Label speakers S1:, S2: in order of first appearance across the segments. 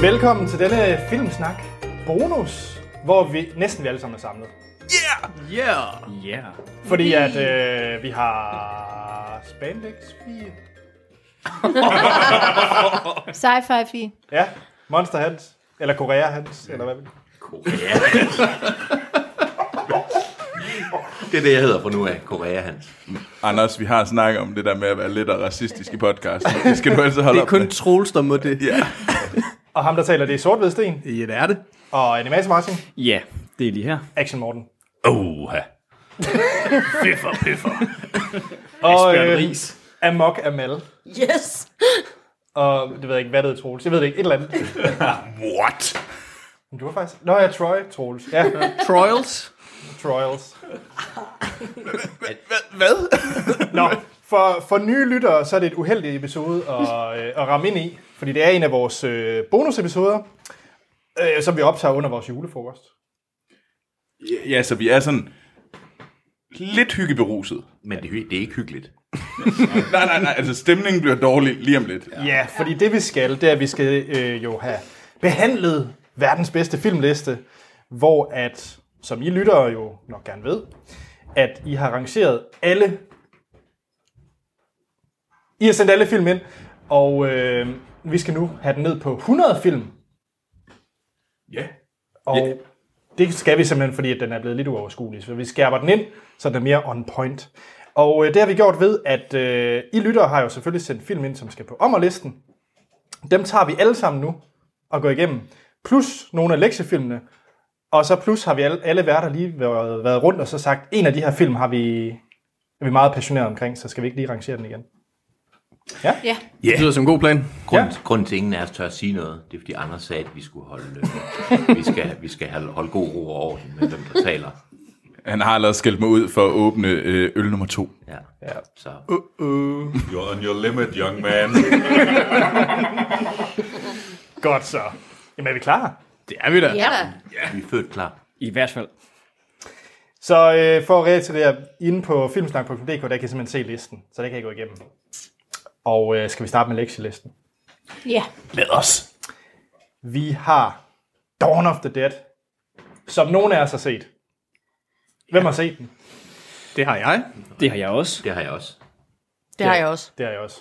S1: Velkommen til denne filmsnak bonus, hvor vi næsten vi alle sammen er samlet.
S2: Yeah!
S3: Yeah.
S1: Fordi at øh, vi har spandex fie.
S4: Sci-fi fi.
S1: Ja, Monster Hans. Eller Korea Hans, eller hvad vi
S2: Korea. det er det, jeg hedder fra nu af. Korea Hans.
S5: Anders, vi har snakket om det der med at være lidt og racistisk i podcasten. Det skal du altid holde
S3: Det er
S5: op
S3: kun
S5: med.
S3: Troels, der må det.
S5: Ja.
S1: Og ham, der taler, det er sort Sten.
S3: Ja, det er det.
S1: Og Animator Martin.
S3: Ja, det er lige her.
S1: Action Morten.
S2: Oha. piffer, piffer.
S1: Og
S3: Bjørn
S1: øh,
S3: Ries.
S1: Amok Amal.
S6: Yes!
S1: Og det ved jeg ikke, hvad det er, Troels. Jeg ved det ikke, et eller andet.
S2: What?
S1: Men du var faktisk... Nå, ja, Troy Troels. Ja,
S3: Troils.
S1: Troels.
S5: Hvad?
S1: Nå, for, for nye lyttere, så er det et uheldigt episode at, øh, at ramme ind i, fordi det er en af vores øh, bonusepisoder, øh, som vi optager under vores julefrokost.
S5: Ja, så vi er sådan lidt hyggeberuset.
S2: Men det, det er ikke hyggeligt.
S5: Nej, nej, nej. Altså, stemningen bliver dårlig lige om lidt.
S1: Ja, ja fordi det vi skal, det er, at vi skal øh, jo have behandlet verdens bedste filmliste, hvor at, som I lyttere jo nok gerne ved, at I har rangeret alle... I har sendt alle film ind, og øh, vi skal nu have den ned på 100 film,
S5: Ja.
S1: Og
S5: Ja.
S1: yeah. det skal vi simpelthen, fordi at den er blevet lidt uoverskuelig. Så vi skærper den ind, så den er mere on point. Og øh, det har vi gjort ved, at øh, I lyttere har jo selvfølgelig sendt film ind, som skal på ommerlisten. Dem tager vi alle sammen nu og går igennem. Plus nogle af lektiefilmene. Og så plus har vi alle, alle værter lige været, været rundt og så sagt, en af de her film har vi, er vi meget passionerede omkring, så skal vi ikke lige rangere den igen.
S4: Ja.
S3: Det lyder som en god plan.
S2: Grund,
S1: Ja.
S2: ja. Grunden til, at ingen af os tør at sige noget, det er, fordi Anders sagde, at vi skulle holde, øh, vi skal, vi skal have- holde god ro og orden med, hvem der taler.
S5: Han har allerede skældt mig ud for at åbne øh, øl nummer to.
S2: Ja.
S1: Ja.
S2: Så
S5: You're on your limit, young man.
S1: Godt så. Jamen er vi klar?
S3: Det er vi da.
S6: Ja da.
S2: vi er født klar.
S7: I hvert fald.
S1: Så øh, for at reaktivere inde på filmsnak.dk, der kan I simpelthen se listen, så det kan I gå igennem. Og øh, skal vi starte med lektielisten?
S4: Ja.
S5: Lad os.
S1: Vi har Dawn of the Dead, som nogen af os har set. Hvem har set den?
S3: Det har jeg.
S7: Det har jeg også.
S2: Det har jeg også.
S6: Det har jeg også.
S1: Det har jeg også.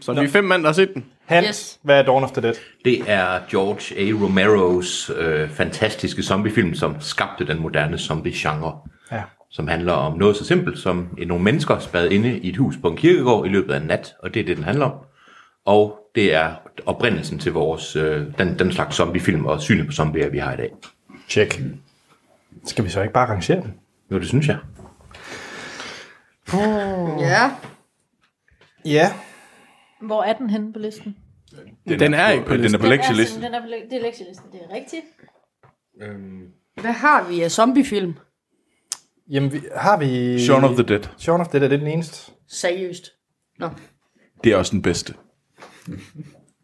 S3: Så er vi fem mand, der har set den.
S1: Hans, yes.
S6: Yes.
S1: hvad er Dawn of the Dead?
S2: Det er George A. Romero's øh, fantastiske zombiefilm, som skabte den moderne zombie-genre.
S1: Ja.
S2: som handler om noget så simpelt som nogle mennesker spadet inde i et hus på en kirkegård i løbet af en nat, og det er det, den handler om. Og det er oprindelsen til vores, øh, den, den slags zombiefilm og synet på zombier, vi har i dag.
S1: Check. Skal vi så ikke bare arrangere den?
S2: Jo, det synes jeg.
S6: Ja.
S1: Ja.
S4: Hvor er den henne på listen?
S5: Den,
S3: Den er ikke på
S5: Den er på lektielisten.
S4: Den er, på, det er lektielisten, det er rigtigt.
S6: Hvad har vi af zombiefilm?
S1: Jamen, vi, har vi...
S5: Shaun of the Dead.
S1: Shaun of the Dead er det den eneste.
S6: Seriøst. Nå.
S5: Det er også den bedste.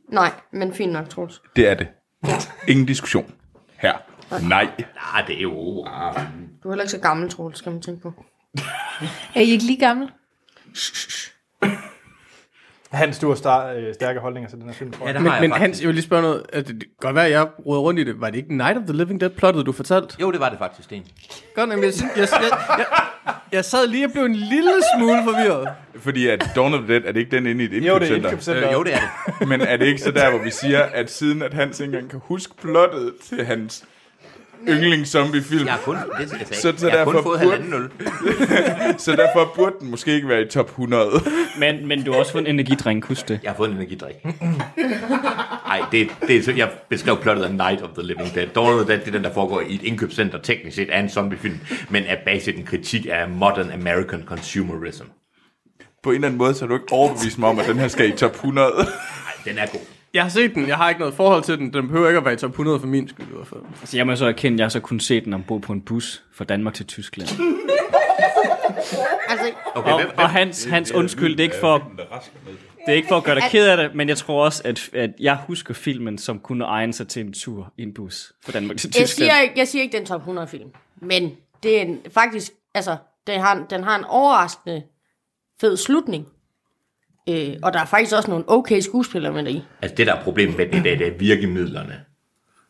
S6: Nej, men fint nok, Troels.
S5: Det er det. Ingen diskussion. Her. Nej.
S2: Nej, det er jo... Ah,
S6: Du er heller ikke så gammel, Troels, skal man tænke på.
S4: Er I ikke lige gamle?
S1: Hans, du har star, øh, stærke holdninger til den her film, tror jeg.
S2: ja, det
S3: Men,
S2: har
S3: men
S2: jeg
S3: Hans,
S2: faktisk.
S3: jeg vil lige spørge noget. Altså, Det kan godt være, at jeg roder rundt i det. Var det ikke Night of the Living Dead plottet, du fortalte?
S2: Jo, det var det faktisk, Sten.
S3: Godt, men jeg, jeg, jeg, jeg, jeg sad lige og blev en lille smule forvirret.
S5: Fordi at Dawn of the Dead, er det ikke den inde i et
S1: Jo, det er
S5: indkøbscenter?
S1: indkøbscenter.
S2: Øh, jo, det er det.
S5: Men er det ikke så der, hvor vi siger, at siden at Hans ikke engang kan huske plottet til hans yndlingszombiefilm,
S2: Jeg har kun, det, jeg sagde.
S5: Så- så
S2: jeg har kun
S5: derfor
S2: fået
S5: burde-
S2: halvanden øl.
S5: så derfor burde den måske ikke være i top 100.
S7: Men, men du har også fået en energidrink, husk det.
S2: Jeg har fået en energidrik. Nej, det, det er, så- jeg beskrev plottet af Night of the Living Dead. Dawn of the Dead, det er den, der foregår i et indkøbscenter, teknisk set er en zombiefilm, men er baseret en kritik af modern American consumerism.
S5: På en eller anden måde, så har du ikke overbevist mig om, at den her skal i top 100.
S2: Nej, den er god.
S3: Jeg har set den. Jeg har ikke noget forhold til den. Den behøver ikke at være i top 100 for min skyld. I hvert fald.
S7: Altså, jeg må så erkende, at jeg har så kun set den ombord på en bus fra Danmark til Tyskland.
S6: Altså,
S2: Okay,
S7: Og,
S2: hvem, hvem,
S7: og Hans, Hans undskyld, det er, ikke for, det er ikke for at gøre dig ked af det, men jeg tror også, at, at jeg husker filmen, som kunne egne sig til en tur i en bus fra Danmark til
S6: jeg
S7: Tyskland.
S6: siger, ikke, jeg siger ikke, den top 100 film. Men det er en, faktisk, altså, den har, en- den har en overraskende fed slutning. Øh, og der er faktisk også nogle okay skuespillere med i.
S2: Altså det, der er problemet med den i dag, det er, at virkemidlerne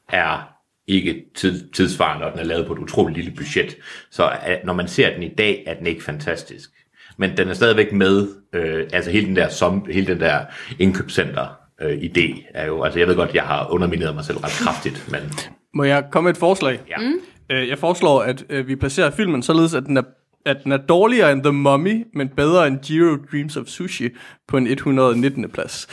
S2: er ikke tid, tidsvarende, og den er lavet på et utroligt lille budget. Så at, når man ser den i dag, er den ikke fantastisk. Men den er stadigvæk med, øh, altså hele den der, som, hele den der indkøbscenter øh, idé er jo, altså jeg ved godt, jeg har undermineret mig selv ret kraftigt, men
S3: Må jeg komme med et forslag?
S2: Ja. Mm.
S3: Øh, jeg foreslår, at øh, vi placerer filmen således, at den er at den er dårligere end The Mummy, men bedre end Jiro Dreams of Sushi på en 119. plads.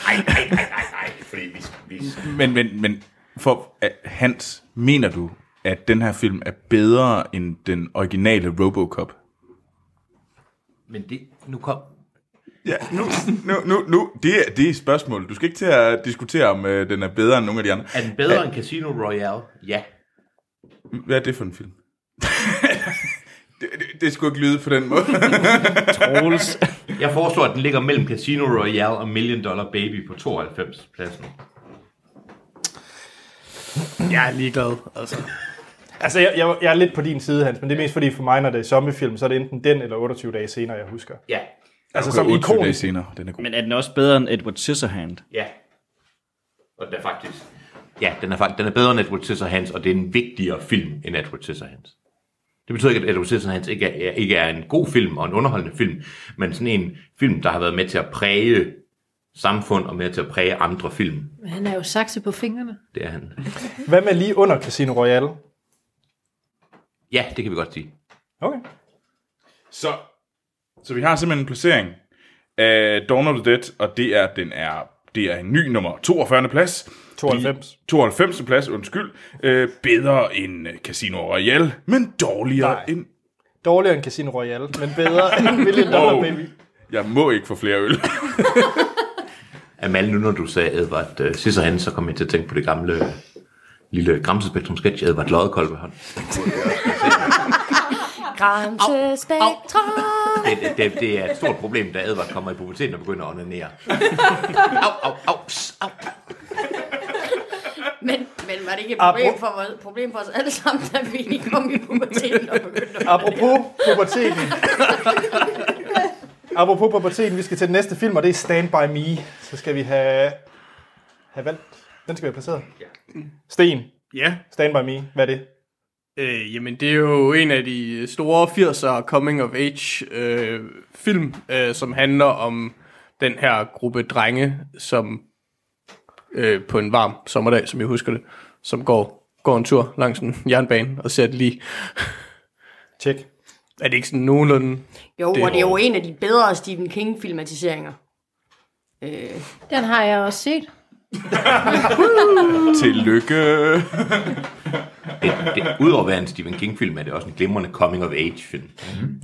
S2: fordi vi, vi
S5: Men, men, men for, øh, Hans, mener du, at den her film er bedre end den originale Robocop?
S2: Men det, nu kom...
S5: Ja, nu, nu, nu, nu det, er, det er et spørgsmål. Du skal ikke til at diskutere, om øh, den er bedre end nogle af de andre.
S2: Er den bedre end Casino Royale? Ja.
S5: Hvad er det for en film? det, det, det skulle ikke lyde på den måde.
S7: Troels.
S2: Jeg foreslår, at den ligger mellem Casino Royale og Million Dollar Baby på 92 pladsen.
S3: Jeg er ligeglad, altså.
S1: Altså, jeg, jeg, jeg er lidt på din side, Hans, men det er mest fordi for mig, når det er zombiefilm, så er det enten den eller 28 dage senere, jeg husker.
S2: Ja.
S1: Altså,
S5: Okay,
S1: som
S5: 28 dage
S1: ikonisk.
S5: senere. Den er god.
S7: Men er den også bedre end Edward Scissorhand?
S2: Ja. Og den er faktisk... Ja, den er, fakt- den er bedre end Edward Scissorhands, og det er en vigtigere film end Edward Scissorhands. Det betyder ikke, at Edward Scissorhands ikke er, ikke er en god film og en underholdende film, men sådan en film, der har været med til at præge samfund og med til at præge andre film.
S4: Men han er jo sakse på fingrene.
S2: Det er han.
S1: Hvad med lige under Casino Royale?
S2: Ja, det kan vi godt sige.
S1: Okay.
S5: Så, så vi har simpelthen en placering af Dawn of the Dead, og det er, den er, det er en ny nummer 42. plads.
S1: 92.
S5: 92. plads, undskyld. Øh, bedre end øh, Casino Royale, men dårligere Nej. end...
S1: Dårligere end Casino Royale, men bedre end Million Dollar
S5: Wow.
S1: Baby.
S5: Jeg må ikke få flere øl.
S2: Amal, nu når du sagde Edvard uh, Scissorhands, så kom jeg til at tænke på det gamle øh, lille Gramsespektrum sketch, Edvard Loddekold ved hånd.
S6: Gramse Spektrum.
S2: Det, det, det, det, er et stort problem, da Edvard kommer i puberteten og begynder at onanere. au, au, au, pss, au.
S6: Men, men var det ikke et problem for, os- problem for os alle sammen, da vi ikke kom i puberteten og begyndte at...
S1: Apropos puberteten. Apropos puberteten, vi skal til den næste film, og det er Stand By Me. Så skal vi have, have valgt. Den skal vi have placeret. Sten,
S3: Ja,
S1: Stand By Me, hvad er det?
S3: Øh, jamen, det er jo en af de store 80'er coming of age øh, film, øh, som handler om den her gruppe drenge, som øh, på en varm sommerdag, som jeg husker det, som går, går en tur langs en jernbane og ser det lige.
S1: Tjek.
S3: Er det ikke sådan nogenlunde?
S6: Jo,
S3: Det-
S6: og det er jo en af de bedre Stephen King-filmatiseringer.
S4: Den har jeg også set.
S5: Tillykke.
S2: Det, det, udover at være en Stephen King-film, er det også en glimrende coming-of-age-film.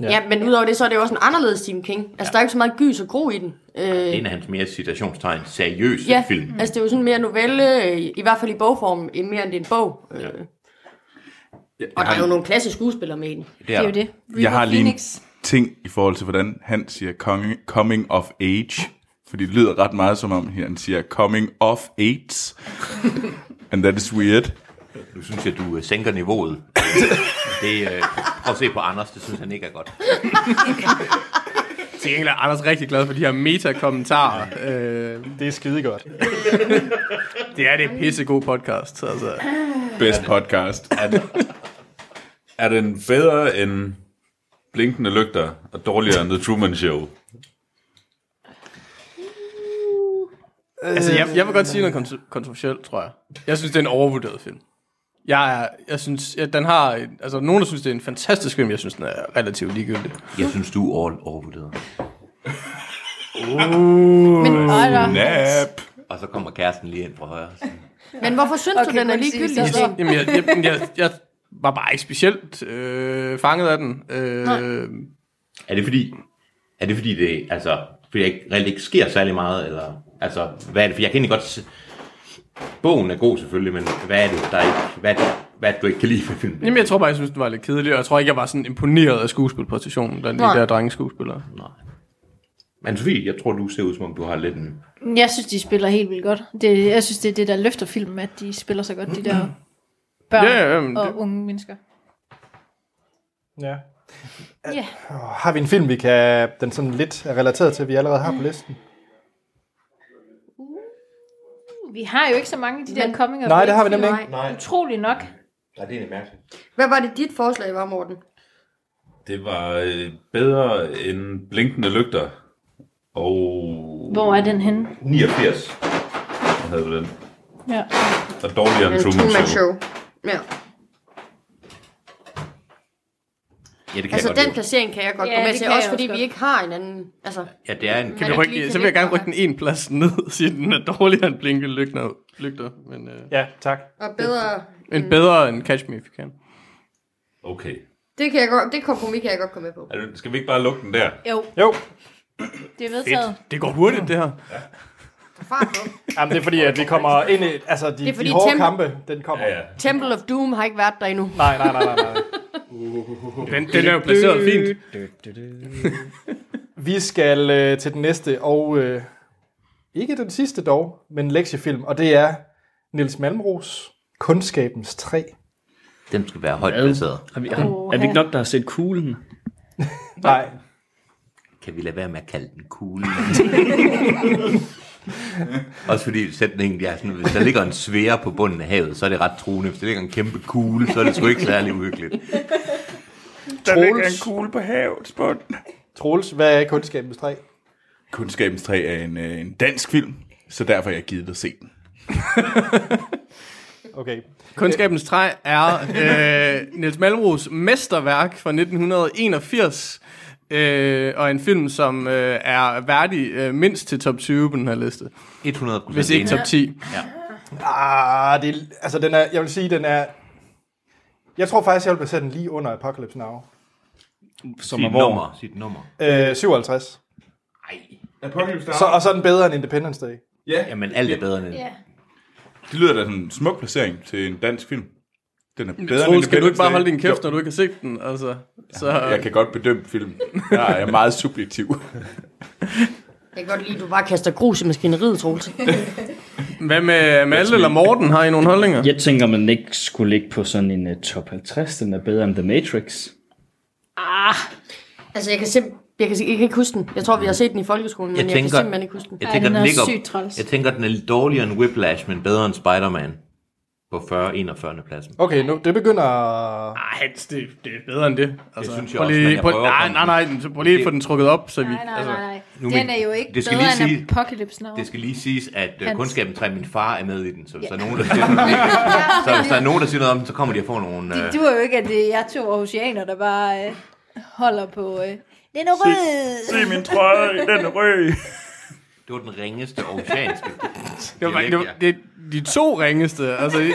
S6: Ja. ja, men udover det, så er det jo også en anderledes Stephen King. Altså, der er jo ikke så meget gys og gro i den. Øh,
S2: Det er en af hans mere citationstegn seriøse
S6: ja,
S2: film.
S6: altså det er jo sådan mere novelle, øh, i hvert fald i bogform, øh, mere end det er en bog. Øh, og der er jo nogle klasse skuespillere med i den.
S4: Det er jo det.
S5: Jeg har lige en
S4: Phoenix.
S5: ting i forhold til, hvordan han siger coming, coming of age. Fordi det lyder ret meget som om, han siger coming of AIDS. And that is weird.
S2: Nu synes jeg, du øh, sænker niveauet. det, øh, prøv at se på Anders, det synes han ikke er godt.
S3: Til gengæld er Anders rigtig glad for de her meta-kommentarer. Øh,
S1: Det er skide godt.
S3: det er det pissegod podcast, altså.
S5: Best podcast.
S8: Er den bedre end Blinkende Lygter og dårligere end The Truman Show?
S3: Altså, jeg, jeg vil godt sige noget kontro- kontroversielt, tror jeg. Jeg synes, det er en overvurderet film. Jeg, er, jeg synes, at den har... en- Altså, nogen, der synes, det er en fantastisk film. Jeg synes, den er relativt ligegyldig.
S2: Jeg synes, du er all overvurderet.
S4: Men, og der,
S5: Nap.
S2: Og så kommer kæresten lige ind fra højre.
S6: Men hvorfor synes
S4: Okay,
S6: du, den er
S4: kun sige
S6: ligegyldig?
S4: så.
S6: så?
S3: Jamen, jeg, jeg, jeg, jeg, jeg var bare ikke specielt øh, fanget af den. Øh,
S2: Er det fordi, er det, fordi det altså, fordi jeg ikke, reelt ikke sker særlig meget? Eller, altså, hvad er det? For jeg kan egentlig godt... Se... Bogen er god selvfølgelig, men hvad er det, der ikke... Hvad, er det, hvad er det, du ikke kan lide ved filmen?
S3: jamen, jeg tror bare, jeg synes, den var lidt kedelig. Og jeg tror ikke, jeg var sådan imponeret af skuespilpræstationen blandt de
S6: Nej.
S3: der drengeskuespillere.
S2: Men Sofie, jeg tror, du ser ud, som om du har lidt en...
S4: jeg synes, de spiller helt vildt godt. Det, jeg synes, det er det, der løfter filmen, at de spiller så godt, de der børn
S3: Ja, ja, men
S4: og
S3: det-
S4: unge mennesker.
S1: Ja.
S4: Ja.
S1: Og Har vi en film, vi kan, den sådan lidt er relateret til, vi allerede har på listen?
S4: Vi har jo ikke så mange af de der
S6: Men-
S4: coming of
S1: Nej,
S4: age
S1: det har vi
S4: film.
S1: nemlig
S6: Nej.
S1: ikke.
S2: Nej,
S4: Utrolig nok.
S2: nej det er lidt mærkeligt.
S6: Hvad var det, dit forslag var, Morten?
S8: Det var øh, bedre end blinkende lygter. Og
S4: Hvor er den henne?
S8: 89 havde vi den.
S4: Ja.
S8: Og dårligere end
S6: En
S8: Truman,
S6: Truman
S8: Show.
S6: Show. Ja.
S2: Ja, det kan
S6: Altså,
S2: jeg
S6: den
S2: godt lide.
S6: placering kan jeg godt
S4: Ja,
S6: ja, gå med
S4: det
S6: til,
S4: kan jeg
S6: også fordi
S4: også
S6: vi
S4: godt.
S6: ikke har en anden... Altså,
S2: Ja, det er en
S3: Kan vi
S6: Men-
S3: rykke, så vil jeg gerne rykke den en plads ned, siden den er dårligere end blinke lygter. lygter men, øh,
S1: Ja, tak.
S6: og bedre...
S3: men bedre end Catch Me If You Can.
S8: Okay.
S6: Det, kan jeg godt, det kompromis kan jeg godt komme med på.
S8: Er det, skal vi ikke bare lukke den der?
S4: Jo,
S1: Jo,
S4: det er vedtaget.
S3: Det går hurtigt, det her.
S6: Fart på.
S1: Jamen, det er fordi, at vi kommer ind i... Altså, de,
S6: er fordi
S1: de hårde
S6: tempo-
S1: kampe, den kommer.
S8: Ja, ja.
S6: Temple of Doom har ikke været der endnu.
S1: Nej, nej, nej, nej, nej.
S3: Den, den er jo placeret fint.
S1: Vi skal øh, til den næste, og øh, ikke den sidste dog, men lektiefilm, og det er Nils Malmros, Kundskabens træ.
S2: Den skal være højt placeret.
S7: Er vi, er, er vi ikke nok, der har set kuglen?
S1: Nej,
S2: Kan vi lade være med at kalde den kugle? Også fordi sætningen, ja, sådan, hvis der ligger en svære på bunden af havet, så er det ret truende. Hvis der ligger en kæmpe kugle, så er det sgu ikke særlig uhyggeligt.
S5: Der ligger
S1: Troels.
S5: en kugle på havet, spot.
S1: Troels, hvad er Kundskabens træ?
S5: Kundskabens træ er en, øh, en dansk film, så derfor har jeg givet dig at se den.
S1: Okay.
S3: Kundskabens træ er øh, Niels Malmros mesterværk fra 1981, øh, og en film, som øh, er værdig øh, mindst til top 20 på den her liste,
S2: 100 procent
S3: hvis ikke top 10.
S1: Ah, det, er- altså, den er, jeg vil sige, den er... Jeg tror faktisk, jeg vil placere den lige under Apocalypse Now.
S7: Som
S2: Sit nummer. Sit nummer.
S1: Øh, 57.
S2: Ej.
S5: Apocalypse
S1: Så, og så er den bedre end Independence Day.
S2: Jamen, alt er bedre end
S4: Ja.
S5: Det lyder da sådan en smuk placering til en dansk film. Den er bedre
S3: Troels, skal du ikke
S5: Independence
S3: bare holde
S5: Day?
S3: din kæft,
S5: Jo,
S3: når du ikke har set den? Altså, så,
S5: Jeg kan godt bedømme film. Jeg er meget subjektiv.
S6: Jeg kan godt lide, at du bare kaster grus i maskineriet, Troels.
S3: Hvad med Amalie eller Morten? Har I nogle holdninger?
S7: Jeg tænker, man ikke skulle ligge på sådan en uh, top 50. Den er bedre end The Matrix.
S6: Altså, jeg kan simpelthen... Jeg kan, jeg kan ikke huske den. Jeg tror, vi har set den i folkeskolen, men jeg, kan simpelthen ikke huske den.
S2: Jeg
S4: Ej,
S2: tænker,
S4: den
S2: den
S4: er
S2: ligger,
S4: sygt træls.
S2: jeg tænker, den er dårligere end Whiplash, men bedre end Spider-Man på 40, 41. pladsen.
S1: Okay, nu, det begynder...
S3: Nej, det, det er bedre end det. Altså,
S2: synes jeg
S3: prøv
S2: også,
S3: lige-
S2: men jeg
S3: prøv-
S2: prøver at
S3: nej,
S2: komme
S3: nej, nej, den- så prøv lige at få den trukket op, så vi...
S4: Nej, nej, nej, nej.
S2: nu
S4: Den
S2: men-
S4: er jo ikke
S2: det skal
S4: bedre
S2: lige sige-
S4: end Apocalypse Now.
S2: Det skal lige siges, at uh,
S4: Hans.
S2: kundskaben 3, min far er med i den, så hvis, der, er nogen, der siger noget, så hvis der er nogen, der siger noget om den, så kommer de og får nogle... øh,
S4: Det duer jo ikke, at det er jer to oceaner, der bare øh, holder på... Øh, den er rød!
S5: Se min trøje, den er rød.
S2: Det var den ringeste oceanske.
S3: Det, var, det, var, det er de to ringeste. Altså, de,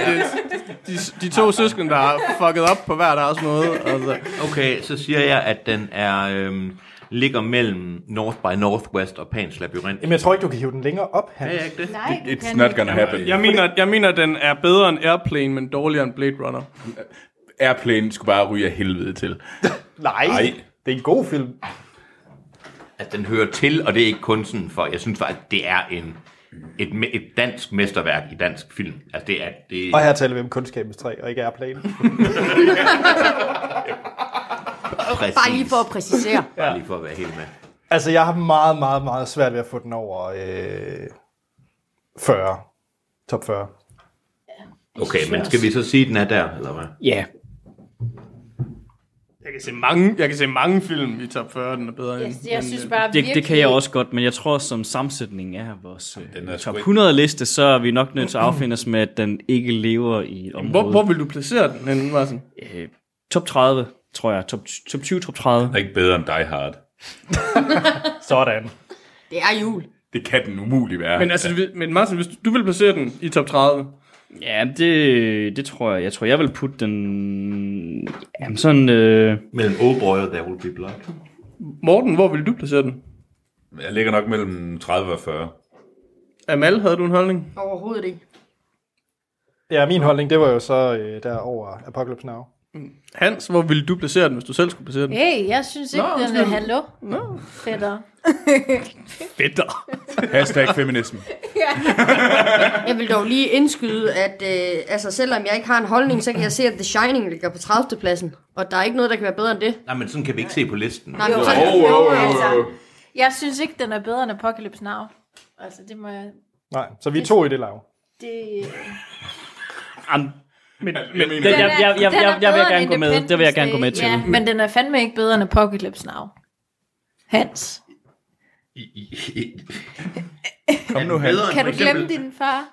S3: de, de to søskende, der har fucket op på hver deres måde. Altså.
S2: Okay, så siger jeg, at den er øhm, ligger mellem North by Northwest og Pans Labyrinth.
S1: Jamen, jeg tror ikke, du kan hive den længere op,
S2: Er
S1: Hans.
S2: jeg ikke det?
S4: Nej, du
S5: It's
S4: kan
S5: not
S4: ikke.
S5: gonna happen.
S3: Jeg mener, jeg mener, den er bedre end Airplane, men dårligere end Blade Runner.
S5: Airplane skulle bare ryge af helvede til.
S1: Nej.
S8: Nej.
S1: Det er en god film.
S2: At den hører til, og det er ikke kun sådan for, jeg synes faktisk, det er en, et, me- et dansk mesterværk i dansk film. Altså det er, det,
S1: Og her taler vi om Kundskabens træ, og ikke Airplane.
S2: præcis,
S6: Bare lige for at præcisere.
S2: bare lige for at være helt med.
S1: Altså, jeg har meget, meget, meget svært ved at få den over øh, 40. Top 40.
S2: Okay, men skal vi så sige, at den er der, eller hvad?
S7: Ja.
S3: Jeg kan se mange, jeg kan se mange film i top 40, den er bedre end.
S4: Jeg, jeg synes bare
S7: Det,
S4: virkelig...
S7: det kan jeg også godt, men jeg tror, som sammensætningen er vores
S8: Den
S7: uh,
S8: er
S7: top
S8: sgu ikke-
S7: 100 liste, så er vi nok nødt til at affinde os med, at den ikke lever i et område.
S3: Hvor, hvor vil du placere den henne, Martin?
S7: Øh, top 30, tror jeg. Top, top 20, top 30.
S8: Den er ikke bedre end Die Hard.
S1: Sådan.
S6: Det er jul.
S5: Det kan den umuligt være.
S3: Men, altså, du- men Martin, hvis du, du vil placere den i top 30,
S7: Ja, det, det tror jeg. Jeg tror, jeg vil putte den... Jamen sådan... Øh,
S2: Mellem Old Boy og There Will Be Blood.
S3: Morten, hvor vil du placere den?
S8: Jeg ligger nok mellem 30 og 40.
S3: Amal, havde du en holdning?
S6: Overhovedet ikke.
S1: Ja, min holdning, det var jo så øh, der over Apocalypse Now.
S3: Hans, hvor ville du placere den, hvis du selv skulle placere den?
S4: Hey, jeg synes ikke,
S3: Nå,
S4: den er
S3: undskyld.
S4: hallo. No. Fætter.
S3: Fedtere.
S5: Hashtag feminism.
S6: Jeg vil dog lige indskyde, at øh, altså, selvom jeg ikke har en holdning, så kan jeg se, at The Shining ligger på 30. pladsen. Og der er ikke noget, der kan være bedre end det.
S2: Nej, men sådan kan vi ikke se på listen.
S6: Nej, men så,
S4: Jeg synes ikke, den er bedre end Apocalypse Now. Altså, det må jeg...
S1: Nej, så vi er to i det lav.
S4: Det,
S7: Am, men, men,
S4: Den
S7: den, jeg,
S4: er-
S7: jeg, jeg,
S4: den
S7: jeg,
S4: er
S7: jeg, jeg vil
S4: bedre
S7: gerne
S4: end
S7: gå med. Det vil jeg
S4: Independence
S7: gerne gå med
S4: Day.
S7: til.
S4: Ja, men den er fandme ikke bedre end Apocalypse Now. Hans,
S5: Kom nu, Hans.
S4: kan du glemme din far?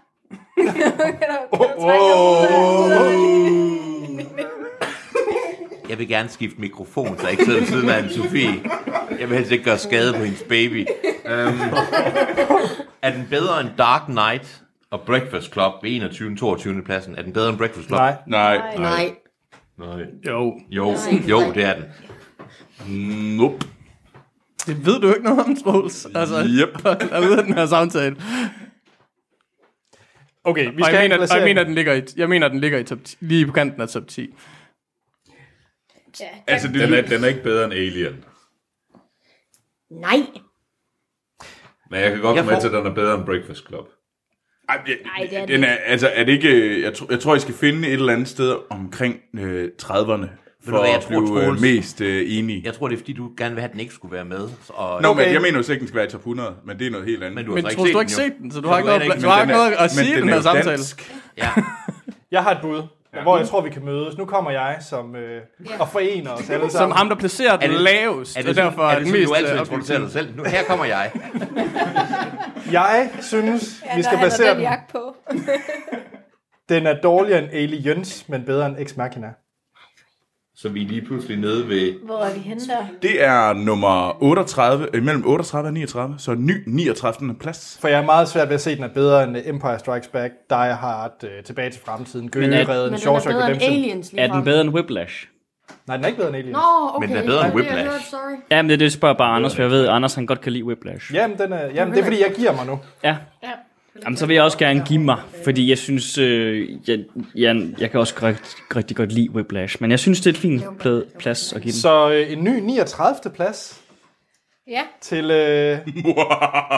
S2: Jeg vil gerne skifte mikrofon, så jeg ikke sidder ved siden af en Sofie. Jeg vil helst ikke gøre skade på hendes baby. Um, er den bedre end Dark Knight og Breakfast Club ved 21. 22. pladsen? Er den bedre end Breakfast Club?
S1: Nej.
S5: Nej.
S6: Nej.
S2: Nej.
S3: Jo.
S2: Jo, jo, det er den.
S5: Nope.
S3: Det ved du ikke noget om, Troels. Altså,
S5: Yep.
S3: jeg ved den her samtale.
S1: Okay, vi
S3: Og
S1: skal
S3: jeg
S1: have en
S3: mener, og jeg
S1: placering.
S3: mener, den ligger i, jeg mener, den ligger i top 10, lige på kanten af top 10.
S8: Altså, den, er, den er ikke bedre end Alien.
S6: Nej.
S8: Men jeg kan godt
S2: Jeg
S8: komme med
S2: får-
S8: til, at den er bedre end Breakfast Club.
S5: Ej, jeg,
S4: Ej, det er det
S5: den er, altså, er det ikke, jeg, tror, jeg tror, jeg skal finde et eller andet sted omkring øh, 30'erne, for
S2: hvad, jeg
S5: at
S2: tror,
S5: blive øh,
S2: Troels-
S5: mest øh, enig.
S2: Jeg tror, det er fordi, du gerne vil have, at den ikke skulle være med. Så- Og,
S5: Nå, men jeg mener jo ikke, den skal være i top 100, men det er noget helt andet.
S2: men du har
S3: Men
S2: så Altså, ikke
S3: Troels,
S2: set
S3: du har ikke
S2: den, jo.
S3: set den, så du har ikke
S2: ved
S3: noget,
S2: jeg ikke,
S3: du har
S5: men den
S3: ikke
S5: er-
S3: noget at
S5: men
S3: sige i
S5: den
S3: den
S5: er
S3: her
S5: jo
S3: samtale.
S5: dansk.
S2: Ja.
S1: Jeg har et bud, hvor jeg tror, vi kan mødes. Nu kommer jeg som, øh, og forener os alle sammen.
S3: Som ham, der placerer
S2: Er
S3: den
S2: det-
S3: lavest,
S2: Er
S3: og
S2: det, sådan,
S3: derfor
S2: er
S3: er
S2: det
S3: den
S2: sådan,
S3: mest...
S2: du altid
S3: øh,
S2: introducerer dig selv? Nu, her kommer jeg.
S1: Jeg synes, vi
S4: placere
S1: skal placere
S4: den.
S1: den.
S4: jakke på.
S1: Den er dårligere end Aliens, men bedre end Ex Machina.
S2: Så vi er lige pludselig nede ved...
S4: Hvor er vi henne der?
S5: Det er nummer 38, øh, mellem 38 og 39, så ny 39. plads.
S1: For jeg er meget svært ved at se, at den er bedre end uh, Empire Strikes Back, Die Hard, øh, Tilbage til Fremtiden,
S7: er-
S1: Gøgeredden,
S6: Men den er
S1: Shawshank
S6: bedre end
S1: Redemption.
S6: Aliens lige
S7: Er den bedre end Whiplash?
S1: Nej, den er ikke bedre end Aliens.
S6: Nå, okay.
S2: Men den er bedre end
S6: Det har jeg
S2: Whiplash.
S6: hørt, sorry.
S7: Jamen, det er det, jeg spørger bare Anders, for jeg ved, at Anders han godt kan lide Whiplash.
S1: Jamen, den er, jamen, det er fordi, jeg giver mig nu.
S7: Ja. Jamen, så vil jeg også gerne give mig, fordi jeg synes, øh, jeg, jeg, jeg kan også rigtig, rigtig godt lide Whiplash, men jeg synes, det er et fint pla- plads at give den.
S1: Så øh, en ny 39. plads
S4: Ja,
S1: til øh,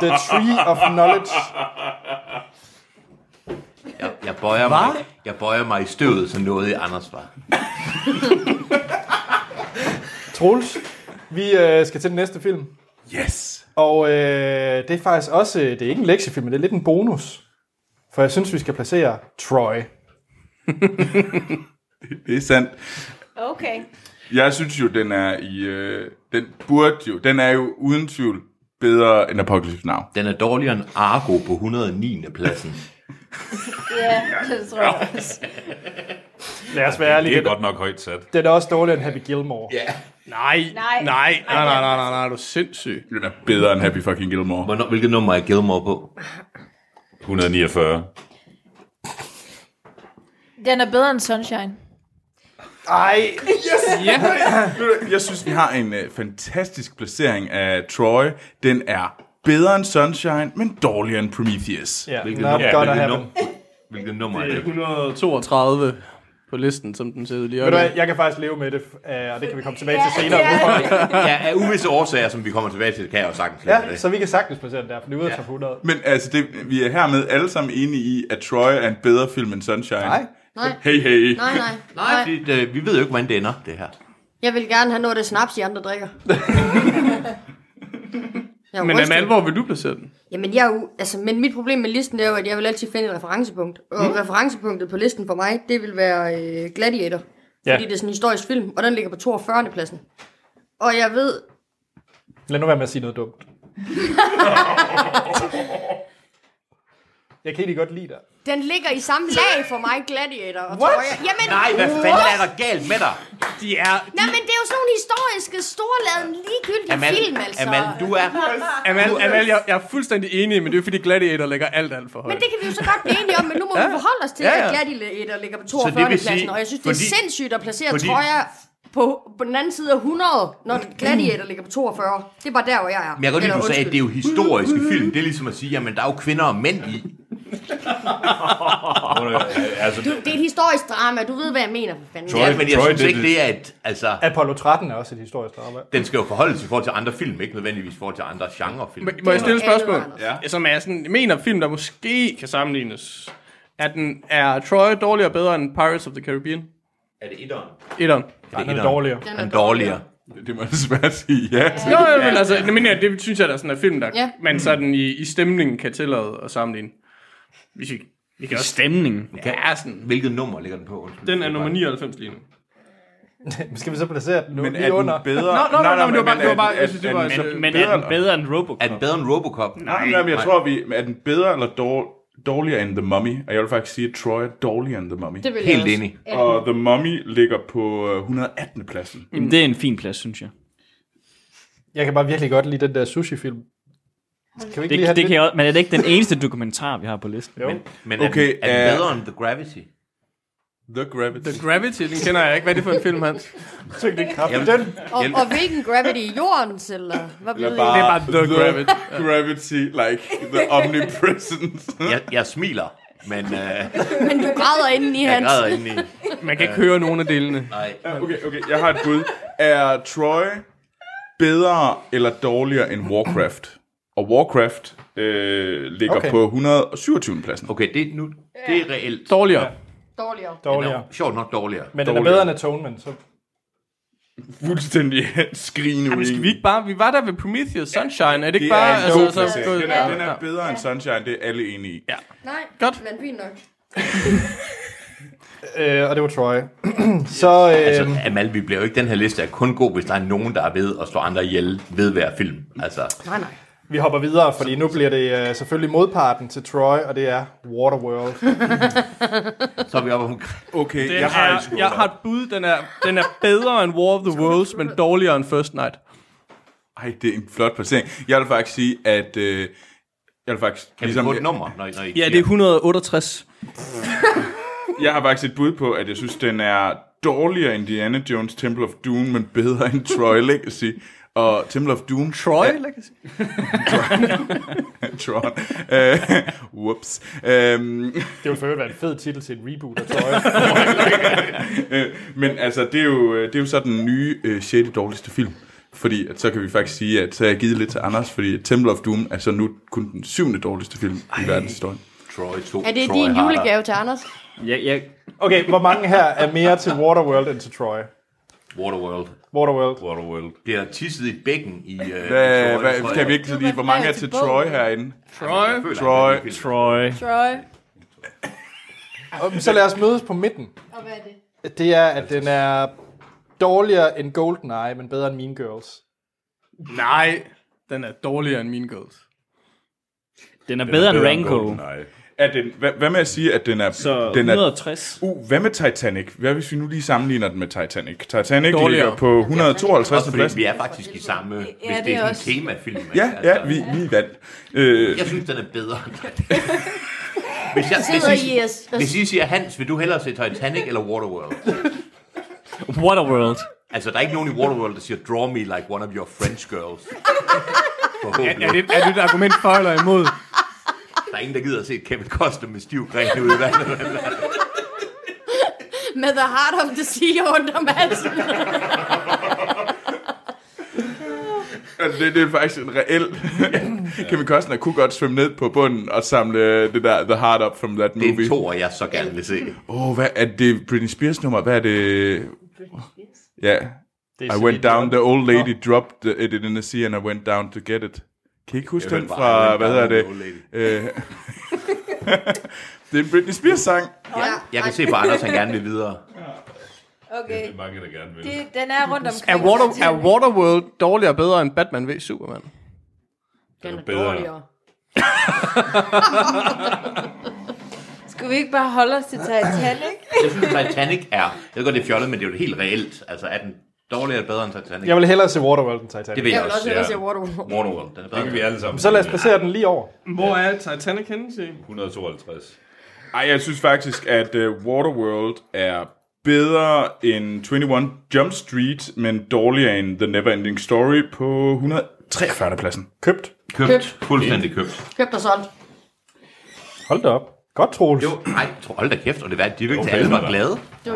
S1: The Tree of Knowledge.
S2: Jeg, jeg, bøjer mig, jeg bøjer mig i støvet, så noget i Anders var.
S1: Troels, vi øh, skal til den næste film.
S5: Yes!
S1: Og øh, det er faktisk også, det er ikke en lektiefilm, men det er lidt en bonus. For jeg synes, vi skal placere Troy.
S5: Det er sandt.
S4: okay.
S5: Jeg synes jo, den er i... Øh, den burde jo... Den er jo uden tvivl bedre end Apocalypse Now.
S2: Den er dårligere end Argo på 109. pladsen.
S4: Ja, det tror jeg også.
S1: Lad os være
S8: Det
S1: ærlige.
S8: er
S1: Den,
S8: godt nok højt sat.
S1: den er også dårligere end Happy Gilmore. Yeah.
S3: Nej, nej, nej, nej, nej, nej, nej, nej, du er sindssyg.
S5: Den er bedre end Happy fucking Gilmore.
S2: Hvornår, hvilket nummer er Gilmore på?
S8: 149.
S4: Den er bedre end Sunshine.
S1: Ej,
S5: Jeg synes, vi har en øh, fantastisk placering af Troy. Den er bedre end Sunshine, men dårligere end Prometheus.
S1: yeah,
S2: Hvilket
S1: not
S2: nummer,
S1: gonna
S2: hvilket,
S1: happen.
S2: nummer, hvilket nummer er det?
S3: 132 på listen, som den ser ud lige
S1: Ved du
S3: øjeblikket.
S1: hvad, jeg kan faktisk leve med det, øh, og det kan vi komme tilbage til senere.
S2: Ja, af uvisse årsager, som vi kommer tilbage til, kan jeg jo sagtens lide
S1: Ja,
S2: det.
S1: så vi kan sagtens placere den der, for det er ude af top 100.
S5: Men altså, det, vi er hermed alle sammen enige i, at Troy er en bedre film end Sunshine.
S1: Nej.
S6: Nej,
S5: Hey, hey.
S6: nej, nej.
S2: Nej, fordi, øh, vi ved jo ikke, hvordan det ender, det her.
S6: Jeg vil gerne have noget af det snaps, de andre drikker. Jeg er
S3: Men
S6: rystet.
S3: med alvor vil du placere den?
S6: Jamen, jeg er jo, altså, men mit problem med listen, det er jo, at jeg vil altid finde et referencepunkt. Og mm. referencepunktet på listen for mig, det vil være øh, Gladiator.
S1: Ja.
S6: Ja. Fordi det er sådan en historisk film, og den ligger på 42. pladsen. Og jeg ved,
S1: Lad nu være med at sige noget dumt. jeg kan egentlig godt lide dig.
S6: den ligger i samme lag for mig, Gladiator. Og
S1: What?
S6: Troja. Jamen,
S2: Nej, hvad fanden er der galt med dig?
S3: De er...
S6: Nej, men det er jo sådan nogle historiske, storladende, ligegyldige
S2: Amal,
S6: film, altså.
S2: Amal, du er...
S3: Amal, Amal jeg, jeg er fuldstændig enig, men det er fordi Gladiator lægger alt, alt for højt.
S6: Men det kan vi jo så godt blive enige om, men nu må vi forholde os til,
S3: Ja,
S6: ja,
S3: ja.
S6: ja. at Gladiator ligger på
S2: vil
S6: 42. pladsen,
S2: sige,
S6: og jeg synes, det er
S2: fordi-
S6: sindssygt at placere
S2: fordi- Mm.
S6: fordi, Troja på, på den anden side af 100, når Gladiator ligger på 42. Det er bare der, hvor jeg er.
S2: Men jeg kan godt lide,
S6: Eller
S2: du sagde, at det er jo historiske film. Det er ligesom at sige, jamen der er jo kvinder og mænd i.
S8: Altså,
S6: undskyld. Det er et historisk drama, du ved, hvad jeg mener, for fanden.
S8: Troja-
S2: Ja, men jeg
S8: Troy,
S2: synes
S8: det-
S2: ikke, det er et... Altså,
S1: Apollo 13 er også et historisk drama.
S2: den skal jo forholdes i forhold til andre film, ikke nødvendigvis i forhold til andre genrefilm.
S3: Men Må jeg stille et spørgsmål?
S6: Anders.
S3: Ja. Som er sådan, jeg mener film, der måske kan sammenlignes. Er, den, er Troy dårligere og bedre end Pirates of the Caribbean?
S2: Er det etteren?
S3: Etteren.
S2: Er
S1: Den er dårligere.
S2: Den er dårligere.
S5: Det må jeg desværre sige ja til.
S3: Jo, jo, men altså, det, mener jeg, det synes jeg, der er sådan en film, der
S6: Ja.
S3: man sådan i, i stemningen kan tillade at sammenligne. Hvis vi Vi kan også
S7: Stemningen.
S2: Ja.
S3: er sådan.
S2: Hvilket nummer ligger den på? Undskyld.
S3: Den er nummer 99 lige nu.
S1: Skal vi så placere den nu
S5: Men
S1: lige
S5: er den
S1: under?
S5: bedre?
S3: Nå, nå, nå, nå, men det var bare- det var bare- jeg synes, det var-
S5: Men,
S7: Men er den bedre end Robocop?
S2: Er den bedre end Robocop?
S5: nej, nej, men jeg tror, vi... Er den bedre eller dår- dårligere end The Mummy? Og jeg vil faktisk sige, at Troy er dårligere end The Mummy.
S4: Det vil jeg
S2: Helt
S4: også.
S2: enig.
S5: Og The Mummy ligger på øh, 118. pladsen.
S7: Jamen, det er en fin plads, synes jeg.
S1: Jeg kan bare virkelig godt lide den der sushi-film. Kan vi ikke lige
S7: Det,
S1: have
S7: det
S1: den?
S7: kan jeg også, men er det ikke den eneste dokumentar, vi har på listen?
S1: Jo.
S2: Men, men er,
S5: Okay,
S2: den, er den
S5: øh,
S2: bedre end The Gravity?
S5: The Gravity.
S3: The Gravity, den kender jeg ikke. Hvad er det for en film, Hans?
S1: Tyk det kraft.
S2: Jamen,
S1: den.
S6: Og,
S2: Hjælp.
S6: og hvilken gravity? Jordens, eller hvad blev
S5: Eller
S6: det?
S5: bare,
S3: Det er bare The Gravity.
S5: Gravity, like the omnipresence.
S2: Jeg, jeg smiler, men øh,
S6: Men du græder indeni
S2: jeg
S6: hans.
S2: græder indeni.
S3: Man kan ikke høre nogen af delene.
S2: Nej.
S5: okay, okay, jeg har et bud. Er Troy bedre eller dårligere end Warcraft? Og Warcraft øh, ligger
S1: Okay.
S5: okay. på 127. pladsen.
S2: Okay, det, er nu, det er reelt.
S3: Dårligere.
S6: Dårligere.
S1: Dårligere.
S2: Sjovt nok dårligere.
S1: Men den er bedre end Atonement, så
S5: Fuldstændig skrigende
S3: Jamen, skal vi ikke bare... Vi var der ved Prometheus Sunshine. Er det
S5: Det
S3: ikke bare...
S5: er en altså, god
S3: så,
S5: placering. Den er, den
S3: altså.
S5: er bedre end Sunshine, det er alle enige i. Ja.
S6: Nej,
S3: Godt.
S6: men fint nok.
S1: Øh, og det var Troy. så, øh,
S2: Altså,
S7: øhm,
S2: Amal, vi bliver jo ikke den her liste er kun god, hvis der er nogen, der er ved at slå andre ihjel ved hver film. Altså,
S6: Nej, nej.
S1: vi hopper videre, fordi nu bliver det øh, selvfølgelig modparten til Troy, og det er Waterworld.
S2: så er vi oppe omkring.
S5: Okay,
S3: Den jeg, har er, jeg har et bud. Den er, den er bedre end War of the Worlds, men dårligere end First Night.
S5: Ej, det er en flot placering. Jeg vil faktisk sige, at... Øh, jeg vil faktisk... ligesom-
S2: Kan vi få et nummer? Når, I- når I
S7: Ja, det er 168.
S5: Jeg har faktisk et bud på, at jeg synes, den er dårligere end Indiana Jones Temple of Doom, men bedre end Troy Legacy. Og Temple of Doom...
S3: Roy,
S5: Troy?
S3: Legacy.
S5: Tron. Øh, whoops. Øhm,
S1: Det ville for øvrigt være en fed titel til en reboot af Troy.
S5: øh, men altså, det er, jo, øh, det er jo så den nye øh, 6. dårligste film. Fordi at så kan vi faktisk sige, at så har jeg givet lidt til Anders, fordi Temple of Doom er så nu kun den syvende dårligste film Ej. i verdenshistorien.
S2: Troy 2.
S6: Er det
S2: Troy
S6: din
S2: Harder.
S6: julegave til Anders?
S7: Jeg, jeg,
S1: okay, hvor mange her er mere til Waterworld end til Troy?
S2: Waterworld.
S1: Waterworld.
S8: Waterworld.
S2: Bliver tisset i bækken i... Øh,
S5: Hvad,
S2: Troy, tror
S5: hvad,
S2: jeg.
S5: kan vi ikke lige, hvor mange er til Troy herinde?
S3: Roy.
S2: Jeg føler,
S5: Troy.
S2: at det er en film.
S7: Troy.
S6: Troy.
S1: Og, så lad os mødes på midten.
S4: Og hvad er det?
S1: Det er, at den er dårligere end GoldenEye, men bedre end Mean Girls.
S3: Nej, den er dårligere end Mean Girls.
S7: Den er bedre end
S5: Bedre end
S7: Rango.
S5: GoldenEye. Er den, hvad, hvad med at sige, at den er...
S7: Så
S5: den er
S7: 160.
S5: uh, hvad med Titanic? Hvad hvis vi nu lige sammenligner den med Titanic? Titanic
S3: Dårligere.
S5: ligger på 152. pladsen.
S2: Også fordi vi er faktisk i samme, ja, hvis det
S4: det er
S2: er sådan en
S4: også-
S2: temafilm. ikke?
S5: Ja, ja, vi,
S2: Altså.
S5: vi vandt. Øh,
S2: Jeg synes, den er bedre. hvis, jeg,
S6: Sidder
S2: hvis, I,
S6: i øh, os.
S2: hvis I siger, Hans, vil du hellere se Titanic eller Waterworld?
S7: Waterworld.
S2: Altså, der er ikke nogen i Waterworld, der siger, draw me like one of your French girls. Forhåbentlig.
S3: Er det, er det et argument for eller imod?
S2: Der er ingen, der gider at se Kevin Costner med stiv gren ude i vandet.
S6: Med the heart of the sea under massen.
S5: altså, det, det er faktisk en reel... Kevin Costner kunne godt svømme ned på bunden og samle det der The Heart Up from that
S2: Det er en
S5: movie. Åh,
S2: toer, jeg så gerne vil se.
S5: oh, hvad er det? Britney Spears nummer? Hvad er det? Ja.
S1: Det er
S5: I went down, the old lady dropped it in the sea, and I went down to get it. Kan I ikke huske
S2: Jeg
S5: den
S2: hørte bare, I
S5: fra,
S2: went
S5: hvad
S2: down,
S5: hedder det?
S2: the old lady.
S5: Øh, det er en Britney Spears sang.
S6: Ja.
S2: Jeg kan se på Anders, han gerne vil videre.
S4: Okay.
S8: Det er mange, der gerne vil.
S4: Det, den er rundt omkring.
S3: Er, Water, er Waterworld dårligere og bedre end Batman v Superman?
S6: Den er
S8: bedre.
S6: dårligere.
S4: Skulle vi ikke bare holde os til Titanic?
S2: Jeg synes, Titanic er... Jeg ved godt, det er fjollet, men det er jo helt reelt. Altså, er den dårligere eller bedre end Titanic?
S1: Jeg vil hellere se Waterworld end Titanic.
S2: det vil
S6: Jeg
S2: jeg,
S6: vil
S2: også.
S6: også
S8: ja.
S6: hellere se Waterworld.
S2: Waterworld, den er
S8: Det kan vi
S2: bedre.
S8: alle sammen.
S1: Så lad os placere den lige over.
S3: Hvor er Titanic henne til?
S8: 152.
S5: Ej, jeg synes faktisk, at uh, Waterworld er bedre end 21 Jump Street, men dårligere end The Neverending Story på 143. pladsen.
S1: Købt.
S2: Købt. Fuldstændig købt.
S6: Købt og solgt.
S1: Hold da op. Godt, Troels.
S2: Jo, nej, hold da kæft, og det var at de virkelig
S8: Okay,
S2: alle
S8: var
S2: var
S8: der.
S2: glade.
S6: Det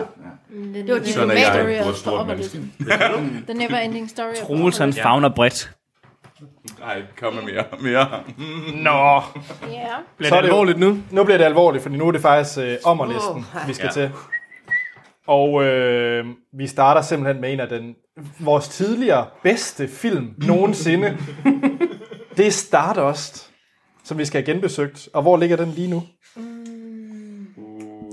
S6: var din
S5: Sådan er jeg.
S6: tomater.
S4: Story
S8: hvor
S4: of
S8: stort menneske.
S4: Opperlisten. The never ending story of
S7: Troels, han fagner bredt.
S5: Nej, kom med mere. mere.
S1: Nå.
S4: Ja.
S3: Bliver
S1: Så
S3: det
S1: er det jo-
S3: alvorligt nu?
S1: Nu bliver det alvorligt, for nu er det faktisk øh, ommerlisten,
S6: Åh,
S1: vi skal
S2: ja.
S1: ja. til. Og øh, vi starter simpelthen med en af den, vores tidligere bedste film nogensinde. det er Stardust, som vi skal have genbesøgt. Og hvor ligger den lige nu?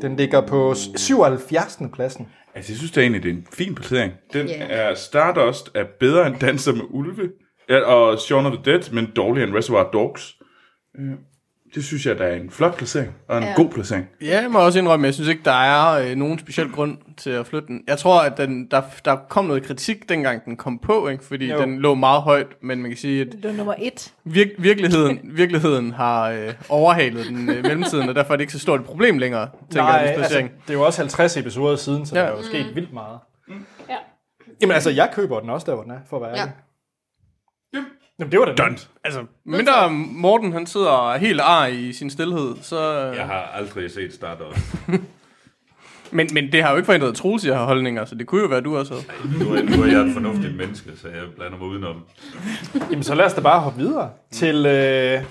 S1: Den ligger på s- 77. pladsen.
S5: Altså, jeg synes da egentlig, det er en fin placering. Den
S6: Ja.
S5: yeah. er Stardust er bedre end Danser med Ulve, ja, og Shaun of the Dead, men dårligere end Reservoir Dogs. Øh, Det synes jeg, der er en flot placering, og en
S4: Ja.
S5: yeah. god placering.
S3: Ja, jeg må også indrømme, jeg synes ikke, der er øh, nogen speciel grund til at flytte den. Jeg tror, at den, der, der kom noget kritik, dengang den kom på, ikke? fordi
S1: Jo.
S3: jo. den lå meget højt, men man kan sige, at
S4: Det var nummer et.
S3: vir- virkeligheden, virkeligheden har øh, overhalet den øh, i mellemtiden, og derfor er det ikke så stort et problem længere, tænker Nej, jeg, dens placering.
S1: altså, det er jo også 50 episoder siden, så ja.
S3: Ja.
S1: der er jo sket mm. vildt meget.
S4: Ja.
S1: Jamen altså, jeg køber den også, der hvor den er, for at være
S6: Ja.
S1: ærlig. Jamen, det var den.
S3: Altså, mindre Morten han sidder helt ar i sin stillhed, så...
S8: Jeg
S3: Ja.
S8: har aldrig set Stardust.
S3: Men, men det har jo ikke forhindret Troels i at have holdninger, så det kunne jo være, du også havde.
S8: Nu er, nu er jeg et fornuftigt menneske, så jeg blander mig udenom.
S1: Jamen, så lad os da bare hoppe videre til øh,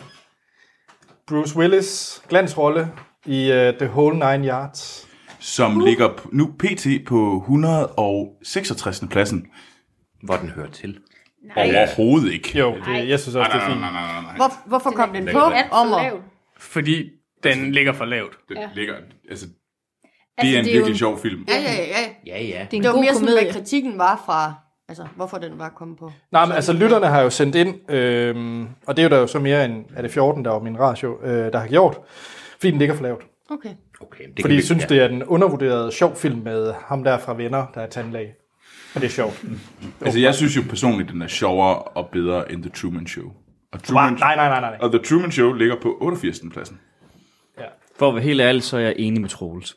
S1: Bruce Willis glansrolle i øh, The Whole Nine Yards.
S5: Som uh. ligger p- nu pt. på 166. pladsen.
S2: Hvor den hører til.
S5: Overhovedet ikke.
S1: Jo, det, jeg synes også, det er fint.
S5: nej, nej.
S6: Hvor, hvorfor kom den på? Om at-
S3: Fordi den ligger for lavt.
S5: Det
S4: Ja.
S5: ligger, altså, det
S4: Altså,
S5: er en
S4: det
S5: virkelig
S4: jo,
S5: sjov film.
S6: Ja, ja, ja.
S2: Ja, ja.
S4: det er en
S6: Det var
S4: god
S6: mere sådan,
S4: komedie.
S6: hvad kritikken var fra, altså, hvorfor den var kommet på.
S1: Nej, men altså, lytterne har jo sendt ind, øh, og det er jo der jo så mere end, er det 14, der er jo min ratio, øh, der har gjort, fordi den ligger for lavt.
S6: Okay.
S2: Okay, det
S1: Fordi
S2: kan
S1: jeg
S2: vi-
S1: synes,
S2: ja.
S1: det er den undervurderede sjov film med ham der fra Venner, der er tandlæge. Og det er sjovt.
S5: Altså, jeg synes jo personligt, den er sjovere og bedre end The Truman Show. Og,
S1: Nej,
S5: Truman,
S1: nej, nej, nej. nej.
S5: og The Truman Show ligger på 88. pladsen.
S7: For at være helt ærlig, så er jeg enig med Troels.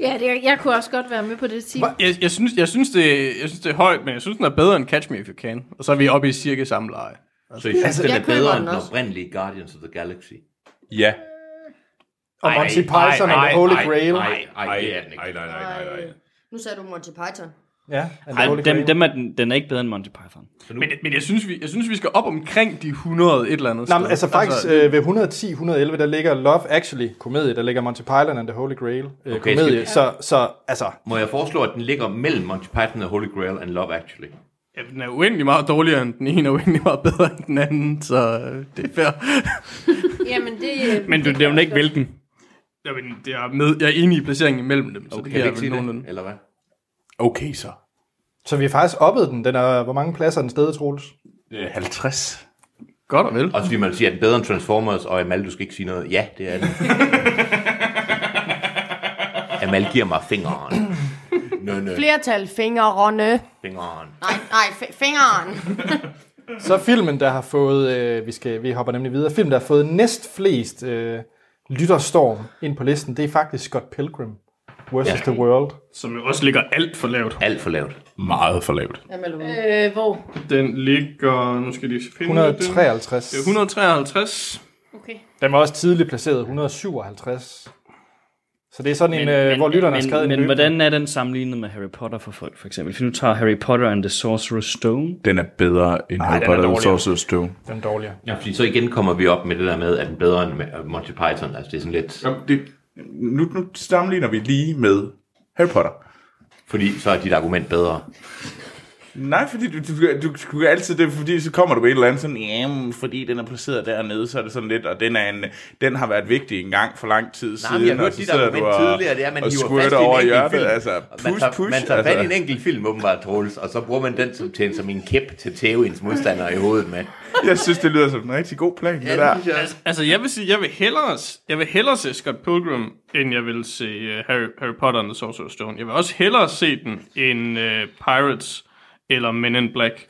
S4: Ja, det, jeg kunne også godt være med på det team.
S3: Jeg, jeg, synes, jeg, synes det, jeg synes, det er højt, men jeg synes, den er bedre end Catch Me If You Can. Og så er vi oppe i cirka samme leje.
S2: Så jeg synes,
S1: Altså,
S2: den
S6: jeg
S2: er
S6: køber
S2: bedre
S6: den
S2: end den
S6: også.
S2: oprindelige Guardians of the Galaxy.
S5: Ja.
S1: Og Monty Python og The Holy Grail.
S2: Nej, nej, det er den ikke.
S8: Nej, nej, nej, nej, nej.
S6: Nu sagde du Monty Python.
S1: Ja, and The
S7: Ej,
S1: Holy
S7: dem,
S1: Grail.
S7: dem er den, den er ikke bedre end Monty Python.
S3: Men, men jeg, synes, vi, jeg synes, vi skal op omkring de 100 et eller andet
S1: Nej,
S3: sted.
S1: men altså faktisk øh, ved 110-111, der ligger Love Actually, komedie, der ligger Monty Python and the Holy Grail, øh,
S2: Okay,
S1: okay, komedie.
S2: skal vi-
S1: Så, så altså,
S2: Må jeg foreslå, at den ligger mellem Monty Python og Holy Grail and Love Actually?
S3: ja, den er uendelig meget dårligere end den ene, og uendelig meget bedre end den anden, så øh, det er fair.
S4: Jamen, det, øh,
S7: Men
S4: det
S7: du
S4: kan jeg
S7: nævner ikke
S4: også godt.
S7: hvilken.
S3: Jamen, det er med, jeg er enig i placeringen imellem dem, så
S2: Okay, kan
S3: det kan
S2: vi
S3: jeg
S2: ikke
S3: vel
S2: sige
S3: nogenlunde.
S2: det, eller hvad?
S5: Okay, så.
S1: så vi har faktisk oppet den. den er, hvor mange pladser er den stedet, Troels?
S5: Øh, 50.
S3: Godt og vel.
S2: Også fordi man siger, at den er bedre end Transformers, og Amal, du skal ikke sige noget. Ja, det er den. Amal giver mig fingeren. Nø, nø,
S6: Flertal fingrene.
S2: fingeren.
S6: Nej, nej, f- fingeren.
S1: Så filmen, der har fået, øh, vi, skal, vi hopper nemlig videre, film, der har fået næst flest øh, lytterstorm ind på listen, det er faktisk Scott Pilgrim versus
S2: Ja.
S1: ja. The World.
S3: Som jo også ligger alt for lavt.
S2: Alt for lavt.
S5: Meget for lavt.
S6: Jamen,
S4: Øh, hvor?
S3: Den ligger, nu skal de finde
S1: 153.
S3: det. 153.
S4: Okay.
S1: Den var også tidligt placeret, 157. Så det er sådan en, øh, hvor lytterne
S7: men,
S1: har skrevet
S7: men,
S1: en
S7: men
S1: løbende.
S7: hvordan er den sammenlignet med Harry Potter for folk, for eksempel? Hvis vi nu tager Harry Potter and the Sorcerer's Stone,
S5: Den er bedre end Harry
S1: den er
S5: Potter og
S1: dårligere.
S5: Sorcerer's Stone.
S1: Den er dårligere.
S2: Ja, fordi så igen kommer vi op med det der med, at den er bedre end Monty Python. Altså, det er sådan lidt...
S5: Jamen, det, nu, nu sammenligner vi lige med Harry Potter.
S2: Fordi så er dit argument bedre.
S5: Nej, fordi du, du, du, du kan altid det, fordi så kommer du med et eller andet sådan, jamen, fordi den er placeret dernede, så er det sådan lidt, og den, er en, den har været vigtig en gang for lang tid
S2: Nej,
S5: siden,
S2: men jeg har
S5: og
S2: hørt
S5: så
S2: dit
S5: sidder
S2: argument
S5: du og,
S2: tidligere, det er, at man
S5: og
S2: hiver
S5: squirter
S2: fast i en
S5: over
S2: enkelt
S5: hjørnet,
S2: film.
S5: altså,
S2: man
S5: push,
S2: tager,
S5: push,
S2: man tager fat i en
S5: altså.
S2: enkelt film, åbenbart, Troels, og så bruger man den som, til, som en kæp til at tæve ens modstander i hovedet med.
S5: Jeg synes, det lyder som en rigtig god plan, det der.
S2: det synes jeg også.
S3: Altså, jeg vil sige, jeg vil hellere, jeg vil hellere se Scott Pilgrim, end jeg vil se uh, Harry, Harry Potter and the Sorcerer's Stone. Jeg vil også hellere se den end uh, Pirates eller Men in Black.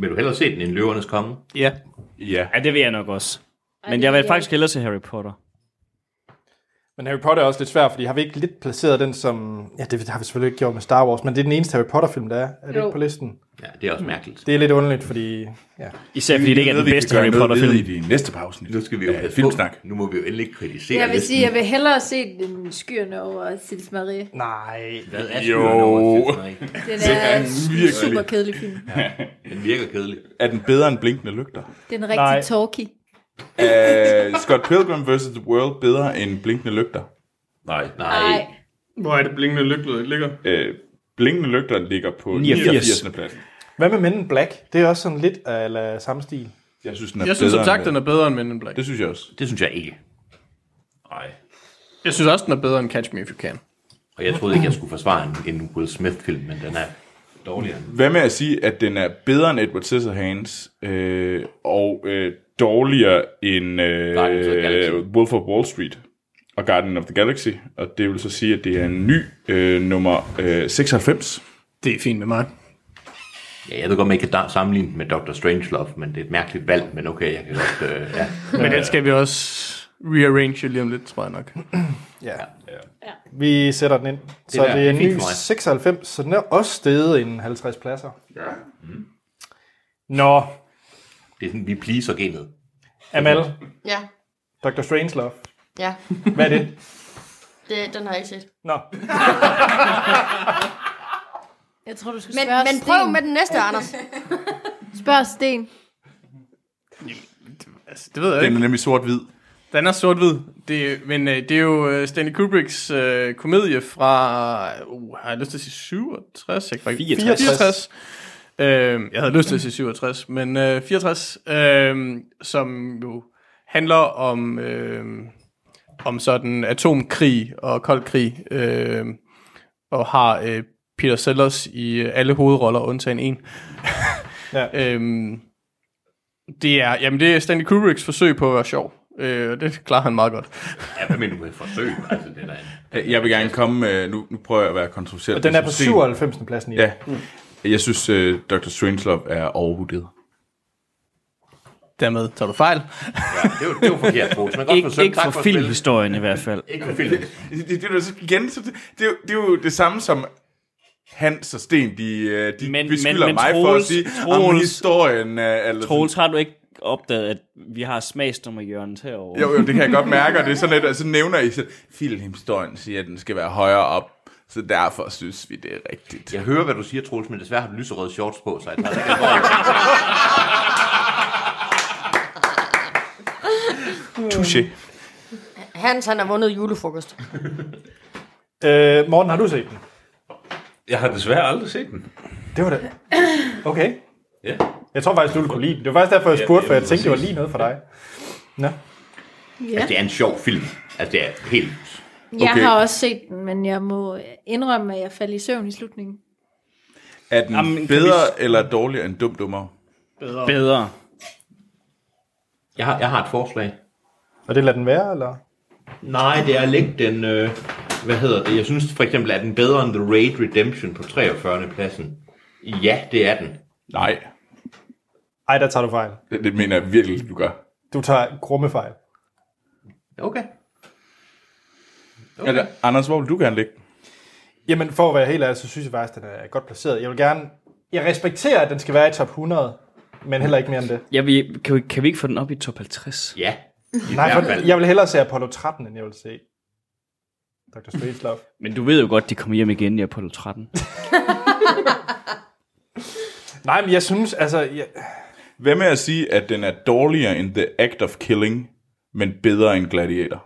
S2: Vil du hellere se den end Løvernes Konge?
S3: Ja.
S5: Ja,
S7: ja, det vil jeg nok også. Men
S4: det
S7: jeg
S4: vil
S7: vil
S4: jeg
S7: faktisk hellere se Harry Potter.
S1: Men Harry Potter er også lidt svær, fordi har vi ikke lidt placeret den som... Ja, det har vi selvfølgelig ikke gjort med Star Wars, men det er den eneste Harry Potter-film, der er. Er det
S4: Jo.
S1: ikke på listen?
S2: Ja, det er også mærkeligt.
S1: Det er lidt underligt, fordi... Ja.
S7: Især fordi det ikke er den
S5: Vi kan
S7: bedste
S5: gøre
S7: Harry
S5: noget
S7: Potter-film.
S5: ved I de næste pausen.
S2: Nu skal vi jo
S5: Ja,
S2: passe
S5: filmsnak.
S2: på. Nu må vi jo endelig kritisere
S4: Jeg vil
S2: listen.
S4: sige, jeg vil hellere se den skyerne over Sils Marie.
S1: Nej.
S2: Hvad er
S5: Jo.
S2: skyerne over til sådan noget?
S4: Den er en
S5: virkelig-
S4: super kedelig film.
S2: Den virker kedelig.
S5: Er den bedre end Blinkende Lygter?
S4: Den er rigtig
S1: Nej.
S4: talky.
S5: Er Scott Pilgrim vs. The World bedre end Blinkende Lygter?
S8: Nej.
S2: Nej.
S3: Hvor er det blinkende lygtet ligger?
S5: Øh, Blinkende Lygter ligger på
S7: 89.
S5: 89. pladsen.
S1: Hvad med Men in Black? Det er også sådan lidt af uh, samme stil.
S5: Jeg synes, den er
S3: Jeg synes som
S5: bedre
S3: sagt,
S5: end,
S3: den er bedre end Men in Black.
S5: Det synes jeg også.
S2: Det synes jeg ikke.
S8: Nej.
S3: Jeg synes også, den er bedre end Catch Me If You Can.
S2: Og jeg troede ikke, jeg skulle forsvare en, en Will Smith-film, men den er dårligere. end-
S5: Hvad med at sige, at den er bedre end Edward Scissorhands, øh, og øh, dårligere end
S2: Guardians of the Galaxy.
S5: øh, Wolf of Wall Street og Guardian of the Galaxy? Og det vil så sige, at det er en ny øh, nummer øh, 96.
S3: Det er fint med mig.
S2: Ja, jeg ved godt, man ikke kan da- sammenligne den med Dr. Strangelove, men det er et mærkeligt valg, men okay, jeg kan godt... Øh, ja.
S3: Men den skal vi også rearrange lige om lidt, tror jeg nok.
S1: Ja. Vi sætter den ind. Så
S2: er-
S1: det er,
S2: det er
S1: en
S2: fint
S1: ny
S2: for mig.
S1: 96, så den er også steget en 50 pladser. Ja. Mm. Nå,
S2: Det er sådan, vi pleaser genet.
S1: Amal,
S6: Ja,
S1: Dr. Strangelove.
S6: ja.
S1: Hvad er det?
S6: Det, den har jeg ikke set.
S1: Nå,
S4: Jeg tror, du skal
S6: Men,
S4: spørge
S6: men
S4: Sten.
S6: prøv med den næste, Anders.
S4: Spørg Sten.
S3: Altså, det ved jeg
S5: Den
S3: ikke.
S5: er nemlig sort-hvid.
S3: Den er sort-hvid. Det, men øh, det er jo øh, Stanley Kubricks øh, komedie fra... Uh, har jeg lyst til at sige 67? Jeg kan faktisk-
S7: 64.
S3: 64. Øh, jeg havde lyst til at sige 67, men øh, 64, øh, som jo handler om, øh, om sådan atomkrig og kold krig, øh, og har øh, Peter Sellers i øh, alle hovedroller, undtagen en.
S1: Ja.
S3: øhm, det er, jamen det er Stanley Kubricks forsøg på at være sjov. Øh, og det klarer han meget godt.
S2: Ja, hvad mener du med forsøg? Altså, det er da en-
S5: Øh, Jeg vil gerne komme med, nu, nu prøver jeg at være kontroversiel.
S1: den er på
S5: Jeg synes,
S1: 97. pladsen i.
S5: Ja. Jeg synes, uh, Dr. Strangelove er overvurderet.
S3: Dermed tager du fejl.
S2: Ja, det er jo, det er jo forkert, Troels. Men godt
S7: Ikke,
S2: forsøgt.
S7: ikke
S2: Tak
S7: for
S2: at spille.
S7: filmhistorien i hvert fald.
S2: Ikke for film.
S5: Det, det, det, er jo så- igen, så det, det, er jo- det er jo det samme som Hans og Sten, de, øh, de
S7: Men-
S5: men, beskylder
S7: men-
S5: men,
S7: men
S5: mig for at
S7: Troels-
S5: sige, om
S7: Troels-
S5: historien er... Eller
S7: Troels, har du ikke opdaget, at vi har smagsdommer Jørgen herovre?
S5: Jo, jo, det kan jeg godt mærke, og det er sådan lidt, og så nævner I så, filmhistorien siger, at den skal være højere op, så derfor synes vi, det er rigtigt.
S2: Jeg hører, hvad du siger, Troels, men desværre har du lyserøde shorts på, så jeg tager det ikke alvorligt.
S5: Touché.
S6: Hans, han har vundet julefrokost.
S1: Øh, Morten, har du set den?
S8: Jeg har desværre aldrig set den.
S1: Det var det. Okay.
S8: Ja.
S1: Jeg tror faktisk, du ville kunne lide den. Det var faktisk derfor, jeg spurgte, for jeg tænkte, det var lige noget for dig. Nå.
S4: Ja.
S2: Det er en sjov film. Altså, det er helt...
S4: Jeg
S5: Okay.
S4: har også set den, men jeg må indrømme, at jeg faldt i søvn i slutningen.
S5: Er den
S7: Jamen,
S5: Jamen,
S7: kan
S5: bedre vi... eller dårligere end dum dummer?
S7: Bedre.
S2: Jeg har, jeg har et forslag.
S1: Og det lader den være, eller?
S2: Nej, det er lidt den... Øh, hvad hedder det? Jeg synes for eksempel, at den bedre end The Raid Redemption på 43. pladsen. Ja, det er den.
S5: Nej,
S1: Ej, der tager du fejl.
S5: det, det mener jeg virkelig, du gør.
S1: Du tager grumme fejl.
S2: Okay.
S5: Okay. Anders, hvor vil du gerne ligge?
S1: Jamen, for at være helt ærlig, så synes jeg faktisk, at den er godt placeret. Jeg vil gerne... Jeg respekterer, at den skal være i top 100, men heller ikke mere end det.
S7: Jeg vil, kan, vi, kan vi ikke få den op i top 50?
S2: Ja.
S1: Nej,
S2: hvert
S1: for
S2: fald.
S1: jeg vil hellere se Apollo 13, end jeg vil se Dr. Strangelove.
S7: Men du ved jo godt, de kommer hjem igen i Apollo 13.
S1: Nej, men jeg synes, altså... Jeg,
S5: Hvad med at sige, at den er dårligere end The Act of Killing, men bedre end Gladiator?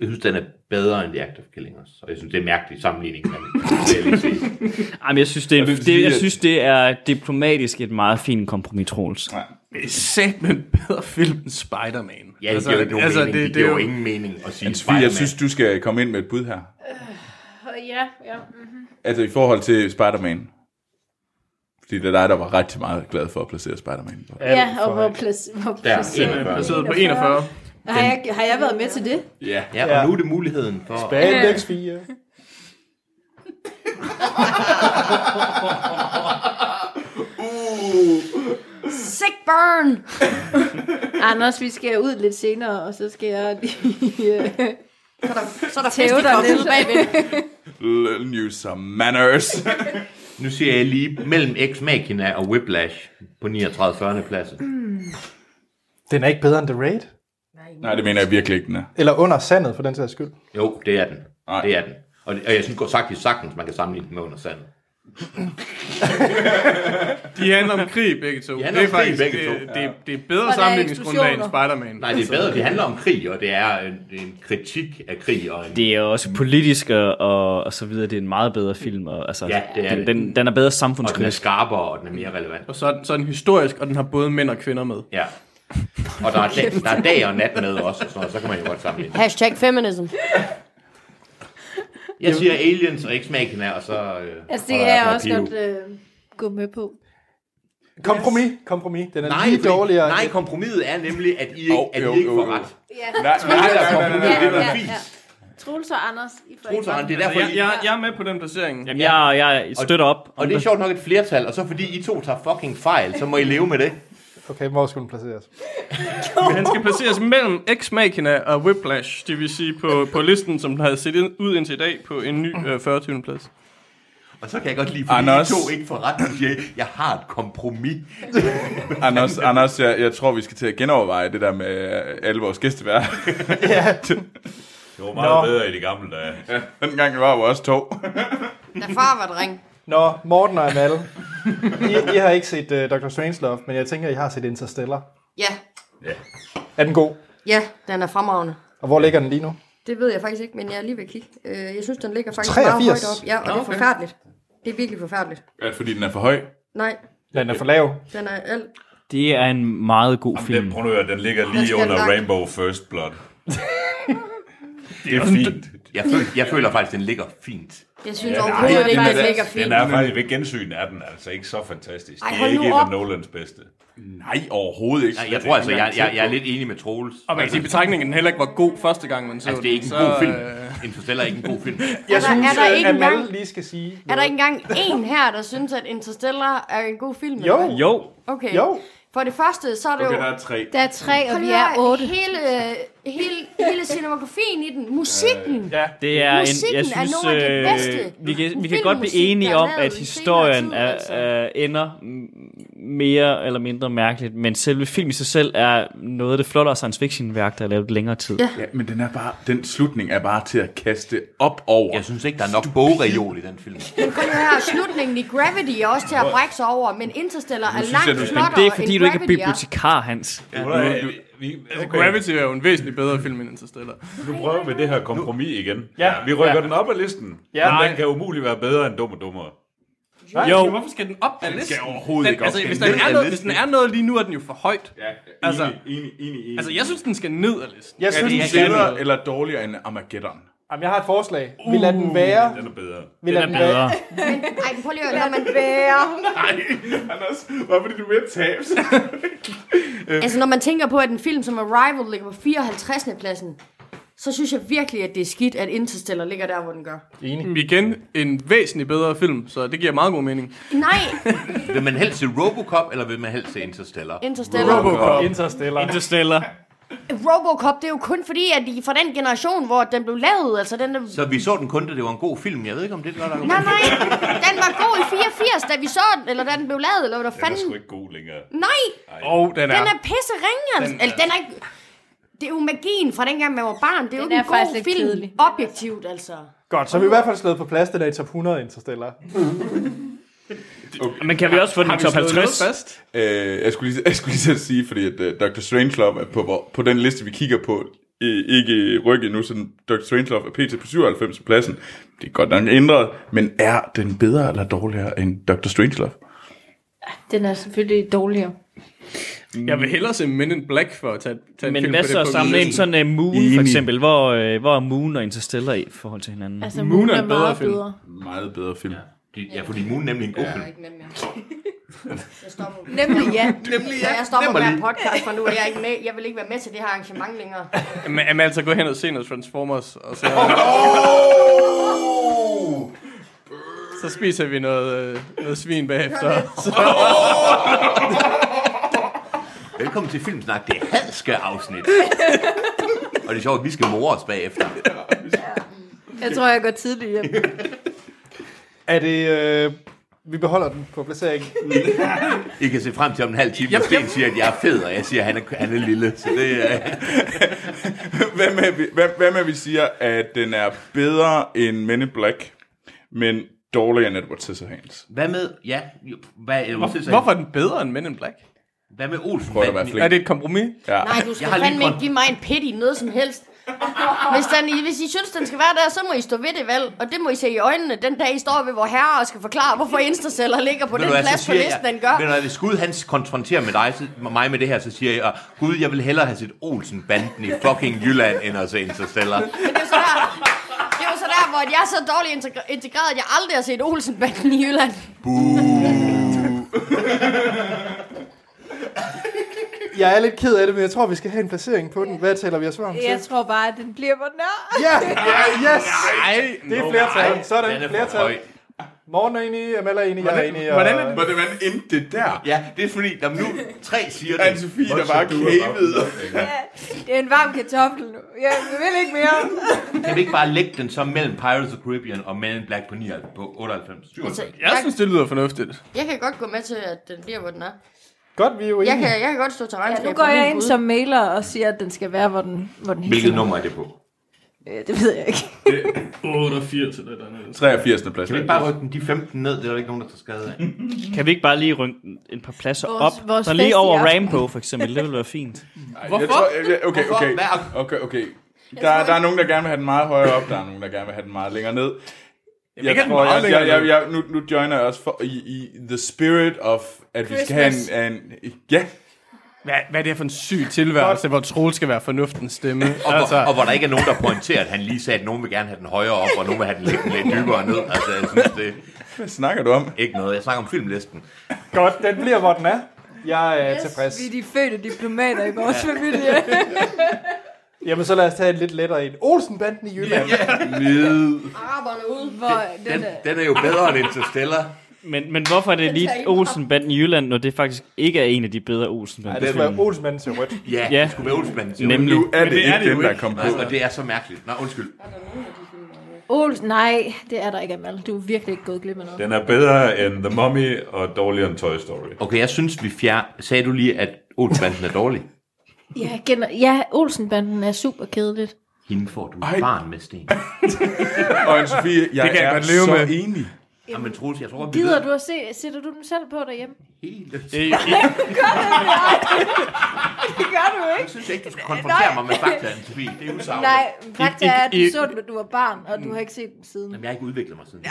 S2: Jeg synes, den er bedre end The Act of Killing også. Og jeg synes, det er en mærkelig sammenligning. Men det vil jeg lige sige.
S7: Ej, men jeg synes, det er,
S5: vil
S7: det,
S5: sige,
S7: jeg
S5: at-
S7: synes, det er diplomatisk et meget fint kompromis, Troels.
S3: Det er sæt med en bedre film end Spider-Man. Altså,
S2: Ja, det giver jo ikke nogen mening. Det, det, giver jo ingen mening at sige
S5: Sofie,
S2: Spider-Man.
S5: jeg synes, du skal komme ind med et bud her.
S4: Ja, ja.
S5: Altså i forhold til Spider-Man. Fordi det er dig, der var rigtig meget glad for at placere Spider-Man. på.
S1: alt
S4: Ja,
S1: for
S4: og hvor
S1: højt.
S4: plads... Hvor
S2: Der,
S4: plads
S3: Den
S2: 41.
S3: er baseret på 41.
S4: har, jeg, har jeg været med til det?
S2: Ja, og
S1: Ja.
S2: nu er det muligheden for...
S1: Bandex 4.
S6: Sick burn!
S4: Anders, vi skal ud lidt senere, og så skal jeg lige... øh,
S6: Så er
S4: Tæve
S6: der fest i
S4: dig
S6: klokken
S4: lidt.
S6: bagved.
S5: Learn you some manners.
S2: Nu siger jeg lige mellem Ex Machina og Whiplash på 39. 40. pladsen.
S1: Den er ikke bedre end The Raid?
S5: Nej, det mener jeg virkelig ikke, den er.
S1: Eller under sandet, for den sags skyld.
S2: Jo, det er den.
S5: Nej.
S2: Det er den. Og, og jeg synes godt sagtens, sagtens, man kan sammenligne den med under sandet.
S3: De handler om krig begge to.
S2: handler
S3: det
S2: om
S3: er
S2: krig,
S3: faktisk
S2: begge to.
S3: det, det, det er bedre
S4: er
S3: sammenligningsgrundlag end
S4: eksplosioner.
S3: Spider-Man.
S2: Nej, det er bedre. Det handler om krig, og det er en, en kritik af krig. Og en,
S7: Det er også politisk og, og, og så videre. Det er en meget bedre film. Og, altså,
S2: Ja, det er
S7: den,
S2: det.
S7: Den, den er bedre
S2: og den er
S7: samfundskritisk.
S2: skarpere, og den er mere relevant.
S3: Og så er, den, så er den historisk, og den har både mænd og kvinder med.
S2: Ja. Og der er, dag, der er dag og nat med også, og sådan noget, så kan man jo godt sammenligne.
S6: Hashtag feminism.
S2: Jeg siger aliens og ikke machina, og så... Øh,
S4: Altså, det kan
S2: og-
S4: jeg
S2: og
S4: også
S2: Pio.
S4: godt øh, gå med på.
S1: Kompromis, kompromis. Den er
S2: Nej,
S1: lige
S2: fordi-
S1: dårligere.
S2: Nej, kompromiset er nemlig, at I ikke,
S5: Jo,
S2: at I
S5: jo,
S2: ikke
S5: jo,
S2: får
S5: jo.
S2: ret.
S4: Ja,
S5: Nej, nej, nej, nej, nej, nej.
S2: det var fint.
S4: Troels og Anders, I får
S2: Troels og Anders, det er
S3: Altså,
S2: derfor,
S3: jeg,
S2: I,
S3: jeg, jeg er med på den placering.
S7: Jamen, jeg, jeg støtter op.
S2: og det er sjovt nok et flertal, og så fordi I to tager fucking fejl, så må I leve med det.
S1: Okay, hvor skulle den placeres?
S3: Han skal placeres mellem Ex Machina og Whiplash, det vil sige på, på listen, som den havde set ind- ud indtil i dag på en ny øh, 40. plads.
S2: Og så kan jeg godt lide, fordi
S5: Anders.
S2: I to ikke får ret, og siger, jeg har et kompromis.
S5: Anders, Anders jeg, jeg tror, vi skal til at genoverveje det der med øh, alle vores gæstevær.
S8: Det var meget
S1: Nå.
S8: bedre i de gamle dage.
S5: Dengang var vi også to.
S6: Da far var dreng.
S1: Nå, Morten og Amal. I, I har ikke set uh, Dr. Strangelove, men jeg tænker, I har set Interstellar.
S6: Ja,
S1: Er den god?
S6: ja, den er fremragende.
S1: Og hvor ligger den lige nu?
S6: Det ved jeg faktisk ikke, men jeg er lige ved at kigge. Øh, Jeg synes, den ligger faktisk
S1: 83.
S6: meget højt op. Ja, og det er forfærdeligt. Det er virkelig forfærdeligt.
S5: Ja, fordi den er for høj.
S6: Nej,
S1: Den er for lav.
S6: den er alt.
S7: Det er en meget god
S8: Film. Den,
S7: film.
S8: prøv nu at høre, den ligger
S6: Den
S8: lige
S6: skal
S8: under
S6: langt.
S8: Rainbow First Blood. det er fint.
S2: Jeg, føl, jeg føler faktisk, den ligger fint.
S6: Jeg synes ja, overhovedet
S8: den
S6: ikke,
S8: er
S6: den
S8: da-
S6: ligger
S8: Den
S6: fint.
S8: er faktisk ved gensyn er den altså ikke så fantastisk.
S6: Ej,
S8: det er
S6: hold nu
S8: ikke en af
S6: op.
S8: Nolans bedste.
S5: Nej, overhovedet ikke.
S2: Nej, jeg tror altså, jeg, jeg, jeg er lidt enig med Troels.
S3: Og man kan sige, betragtningen den heller ikke var god første gang, man så
S2: Altså, det er ikke en
S3: den,
S2: god
S3: så,
S2: film.
S3: øh,
S2: Interstellar er ikke en god film.
S1: Jeg
S6: der- er der
S1: øh,
S6: ikke
S1: Amal
S6: engang-
S1: lige skal sige
S6: Er der ikke engang en her, der synes, at Interstellar er en god film?
S1: Jo,
S6: eller hvad?
S7: Jo,
S6: Okay.
S1: jo.
S6: For det første, så er det
S5: Okay,
S6: jo...
S5: der er tre.
S4: Der er tre, og
S6: Prøv
S4: vi
S6: lige at
S4: er
S6: høre,
S4: otte.
S6: Hele, øh, hele, hele cinematografien i den, musikken,
S5: Øh,
S6: ja.
S7: det er en,
S6: Musikken
S7: jeg
S6: er
S7: synes,
S6: nogle af de bedste
S7: øh, vi kan, vi kan
S6: filmmusik,
S7: godt blive
S6: der er
S7: enige
S6: lavet
S7: om,
S6: i
S7: at
S6: senere
S7: historien
S6: tid, altså.
S7: er, øh, ender m- mere eller mindre mærkeligt, men selve filmen i sig selv er noget af det flottere science fiction værk, der er lavet længere tid.
S5: Ja, men den er bare, den slutning er bare til at kaste op over.
S2: Jeg synes ikke, der er nok bogreol i den film.
S6: Men prøv lige her, slutningen i Gravity er også til at brække sig over, men Interstellar er
S5: synes
S6: langt
S5: jeg, du skal-
S6: flottere
S7: Det er fordi,
S6: end
S7: du ikke er
S6: Gravity
S7: bibliotekar, Hans.
S3: altså, Gravity er jo en væsentlig bedre film end Interstellar.
S8: Nu prøver vi det her kompromis igen.
S1: Ja.
S8: Vi rykker
S1: Ja.
S8: den op af listen.
S1: Ja.
S8: Men den kan umuligt være bedre end dum og dummere.
S3: Jo. Hvorfor skal den op af listen?
S5: overhovedet
S3: Den,
S5: ikke
S3: altså,
S5: op.
S3: hvis,
S5: Den
S3: den
S5: ned
S3: er
S5: af
S3: noget, hvis
S5: listen.
S3: den er noget lige nu, er den jo for højt.
S5: Ja,
S3: Altså-
S5: enig, enig, enig, enig.
S3: Altså, jeg synes, den skal ned af listen.
S1: Jeg synes,
S5: den
S1: den
S5: bedre
S1: bedre.
S5: eller dårligere end Armageddon?
S1: Jamen, jeg har et forslag. Vi lader den være.
S8: Den er bedre.
S1: Vi
S7: Den
S1: lader
S7: er bedre.
S6: er. Ej, men prøv lige at høre, når man bærer.
S5: Anders, hvorfor er du ved at tabe sig?
S6: Altså, når man tænker på, at en film som Arrival ligger på 54. pladsen, så synes jeg virkelig, at det er skidt, at Interstellar ligger der, hvor den gør.
S3: Igen, en væsentlig bedre film, så det giver meget god mening.
S6: Nej,
S2: Vil man helst se Robocop, eller vil man helst se Interstellar?
S6: Interstellar.
S1: Robocop. Interstellar.
S7: Interstellar.
S6: Robocop, det er jo kun fordi, at de er fra den generation, hvor den blev lavet. Altså, den er...
S2: Så vi så den kun, da det var en god film. Jeg ved ikke, om det er et godt
S6: Nej,
S2: argument.
S6: nej, den var god i 84, da vi så den, eller da den blev lavet, eller hvad der
S8: Den er sgu
S6: fanden...
S8: ikke god længere.
S6: Nej,
S3: Og den
S6: den
S3: er...
S6: er pisse ringeren.
S3: Den-
S6: Eller, den er ikke... Det er jo magien fra dengang, man var barn. Det er jo
S4: Den er
S6: ikke en
S4: faktisk
S6: god
S4: lidt
S6: film.
S4: kedelig.
S6: Objektivt, altså.
S1: Godt, så er vi i hvert fald slået på plads, den er i top 100 Interstellar.
S7: Men kan vi også få den i
S3: Har vi
S7: top
S3: slået noget
S7: 50?
S3: fast?
S5: Øh, jeg, skulle lige, jeg skulle lige til at sige, fordi at, uh, Dr. Strangelove er på, vor- på den liste, vi kigger på, øh, ikke i ryggen nu, så den- Dr. Strangelove er pt. på 97. pladsen. Det er godt nok ændret, men er den bedre eller dårligere end Dr. Strangelove?
S4: Den er selvfølgelig dårligere.
S3: Jeg vil hellere se Men in Black for at tage, tage en
S7: Men
S3: film på
S7: hvad
S3: det
S7: så
S3: punkt.
S7: sammen en sådan uh, Moon,
S5: Enig.
S7: for eksempel? Hvor, uh, hvor er Moon og Interstellar i forhold til hinanden?
S4: Altså,
S3: Moon er
S4: Moon er,
S3: en bedre
S4: meget
S3: film.
S4: bedre.
S5: Meget bedre film. Ja.
S2: Det- Ja, fordi Moon er nemlig en god film.
S6: ikke med mere. Jeg stopper.
S4: Nemlig ja.
S2: Nemlig,
S6: Jeg stopper med en podcast for nu. Jeg, er ikke med. jeg vil ikke være med til det her arrangement længere.
S3: Jamen, jamen, altså gå hen og se noget Transformers, og så, Oh! så spiser vi noget, øh, noget svin bagefter.
S2: Velkommen til Filmsnak, det hadske afsnit. Og det er sjovt, at vi skal more os bagefter.
S4: Jeg tror, jeg går tidligt hjem.
S1: Er det... Øh, vi beholder den på placeringen.
S2: I kan se frem til om en halv time, hvor Sten siger, at jeg er fed, og jeg siger, at han er, han er lille. Så det øh. er...
S5: hvad, med, vi- hvad, hvad med, vi siger, at den er bedre end Men in Black, men dårligere end Edward Scissorhands?
S2: Hvad med... Ja, jo, hvad, eller,
S3: Hvor, hvorfor er den bedre end Men in Black?
S2: Hvad med Olsen?
S5: Prøv at være flink.
S3: Er det et kompromis?
S6: Nej, du skal
S2: Jeg har lige
S6: fandme ikke
S2: prøvet-
S6: give mig en pit i noget som helst. Hvis, den, I- hvis I synes, den skal være der, så må I stå ved det vel. Og det må I se i øjnene, den dag I står ved vor herre og skal forklare, hvorfor Instaceller ligger på den plads på listen, den gør.
S2: Ved du hvad, hvis Gud han konfronterer med dig, så, mig med det her, så siger jeg, Gud, jeg vil hellere have set Olsen-banden i fucking Jylland, end at se Interstellar.
S6: Men det er jo så der, det er jo så der hvor jeg er så dårligt integra- integreret, at jeg aldrig har set Olsenbanden i Jylland.
S1: Jeg er lidt ked af det, men jeg tror, vi skal have en placering på den. Hvad taler vi os frem til?
S9: Jeg tror bare, at den bliver på nær.
S1: Ja, yes!
S3: Ej,
S1: Det er flertal.
S2: Den
S1: Sådan,
S2: er for høj.
S1: flertal. Morgen er enig, Amal er enig, jeg er enig.
S3: hvordan er
S1: det?
S5: Hvordan endte det der?
S2: Ja, det er fordi, når nu tre siger det.
S5: Anne-Sophie, der bare kævede.
S9: Det er en varm kartoffel nu. Jeg vil ikke mere.
S2: Kan vi ikke bare lægge den så mellem Pirates of the Caribbean og Man in Black på, 99, på 98? 97?
S6: Altså,
S3: Jeg
S6: jeg,
S3: synes, det lyder fornuftigt.
S6: jeg kan godt gå med til, at den bliver, hvor den er.
S1: Godt, vi er jo
S6: Jeg kan,
S1: enige.
S6: jeg kan godt stå til regnskab.
S9: Nu
S6: for
S9: går jeg
S6: min
S9: ind
S6: bud.
S9: som mailer og siger, at den skal være, hvor den, hvor den hele
S2: Hvilket
S9: tiden er.
S2: nummer er det på?
S9: Øh, Det ved jeg ikke.
S3: 88 eller et eller andet.
S5: 83. plads.
S2: Kan vi ikke bare rykke den de 15 ned? Det er der ikke nogen, der tager skade af.
S7: Kan vi ikke bare lige rynke den en par pladser
S4: Vores-
S7: op?
S4: vores
S7: så lige
S4: fest i
S7: over
S4: aften.
S7: Rambo for eksempel, det ville være fint.
S5: Hvorfor? Jeg tror, jeg- jeg- okay, okay.
S2: Hvad?
S5: Okay, okay. Der, der er nogen, der gerne vil have den meget højere op, der er nogen, der gerne vil have den meget længere ned. Jeg,
S3: kan den
S5: tror,
S3: meget
S5: jeg, jeg,
S3: længere
S5: jeg, jeg, nu, nu joiner jeg også for, i, i the spirit of, at vi
S9: Christmas.
S5: skal have en... en ja,
S3: Hvad, hvad er det for en syg tilværelse, hvor Troel skal være fornuftens stemme?
S2: Og,
S3: altså,
S2: hvor, og hvor der ikke er nogen, der pointerer, at han lige sagde, at nogen vil gerne have den højere op, og nogen vil have den lidt, lidt dybere ned. Altså, jeg synes, det er
S5: hvad snakker du om?
S2: ikke noget. Jeg snakker om filmlisten.
S1: Godt, den bliver, hvor den er. Jeg er tilfreds.
S9: Vi er de fødte diplomater i vores familie.
S1: Jamen, så lad os tage et lidt lettere en. Olsenbanden i Jylland.
S5: Ned.
S6: Araberne ude.
S9: Hvor
S2: Den,
S9: den er...
S2: den er jo bedre end Interstellar.
S7: Men, men hvorfor er det lige Olsenbanden i Jylland, når det faktisk ikke er en af de bedre
S1: Nej,
S7: Olsenbanden?
S1: det skulle være Olsenbanden til rødt.
S2: Ja,
S7: Ja.
S2: det skulle være Olsenbanden. Det er jo-
S7: Nemlig.
S5: Nu er det,
S3: det
S5: det
S3: er
S5: ikke
S3: det jo
S5: den, der
S3: ikke.
S5: kom på.
S2: Nej, og det er så mærkeligt. Nå, undskyld.
S4: Ols, nej, det er der ikke, Amal. Du er virkelig ikke gået glip af noget.
S8: Den er bedre end The Mummy og dårligere end Toy Story.
S2: Okay, jeg synes, vi fjer... Sagde du lige, at Olsenbanden er dårlig?
S4: Ja, gener- ja Olsenbanden er super kedeligt.
S2: Hende får du
S5: Ej.
S2: et barn med, Sten.
S5: Og Anne-Sophie, jeg,
S3: Det kan jeg
S5: er
S3: godt leve
S5: så
S3: med.
S5: enig.
S2: Jamen, Troels, jeg tror, at vi
S4: Gider
S2: ved
S4: du at se, sætter du den selv på derhjemme?
S2: hele
S3: øh, øh,
S9: Det gør du ikke.
S2: Jeg synes ikke, du skal konfrontere mig med faktaen, Sofie. Det er usagligt.
S9: Nej, fakta er, at
S3: I-
S9: du
S3: I-
S9: så den, da du var barn, og du har ikke set den siden.
S2: Jamen, jeg har ikke udviklet mig siden.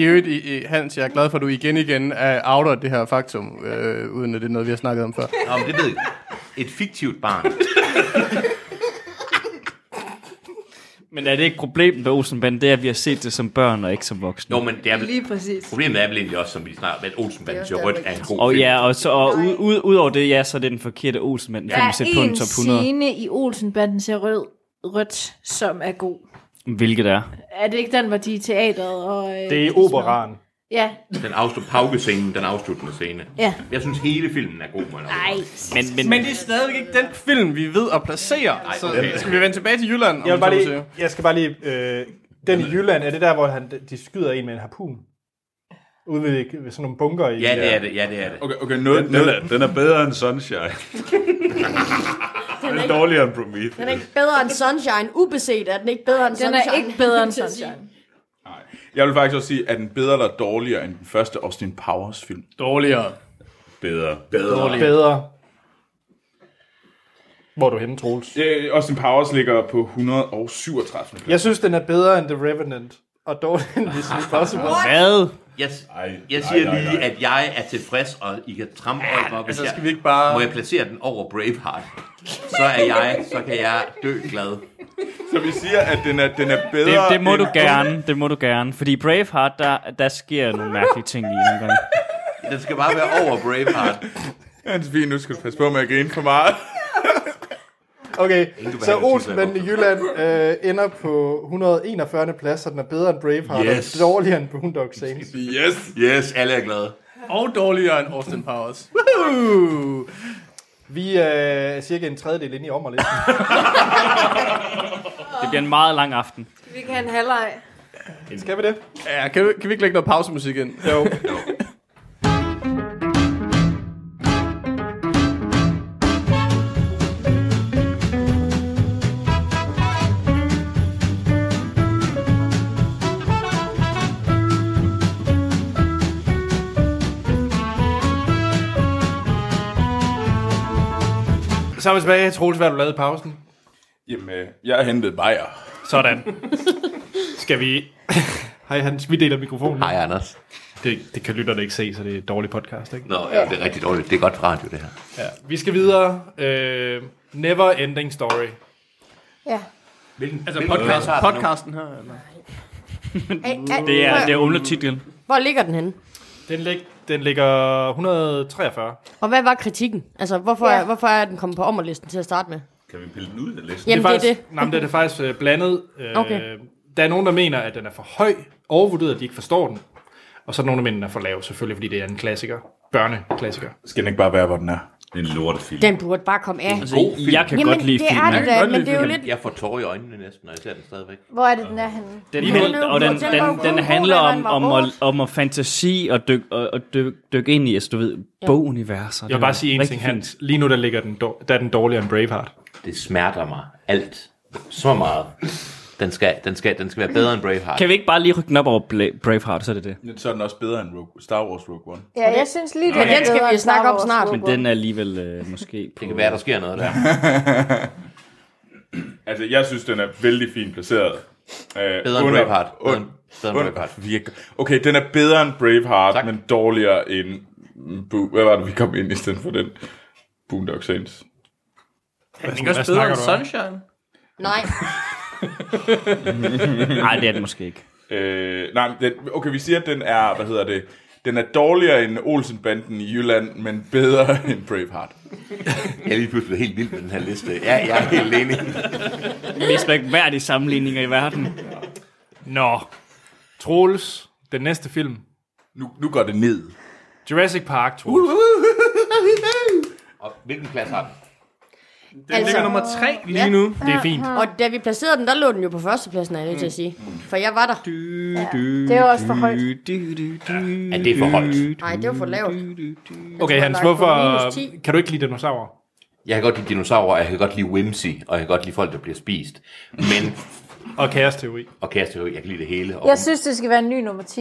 S3: I øvrigt, i, i, Hans, jeg er glad for, at du igen igen er outer det her faktum, øh, uden at det er noget, vi har snakket om før.
S2: Nå, men det ved jeg. Et fiktivt barn.
S7: Men er det ikke problemet ved Olsenbanden, det er, at vi har set det som børn og ikke som voksne?
S2: Jo, men det er vel...
S9: Lige præcis.
S2: Problemet er vel egentlig også, som vi snakker, at Olsenbanden til
S6: Det er
S2: rødt
S6: også
S2: er en god
S7: Og
S2: film.
S7: ja, og, så, og ud, ud, ud over det, ja, så er det den forkerte Olsenbanden,
S4: Der
S7: ja,
S4: er
S7: film sæt på en
S4: en
S7: top 100.
S4: scene i Olsenbanden til rød, rødt, som er god.
S7: Hvilket er?
S4: Er det ikke den, hvor de er i teateret? Og, øh,
S1: Det
S10: ligesom-
S1: er operaren.
S4: Ja,
S2: Den afslut, paukescenen, den afsluttende scene.
S4: ja.
S2: Jeg synes, hele filmen er god, man.
S4: Ej,
S7: Men, men,
S3: Men det er stadigvæk ikke den film, vi ved at placere. Så skal vi vende tilbage til Jylland? om
S1: Jeg, vil
S3: så
S1: bare
S3: må
S1: lige,
S3: sige.
S1: jeg skal bare lige... Øh, den i Jylland, er det der, hvor han, de skyder en med en harpun? Ude ved, ved sådan nogle bunker i... øh,
S2: Ja, det er det. Ja, det er det.
S5: Okay, okay, noget,
S8: Den
S5: noget,
S8: er, den er bedre end Sunshine. den er dårligere end Prometheus.
S6: Den er ikke bedre end Sunshine. Ubeset er den ikke bedre end
S9: Den
S6: Sunshine.
S9: er ikke bedre end Sunshine.
S5: jeg vil faktisk også sige, at den bedre eller dårligere end den første Austin Powers film.
S3: Dårligere.
S8: Bedre.
S1: Dårlig. Bedre. Hvor er du henne, Troels?
S5: Øh, Austin Powers ligger på 137. plads.
S1: Jeg synes, den er bedre end The Revenant. Og dårligere end Mission Impossible.
S7: hvad?
S2: Jeg,
S8: Ej,
S2: jeg
S8: nej,
S2: siger
S8: nej,
S2: lige,
S8: nej.
S2: at jeg er tilfreds, og I kan tramme ja, op, hvis
S3: Altså, skal vi
S2: jeg...
S3: ikke bare...
S2: Må jeg placere den over Braveheart? Så er jeg, så kan jeg dø glad.
S5: Så vi siger, at den er, den er bedre
S7: Det, det må
S5: end
S7: du gerne, det må du gerne. Fordi i Braveheart, der, der sker nogle mærkelige ting lige nogle gange.
S2: Den skal bare være over Braveheart.
S5: Anne-Sophie, nu skal du passe på med at grine for meget.
S1: Okay,
S2: du
S1: så
S2: behandler
S1: Olsenbanden i Jylland øh, ender på 141. plads, så den er bedre end Braveheart.
S2: Yes.
S1: Og dårligere end Boondock Saints.
S5: Yes.
S2: Yes, alle er glade.
S3: Og dårligere end Austin Powers.
S1: Vi er øh, cirka en tredjedel inde i ommerlisten.
S7: Det bliver en meget lang aften.
S9: Vi kan have en halvleg.
S1: Skal vi det?
S3: Ja, kan vi, kan vi ikke lægge noget pausemusik ind? Jo.
S1: Så er vi tilbage. Troels, hvad har du lavet i pausen?
S5: Jamen, øh, jeg har hentet bajer.
S1: Sådan. Skal vi... Hej Hans, vi deler mikrofonen.
S2: Hej, Anders.
S1: Det, det kan lytterne ikke se, så det er et dårligt podcast, ikke?
S2: Nå, ja, det er rigtig dårligt. Det er godt radio, det her.
S1: Ja. Vi skal videre. Øh, never Ending Story.
S9: Ja.
S2: Hvilken,
S3: Altså podcast, podcasten her, eller?
S7: Det er, det er undertitlen.
S6: Hvor ligger den henne?
S1: Den, lig, den ligger 143.
S6: Og hvad var kritikken? Altså, hvorfor,
S9: Ja.
S6: ja. hvorfor er den kommet på ommerlisten til at starte med?
S8: Kan vi pille den ud af listen?
S6: Jamen, det er
S1: faktisk,
S6: det.
S1: Nej, men det er faktisk øh, blandet. Øh,
S6: Okay.
S1: okay. Der er nogen, der mener, at den er for høj, overvurderet, at de ikke forstår den. Og så er der nogen, der mener, at den er for lav, selvfølgelig, fordi det er en klassiker. Børneklassiker.
S5: Skal den ikke bare være, hvor den er?
S8: En lortefilm.
S6: Den burde bare komme af.
S7: Altså, jeg kan godt lide
S6: det er
S7: filmen.
S6: det da, men det er jo lidt...
S2: Jeg får tårer i øjnene næsten, når jeg ser den stadigvæk.
S9: Hvor er det, den er henne?
S7: Den,
S1: Lige nu.
S7: handler- og den,
S6: Fortæl mig,
S7: den,
S6: hvor
S7: den
S6: god
S7: handler
S6: den
S7: om,
S6: var,
S7: om,
S6: hvor-
S7: at, om at fantasi og dykke og, og dyk, dyk ind i, altså du ved, boguniverser.
S1: Jeg vil bare sige en ting,
S7: Hans.
S1: Hans. Lige nu, der ligger den, dår- der er den dårligere end Braveheart.
S2: Det smerter mig alt. Så meget. Den skal, den skal, den skal være bedre end Braveheart.
S7: Kan vi ikke bare lige rykke den op over Bla- Braveheart, så er det det.
S5: Så er den også bedre end Rogue, Star Wars Rogue One.
S9: Ja, jeg synes lige, det
S6: den skal vi snakke om snart.
S7: Men den er alligevel øh, måske på...
S2: Det kan være, der sker noget der.
S5: Altså, jeg synes, den er vældig fint placeret. Øh,
S2: Bedre end Braveheart. Bedre end- bedre end Braveheart.
S5: Braveheart. Okay, den er bedre end Braveheart,
S2: Tak.
S5: tak. men dårligere end... Bo- Hvad var det, vi kom ind i stedet for den? Boondock Saints.
S3: Er den ikke også
S1: Hvad
S3: bedre end
S1: snakker
S3: Sunshine?
S6: Nej,
S7: Nej, det er det måske ikke.
S5: Øh, nej, men den, okay, vi siger, at den er, hvad hedder det, den er dårligere end Olsenbanden i Jylland, men bedre end Braveheart.
S2: Jeg er lige pludselig helt vild med den her liste. Ja, jeg er helt enig.
S7: Mest mærkværdige sammenligninger i verden.
S1: Nå. Troels, den næste film.
S5: Nu, nu går det ned.
S1: Jurassic Park, Troels. Uh, uh.
S2: Og hvilken plads har den?
S3: Den altså, ligger nummer 3 lige ja. nu.
S1: Det er fint.
S6: og da vi placerede den, der lå den jo på førstepladsen, er jeg nødt til at sige. For jeg var der.
S9: Det er jo også for højt.
S2: Ja, det er for højt.
S6: Nej, det var for lavt.
S1: Okay, Hans,
S6: der er
S1: hvorfor...
S6: kun minus 10.
S1: Kan du ikke lide dinosaurer?
S2: Jeg kan godt lide dinosaurer, og jeg kan godt lide whimsy, og jeg kan godt lide folk, der bliver spist. Men,
S1: Og kaosteori.
S2: og kære jeg kan lide det hele. Og
S9: Jeg synes, det skal være en ny nummer 10.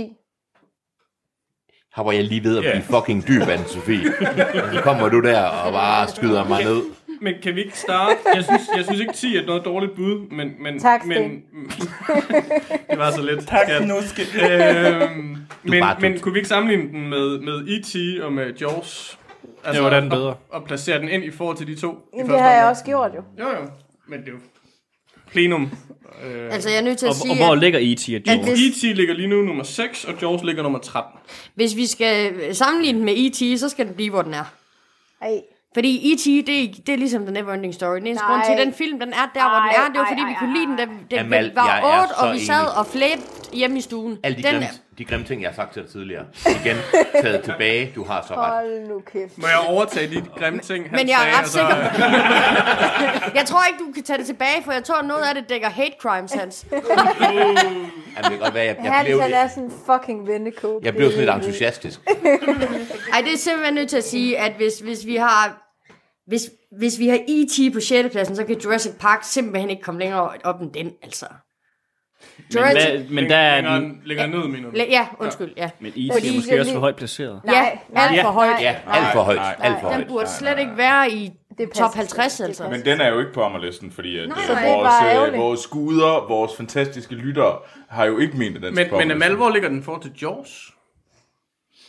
S2: her var jeg lige ved at blive fucking dyb, anne Sofie. Og så kommer du der og bare skyder mig ned.
S3: Men kan vi ikke starte? Jeg synes, jeg synes ikke 10 er noget dårligt bud, men... men
S9: Tak,
S3: men,
S9: Sten.
S3: Det var så lidt. Tak,
S5: Nuske.
S3: øhm, men,
S2: bare
S3: men
S2: dum.
S3: kunne vi ikke sammenligne den med, med E.T. og med Jaws? Altså,
S1: Jo, der er den
S3: og-
S1: bedre.
S3: Og placere den ind i forhold til de to. i
S9: Jamen,
S3: første
S9: det har jeg
S3: omgang.
S9: også gjort jo.
S3: Jo, jo. Men det er jo plenum. Øh,
S6: Altså, jeg er nødt til
S7: Og,
S6: at sige,
S7: og hvor
S6: at
S7: ligger E.T. og
S6: at
S7: Joe?
S6: det-
S3: E.T. E ligger lige nu nummer 6, og Jaws ligger nummer 13.
S6: hvis vi skal sammenligne den med E.T., så skal den blive, hvor den er.
S9: Ej.
S6: Fordi E.T., det, er- det er ligesom The Neverending Story. Den eneste
S9: Nej.
S6: grund til, at den film den er der, hvor den
S9: Ej,
S6: er, det var,
S9: ej,
S6: fordi vi
S9: ej,
S6: kunne
S9: ej,
S6: lide den, da den
S2: Amal,
S6: var
S2: jeg er
S6: 8,
S2: så
S6: og vi sad
S2: enig.
S6: og flæbte hjemme i stuen.
S2: Alle de,
S6: den,
S2: grimme, de grimme ting, jeg har sagt til dig tidligere. Igen, taget tilbage. Du har så ret.
S9: Hold nu kæft.
S3: Må jeg overtage de grimme ting, han
S6: Men jeg er
S3: sagde, Altså,
S6: ret
S3: og så-
S6: sikker jeg tror ikke, du kan tage det tilbage, for jeg tror, noget af det dækker hate crimes, Hans.
S2: Jamen, det kan godt være, jeg, jeg,
S9: Hans,
S2: blev,
S9: han er
S2: jeg,
S9: sådan en fucking vennekåb.
S2: jeg blev sådan lidt entusiastisk.
S6: Ej, det er simpelthen nødt til at sige, at hvis, hvis vi har... Hvis, hvis vi har E.T. på 6. pladsen, så kan Jurassic Park simpelthen ikke komme længere op end den, altså.
S7: Men,
S6: Jurassic...
S7: hvad- men der er den,
S3: Længere, længere ned, mener du?
S6: La- ja, undskyld, ja.
S7: men E.T. er måske også for højt placeret.
S9: Nej,
S6: Ja, alt
S9: nej,
S6: for højt.
S9: nej,
S2: Ja, alt for højt. Alt for
S6: Den
S2: højt.
S6: burde slet ikke være i
S9: Det passer
S6: top
S9: slet
S6: 50,
S9: ikke. Det
S6: altså.
S9: passer.
S5: Men den er jo ikke på ommerlisten, fordi at,
S6: Nej,
S5: øh,
S6: nej, det er
S9: bare
S5: vores, øh,
S9: ærgerligt.
S5: vores skuder, vores fantastiske lyttere, har jo ikke ment, at den skal på
S3: Men, men Amal,
S5: ommerlisten.
S3: hvor ligger den i forhold til Jaws?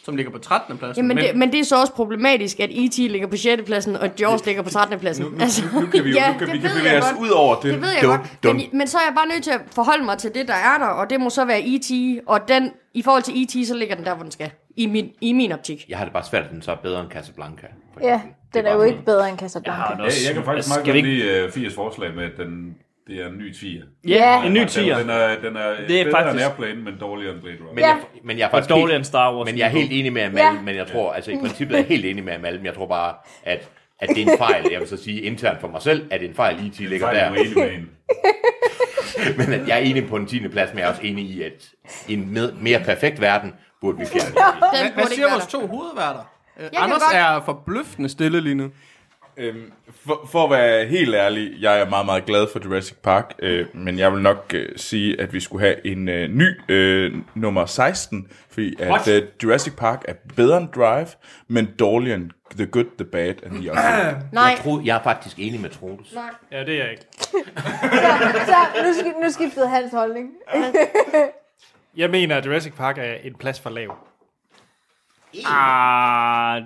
S3: Som ligger på 13. pladsen.
S6: Jamen, det, men det er så også problematisk, at E.T. ligger på 6. pladsen, og Jaws ligger på 13. pladsen. Altså,
S5: Nu kan vi, jo- nu kan vi
S6: det
S5: kan
S6: ved
S5: bevæge
S6: jeg
S5: os
S6: godt.
S5: ud over det.
S6: Det ved jeg
S2: Dum,
S6: godt,
S2: dum.
S6: men, men så er jeg bare nødt til at forholde mig til det, der er der, og det må så være E.T., og den, i forhold til E.T., så ligger den der, hvor den skal, i min, i min optik.
S2: Jeg har det bare svært, at den så er bedre end Casablanca. for
S9: Ja,
S2: eksempel. Det
S9: den er
S2: bare
S9: jo
S2: sådan-
S9: ikke bedre end Casablanca.
S7: Ja,
S8: Ja, jeg kan faktisk meget
S7: skal vi
S8: godt
S7: ikke...
S8: lide øh, Fies forslag med, at den, det er en ny tiger.
S7: Ja, en ny
S8: Den
S7: tier.
S8: er, den er,
S7: Det
S8: det
S7: er
S8: er bedre
S7: faktisk-
S8: end Airplane, men dårligere end Blade Runner.
S2: Men,
S9: Ja.
S2: jeg, men jeg er
S7: Og
S2: faktisk
S7: dårligere end
S2: helt,
S7: Star Wars.
S2: men jeg er helt enig med Amal,
S9: Ja.
S2: men jeg tror, altså i princippet er jeg helt enig med Amal, men jeg tror bare, at, at det er en fejl. Jeg vil så sige internt for mig selv, at det er en fejl, IT ligger
S8: Fejl,
S2: der.
S8: du er enig med en.
S2: Men at jeg er enig på den 10. plads, men jeg er også enig i, at i en med, mere perfekt verden burde vi fjerne det.
S6: Den
S3: Hvad, hvad siger vores to hovedværter? Øh,
S6: kan
S3: Anders
S6: godt-
S3: er forbløffende stille lige nu.
S5: Øhm, for, for at være helt ærlig, jeg er meget, meget glad for Jurassic Park, øh, men jeg vil nok øh, sige, at vi skulle have en øh, ny øh, nummer 16, fordi at, øh, Jurassic Park er bedre end Drive, men dårligere end The Good, The Bad and The Ugly.
S6: Nej,
S2: Jeg, troede, jeg er faktisk enig med Troels.
S1: Ja, det er jeg ikke.
S9: Så nu, sk- nu skiftede hans holdning.
S1: Jeg mener, at Jurassic Park er en plads for lav.
S7: Ah,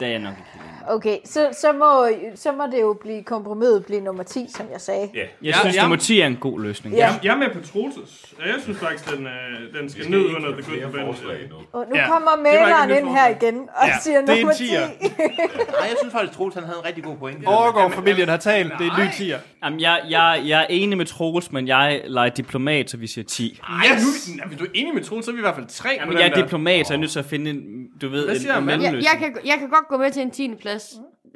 S7: Det er jeg nok ikke helt enig.
S10: Okay, så, så, må, så må det jo blive kompromiset blive nummer 10, som jeg sagde.
S7: Jeg synes, nummer 10 er en god løsning.
S11: Ja. Jeg, jeg er med på Trotus. Ja, Jeg synes faktisk, den, øh, den skal ned under The Good Band.
S10: Og nu ja. kommer maleren ind her igen og
S11: Ja,
S10: ja, siger
S11: det er en
S10: nummer 10.
S11: tier.
S2: Nej, jeg synes faktisk, Troels han havde en rigtig god pointe.
S1: familien har talt. Det er en ny tier.
S7: Jamen, jeg, jeg, jeg er enig med Troels, men jeg leger diplomat, så vi siger 10.
S3: Ej, nu, er du enig med Troels, så er vi i hvert fald tre på
S7: Jamen,
S3: Ah, den
S7: jeg er
S3: der.
S7: diplomat, så jeg er nødt til at finde en, du ved,
S3: Hvad
S7: en,
S3: siger
S7: en
S3: man?
S6: Jeg,
S7: mellemløsning.
S6: jeg, kan, jeg kan godt gå med til en 10. plads.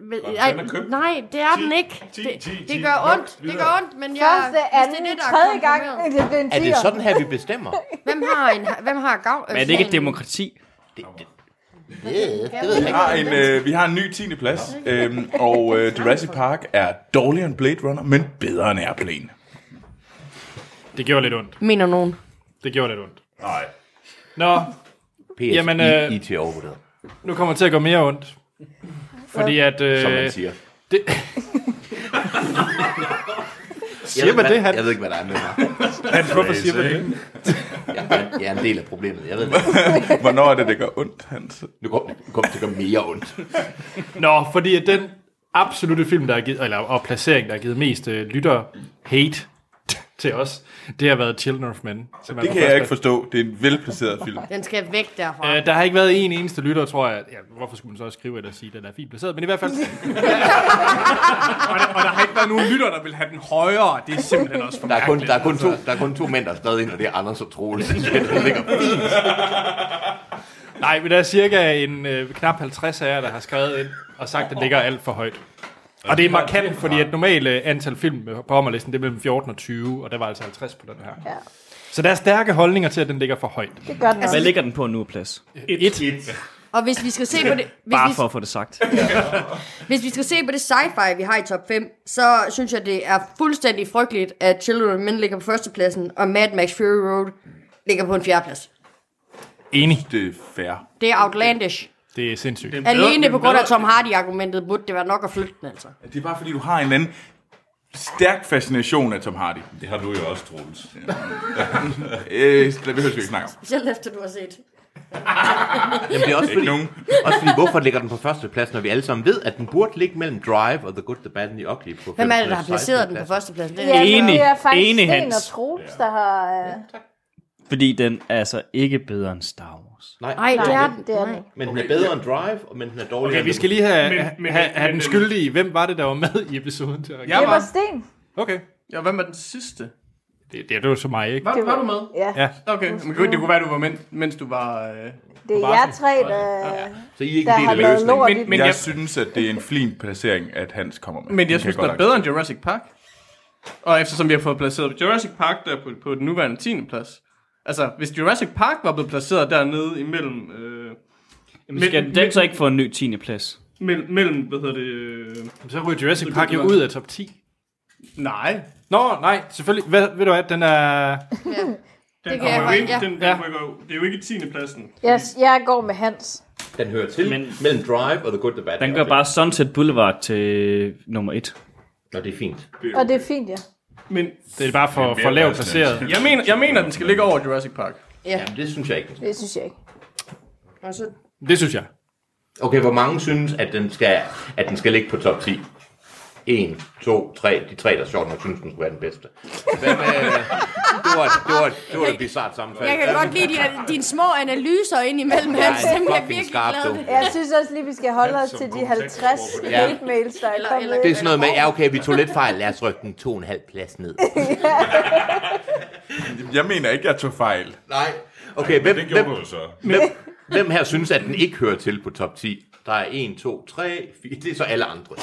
S6: Men, ej,
S8: den er købt.
S6: nej, det er den ikke. Det, det gør ondt, det gør ondt, men jeg...
S10: Første,
S6: hvis det er
S10: anden,
S6: det, der er
S10: tredje gang,
S6: komprimeret.
S10: det blev en 10.
S2: Er det sådan her, vi bestemmer?
S6: Hvem har, en, hvem har Øh, gav?
S7: Men er det ikke et demokrati?
S5: Vi har en, øh, vi har en ny 10. plads, øhm, og øh, Jurassic Park er dårligere end Blade Runner, men bedre end Airplane.
S1: Det gjorde lidt ondt.
S6: Mener nogen.
S1: Det gjorde lidt ondt.
S5: Nej.
S1: Nå,
S2: PS,
S1: Jamen,
S2: Jamen,
S1: øh,
S2: øh, IT er overvurderet,
S1: nu kommer det til at gå mere ondt. Fordi at... Øh,
S2: som man siger.
S1: Det,
S2: Jeg
S1: siger
S2: ved, ikke,
S1: man
S2: hvad,
S1: det, han?
S2: jeg ved ikke, hvad der er med mig.
S1: Hans, hvorfor siger man det?
S2: Jeg, jeg, jeg er en del af problemet. Jeg ved det ikke.
S5: Hvornår er det, det gør ondt, Hans?
S2: Nu kom, nu kom det gør mere ondt.
S1: Nå, fordi at den absolute film, der er givet, eller, og placering, der har givet mest øh, lytter hate til os, det har været Children of Men. som er
S5: Det
S1: på
S5: kan jeg ikke
S1: førstepladsen.
S5: forstå. Det er en velplaceret film.
S6: Den skal væk derfra.
S1: Øh, der har ikke været en eneste lytter, tror jeg. Ja, hvorfor skulle man så også skrive eller sige, at den er fint placeret? Men i hvert fald,
S3: Og der, og der har ikke været nogen lytter, der vil have den højere. Det er simpelthen også for
S2: Der er kun,
S3: mærkeligt.
S2: der er kun, to, der er kun to mænd, der er stadig ind, og det er Anders og Troels. Det ligger fint.
S1: nej, men der er cirka en øh, knap 50 af jer, der har skrevet ind og sagt, at den ligger alt for højt. Og det er markant, fordi at normalt øh, antal film på ommerlisten, det er mellem 14 og 20, og der var altså 50 på den her.
S10: Ja,
S1: Så der er stærke holdninger til, at den ligger for højt.
S10: det gør den
S7: Hvad
S10: også.
S7: ligger den på nu, plads?
S1: Et.
S6: Og hvis vi skal se på det, hvis
S7: Bare
S6: vi,
S7: for at få det sagt.
S6: hvis vi skal se på det sci-fi, vi har i top 5, så synes jeg, det er fuldstændig frygteligt, at Children of Men ligger på førstepladsen, og Mad Max Fury Road ligger på en fjerdeplads.
S1: Enig.
S5: Det er fair.
S6: Det er outlandish.
S1: Det er sindssygt.
S6: Alene på grund af Tom Hardy-argumentet burde det være nok at flytte den, altså.
S5: Det er bare, fordi du har en anden stærk fascination af Tom Hardy.
S8: Det har du jo også, Troels.
S5: Øh, det behøver vi ikke snakke om.
S6: Specielt efter du har set.
S2: Jamen, det er også
S5: Ikke
S2: fordi,
S5: nogen.
S2: også fordi, hvorfor ligger den på første plads, når vi alle sammen ved, at den burde ligge mellem Drive og The Good, The Bad and The Ugly. På
S6: Hvem er det,
S2: femte
S6: der har
S2: plads,
S6: placeret den
S2: sekstende
S6: på
S2: plads?
S6: førstepladsen? Det
S10: Ja,
S6: er,
S10: men
S7: Enig.
S10: det er faktisk
S7: Enig,
S10: Sten og
S7: Hans.
S10: Troels, der har... Øh...
S7: Fordi den er altså ikke bedre end Star Wars.
S2: Nej,
S6: nej, det er den.
S10: Det er den ikke.
S2: men den er bedre end Drive, og- men den er dårligere
S1: Okay, vi skal lige
S11: Men-
S1: have,
S11: men-
S1: have, have
S11: men-
S1: den skyldige. Hvem var det, der var med i episoden til
S3: Jeg
S1: ja.
S10: Det var
S3: var,
S10: Sten.
S1: Okay.
S3: ja, hvem var den sidste?
S1: Det, det, det var så mig, ikke?
S3: Var, var du med?
S10: Ja,
S1: Ja.
S3: Okay, men kunne- det kunne være, du var med, mens du var... Øh...
S10: det er jer tre, der,
S2: Så I er ikke
S10: der
S2: en del
S10: har
S2: af
S10: lavet
S2: løsningen.
S10: lort i
S3: Men-
S10: den.
S3: men-
S5: Jeg,
S3: jeg-
S5: jeg synes, at det er en flin placering, at Hans kommer med. Den
S3: Men jeg
S5: kan
S3: synes, den
S5: godt
S3: er
S5: nok-
S3: bedre end Jurassic Park. Og eftersom vi har fået placeret Jurassic Park der på, på den nuværende 10. plads. Altså, hvis Jurassic Park var blevet placeret dernede imellem... Øh,
S7: Jamen, skal
S3: men-
S7: den så ikke få en ny 10. plads?
S3: mellem, mellem hvad hedder det... Øh...
S1: Så ryger Jurassic Park jo ud af top 10.
S3: Nej.
S1: Nå, nej, selvfølgelig. Hvad, ved du hvad, den er...
S11: Den
S6: Det kan jeg
S11: kommer
S6: godt-
S11: jo ind,
S6: ja.
S11: den, den
S1: Ja.
S11: rykker jo- det er jo ikke 10. pladsen.
S10: Jeg, jeg går med Hans.
S2: Den hører til
S7: Men-
S2: mellem Drive og The Good, The Bad.
S7: Den gør bare Sunset Boulevard til nummer 1.
S2: Nå, det er fint.
S10: Og det er fint, ja.
S3: Men
S1: Det er bare for, for lavt placeret.
S3: jeg mener, jeg mener, den skal ligge over Jurassic Park.
S2: Jamen, det synes jeg ikke.
S10: Det synes jeg ikke.
S6: Og så
S1: Det synes jeg.
S2: Okay, hvor mange synes, at den skal, at den skal ligge på top 10? 1, 2, 3. De tre, der sjovt nok synes, den skulle være den bedste. Hvem, øh, det var, det var, det var et bizarrt sammenfald.
S6: Jeg kan godt lide dine, dine små analyser ind imellem Hans. Dem er jeg
S2: fucking
S6: virkelig
S2: skarp,
S6: glad
S2: du.
S6: ved.
S10: Jeg synes også lige, vi skal holde os til de 50 hate-mails, der er
S6: Eller-
S10: kommet
S6: eller-
S2: Det er
S10: ind.
S2: sådan noget med, ja okay, vi tog lidt fejl, lad os rykke den to og en halv plads ned.
S5: Jeg mener ikke, jeg tog fejl.
S2: Nej. Okay, hvem,
S8: Det
S2: hvem,
S8: gjorde du jo så.
S2: hvem, hvem her synes, at den ikke hører til på top 10? Der er 1, 2, 3, 4, det er så alle andre.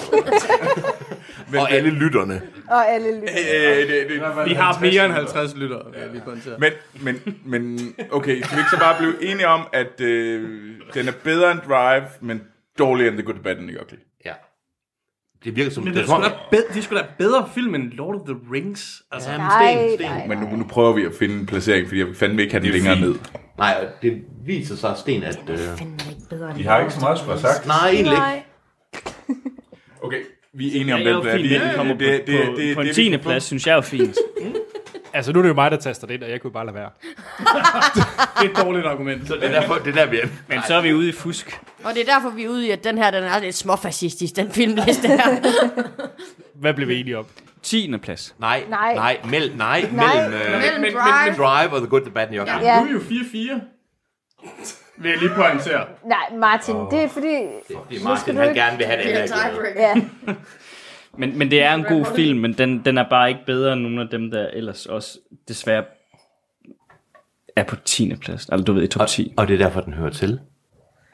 S2: og alle lytterne.
S10: Og alle lytter.
S5: Øh, det, det,
S3: Vi har mere end 50 lyttere, vil jeg lige pointere.
S5: men, men, men okay, skal vi ikke så bare blive enige om, at øh, den er bedre end Drive, men dårligere end The Good, The Bad and The Ugly?
S2: Ja. Det virker som...
S3: Men
S2: Men
S3: det
S2: det
S3: er sgu
S2: tror,
S3: da bedre, det er sgu da bedre film end Lord of the Rings. Altså, ja.
S10: Nej,
S2: sten.
S10: nej.
S5: Men nu, nu prøver vi at finde en placering, fordi jeg vil fandme ikke have den
S8: Det er
S5: længere
S8: fint.
S5: ned.
S2: nej, og det viser sig, Sten, at... Øh,
S8: De har ikke så meget, skulle have sagt.
S2: nej, egentlig ikke.
S10: Nej.
S5: Okay, vi er enige om,
S7: Jeg er
S5: hvem det
S7: jo
S5: er.
S7: fint,
S5: Vi
S7: at den kommer på, på, på en
S5: vi
S7: 10.
S5: kan få.
S7: plads, synes jeg er fint.
S1: Altså, nu er det jo mig, der taster det ind, og jeg kunne bare lade være.
S3: Det er et dårligt argument. Så
S2: det er derfor, det er der, vi er.
S7: Men så er vi ude i fusk.
S6: Og det er derfor, vi er ude i, at den her den er lidt småfascistisk, den filmliste her.
S1: Hvad blev vi enige om?
S7: 10. plads.
S2: Nej,
S6: Nej.
S2: nej, nej, mel, nej,
S6: Nej.
S2: mellem, øh,
S6: Mellem
S2: mellem
S6: Drive.
S2: Drive og The Good, The Bad, and The Ugly.
S10: Ja.
S3: Nu er vi jo 4-4. Vil jeg lige pointere.
S10: Nej, Martin, oh. det er fordi...
S2: Det er
S10: Nu skal
S2: Martin,
S10: du
S2: han
S10: ikke-
S2: gerne vil have det. alle er glade.
S10: Ja,
S7: Men, men det er en god film, men den, den er bare ikke bedre end nogle af dem, der ellers også desværre er på 10. plads. Altså, du ved, i top 10.
S2: Og det er derfor, den hører til.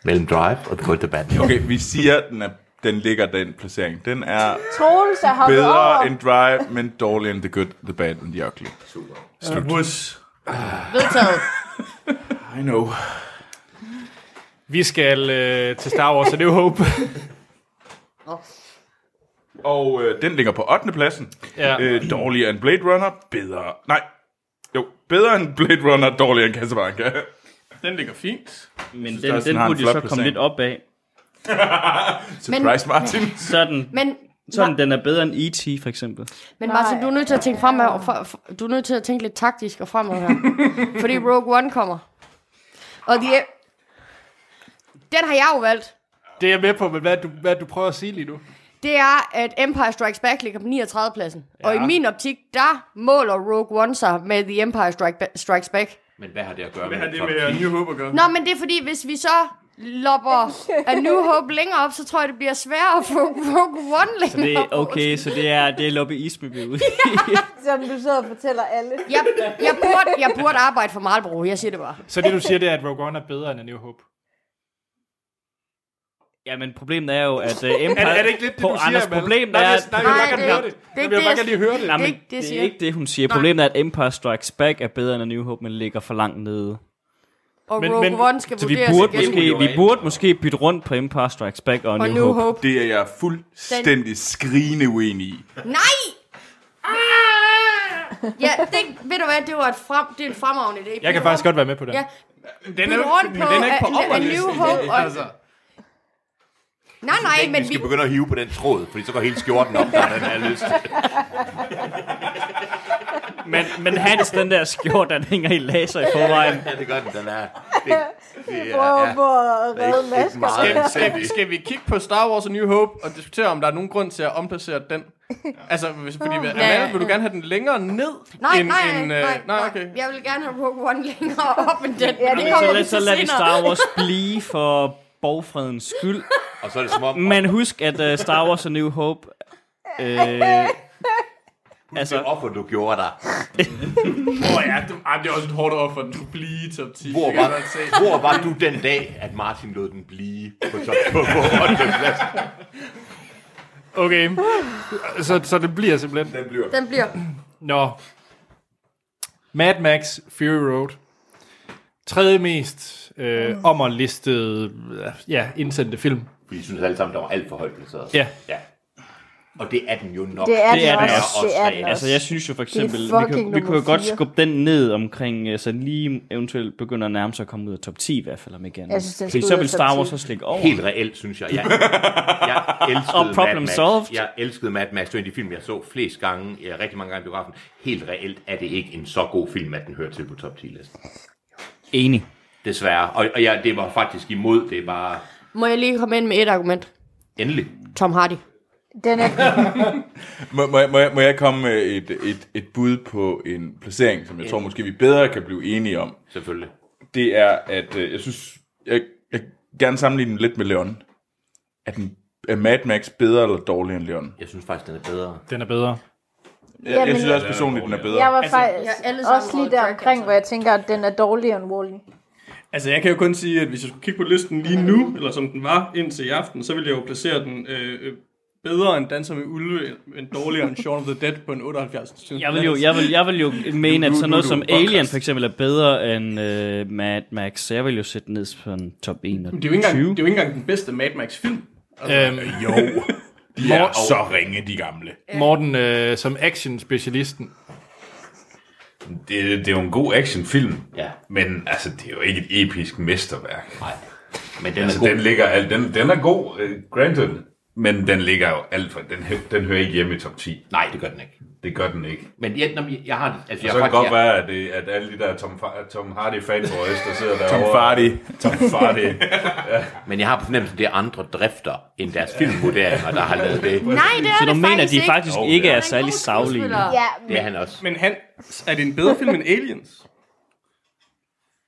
S2: Mellem Drive og The Good, The Bad, and The Ugly.
S5: Okay, vi siger, den, er, den ligger den placering. Den er
S10: Troels er hoppet
S5: bedre
S7: Ah!
S10: over.
S5: end Drive, men dårligere end The Good, The Bad and The Ugly. Super. Slut. Ah.
S6: Vedtaget.
S5: I know.
S1: Vi skal øh, til Star Wars, og det er jo Hope.
S5: Og øh, den ligger på 8. pladsen.
S1: Ja.
S5: Øh, dårligere end Blade Runner, bedre... Nej, jo, bedre end Blade Runner, dårligere end Casablanca.
S3: Den ligger fint.
S7: Men
S5: der er
S7: den,
S5: sådan
S7: den
S5: har en
S7: burde jo
S5: flot
S7: så komme
S5: placering.
S7: lidt op af.
S5: Surprise, Martin.
S7: Sådan,
S6: Men,
S7: sådan den er bedre end E.T. for eksempel.
S6: men Martin, du er nødt til at tænke fremad. Og for, for, du er nødt til at tænke lidt taktisk og fremad her. fordi Rogue One kommer. Og de, den har jeg jo valgt.
S1: Det er jeg med på, men hvad er det, du, hvad er det, du prøver at sige lige nu?
S6: Det er, at Empire Strikes Back ligger på 39. pladsen. Ja. Og i min optik, der måler Rogue One sig med The Empire Strike ba- Strikes Back.
S2: Men hvad har det at gøre
S3: Hvad
S2: med
S3: har det
S2: top
S3: med øh,
S2: 10?
S3: New Hope at gøre?
S6: Nå, men det er fordi, hvis vi så lopper A New Hope længere op, så tror jeg, det bliver sværere at få Rogue One
S7: Så
S6: længere
S7: det,
S6: op.
S7: okay, så det er, det er lobbyisme, vi er ude i.
S10: som du sidder og fortæller alle.
S6: Jeg, jeg, burde, jeg burde arbejde for Marlboro, jeg siger det bare.
S1: Så det, du siger, det er, at Rogue One er bedre end A New Hope.
S7: Ja, men problemet er jo, at uh, Empire...
S1: Er, er det ikke lidt det,
S7: På
S1: du siger,
S7: Anders,
S1: Amal?
S7: problemet
S1: Nej,
S7: er...
S1: jeg- Nej, jeg vil
S6: Nej,
S1: bare gerne høre
S6: det er ikke-
S1: det. Jeg
S6: det er ikke
S1: vil
S6: det,
S1: bare
S6: jeg-
S1: gerne lige høre det.
S7: Nej, men
S6: Det er ikke det, jeg
S7: det
S6: siger.
S7: er ikke det, hun siger. Problemet er, at Empire Strikes Back er bedre end A New Hope, men ligger for langt nede.
S6: Og
S1: Men-
S6: men, Rogue
S1: men-
S6: One skal
S7: Så vi
S6: vurderes
S7: burde,
S6: igen.
S7: måske, vi burde måske bytte rundt på Empire Strikes Back og,
S6: Og
S7: New Hope.
S6: Hope.
S5: Det er jeg fuldstændig skrigende uenig i.
S6: Nej! Ja, det, ved du hvad, det var et frem, det er en fremragende idé.
S1: Jeg kan faktisk godt være med på den.
S6: Ja,
S3: Den er,
S6: byt
S3: jo-
S6: rundt
S3: men
S6: på,
S3: den er ikke på
S6: A- A- A New
S3: opperlisten.
S6: Hope. Og,
S3: Altså,
S6: nej, nej, men
S2: Vi
S6: vi,
S2: skal begynde at hive på den tråd, fordi så går hele skjorten op, når den er lyst.
S7: Men, men Hans, den der skjort, den hænger i laser i forvejen.
S2: Ja, det gør den, den er. Det, det er,
S10: Prøver
S2: ja.
S10: på at
S2: Det er
S10: redde
S2: ikke- ikke
S10: masker.
S2: meget
S3: skal,
S2: anstændigt.
S3: skal vi kigge på Star Wars og New Hope og diskutere, om der er nogen grund til at omplacere den? Altså, hvis, fordi, ja, Amal, vil du gerne have den længere ned?
S6: nej,
S3: end,
S6: nej,
S3: end, øh,
S6: nej, nej,
S3: nej, okay.
S6: Jeg vil gerne have Rogue One længere op end den.
S10: Ja,
S6: men
S10: det
S6: det
S10: er
S7: Så
S6: kommer
S7: lad,
S6: vi
S7: så
S6: til
S7: lad vi
S6: senere.
S7: Star Wars blive for borgfredens skyld.
S2: Og så er det som om,
S7: Men husk, at uh, Star Wars og New Hope... Øh,
S2: altså, det offer, du gjorde dig.
S3: Åh oh, ja, det, ej, det er også et hårdt over for den kunne blive i top 10.
S2: Hvor
S3: Det kan
S2: var,
S3: jeg godt se.
S2: hvor var du den dag, at Martin lod den blive på top på, på, på plads?
S1: Okay. Så, så det bliver simpelthen...
S5: Den bliver
S6: Den bliver...
S1: Nå. Mad Max Fury Road. Tredje mest øh, ommerlistede, øh, ja, indsendte film.
S2: Fordi I synes alle sammen, der var alt for højt placeret.
S1: Ja.
S2: ja. Og det er den jo nok.
S10: Det er
S7: Det
S10: det
S7: er den
S10: også.
S2: også.
S10: Det er den
S7: altså,
S10: også.
S7: jeg synes jo for eksempel,
S10: Det er
S7: vi
S10: fucking
S7: kunne, vi kunne jo
S10: nummer
S7: godt
S10: fire.
S7: skubbe den ned omkring, øh, så den lige eventuelt begynder at nærme sig at komme ud af top 10 i hvert fald, om ikke andet.
S10: Jeg synes, den
S7: Fordi
S10: skal
S7: så
S10: ud af
S7: vil
S10: top
S7: Star
S10: 10.
S7: Wars også ligge over.
S2: Helt reelt, synes jeg. Jeg, jeg elskede
S7: Og problem
S2: Mad Max.
S7: solved.
S2: Jeg elskede Mad Max. Det var en af de film, jeg så flest gange, ja, rigtig mange gange i biografen. Helt reelt er det ikke en så god film, at den hører til på top 10-listen.
S7: Enig.
S2: Desværre. Og, og jeg, det var faktisk imod. Det var
S6: Må jeg lige komme ind med et argument?
S2: endelig.
S6: Tom Hardy.
S10: Den er,
S5: Må, må, jeg- må, jeg, må jeg komme med et, et, et bud på en placering, som jeg tror måske vi bedre kan blive enige om?
S2: Selvfølgelig.
S5: Det er, at øh, jeg synes, jeg, jeg vil gerne sammenligne den lidt med Leon. Er, den, er Mad Max bedre eller dårligere end Leon?
S2: Jeg synes faktisk, den er bedre.
S1: Den er bedre.
S5: Jeg, jeg
S10: Jamen-
S5: synes også personligt, den er bedre.
S10: jeg var
S2: Altså,
S10: faktisk
S6: ja, alle sammen
S10: også lige
S6: over
S10: der
S6: track,
S10: omkring,
S6: altså.
S10: hvor jeg tænker, at den er dårligere end Wall-E.
S11: Altså, jeg kan jo kun sige, at hvis jeg skulle kigge på listen lige nu, eller som den var indtil i aften, så ville jeg jo placere den øh, øh,
S3: Bedre end Danser med Ulve, men dårligere end Shaun of the Dead på en 78.
S7: Jeg vil jo, jeg vil, jeg vil jo mene, at
S5: nu-
S7: sådan
S5: nu er
S7: noget
S5: du
S7: som
S5: podcast.
S7: Alien for eksempel er bedre end øh, Mad Max, så jeg vil jo sætte den ned på en top 1.
S3: Men det er jo ikke engang, det er jo ikke engang den bedste Mad Max-film.
S1: Øhm,
S5: Jo, de er så ringe, de gamle.
S1: Morten, øh, som action-specialisten.
S8: Det, det er jo en god actionfilm,
S2: Ja.
S8: men altså, det er jo ikke et episk mesterværk.
S2: Nej. Men den er
S8: Altså,
S2: god.
S8: den ligger, al- den, den er god, uh, granted. Men den ligger jo alt for... Den, hø- den hører ikke hjemme i top 10.
S2: Nej, det gør den ikke.
S8: Det gør den ikke.
S2: Men jeg, når jeg- jeg har det... Altså,
S8: Og
S2: jeg
S8: så
S2: har
S8: kan det godt
S2: faktisk- jeg-
S8: være, at, det, at alle de der Tom, Fa- Tom Hardy fanboys, der sidder
S5: Tom
S8: derovre...
S5: Fardy.
S8: Tom Fardy.
S2: ja. Men jeg har på fornemmelsen, at det er andre drifter end deres filmvurderinger, der har lavet det.
S3: Nej, det er
S7: Så du
S3: det
S7: mener,
S3: faktisk
S7: de
S3: ikke.
S7: faktisk
S3: Jo,
S7: ikke
S3: det er
S7: er
S3: en
S7: særlig savlige?
S3: skuespiller. Ja,
S2: Det er han også.
S3: Men han, er det en bedre film end Aliens?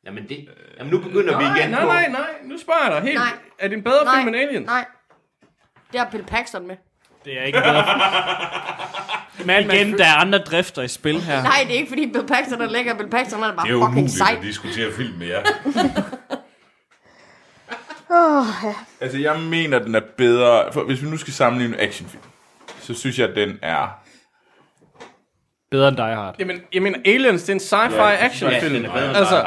S2: Jamen, det, jamen nu begynder
S3: nej,
S2: vi igen
S3: nej,
S2: på...
S3: nej, nej, nu spørger jeg dig helt.
S6: Nej.
S3: Er det en bedre
S6: Nej.
S3: film end Aliens?
S6: Nej. Det har Bill Paxton med.
S3: Det er ikke en bedre
S7: Men igen, der er andre drifter i spil her.
S6: Nej, det er ikke fordi Bill Paxton er lækker. Bill Paxton han er bare
S7: Det er jo
S6: fucking sej.
S8: diskutere film med jer.
S10: Åh, ja.
S5: Altså, jeg mener, den er bedre... For hvis vi nu skal sammenligne actionfilm, så synes jeg, at den er...
S1: Bedre end Die Hard.
S3: Jamen, jeg mener, Aliens, det er en sci-fi actionfilm. altså,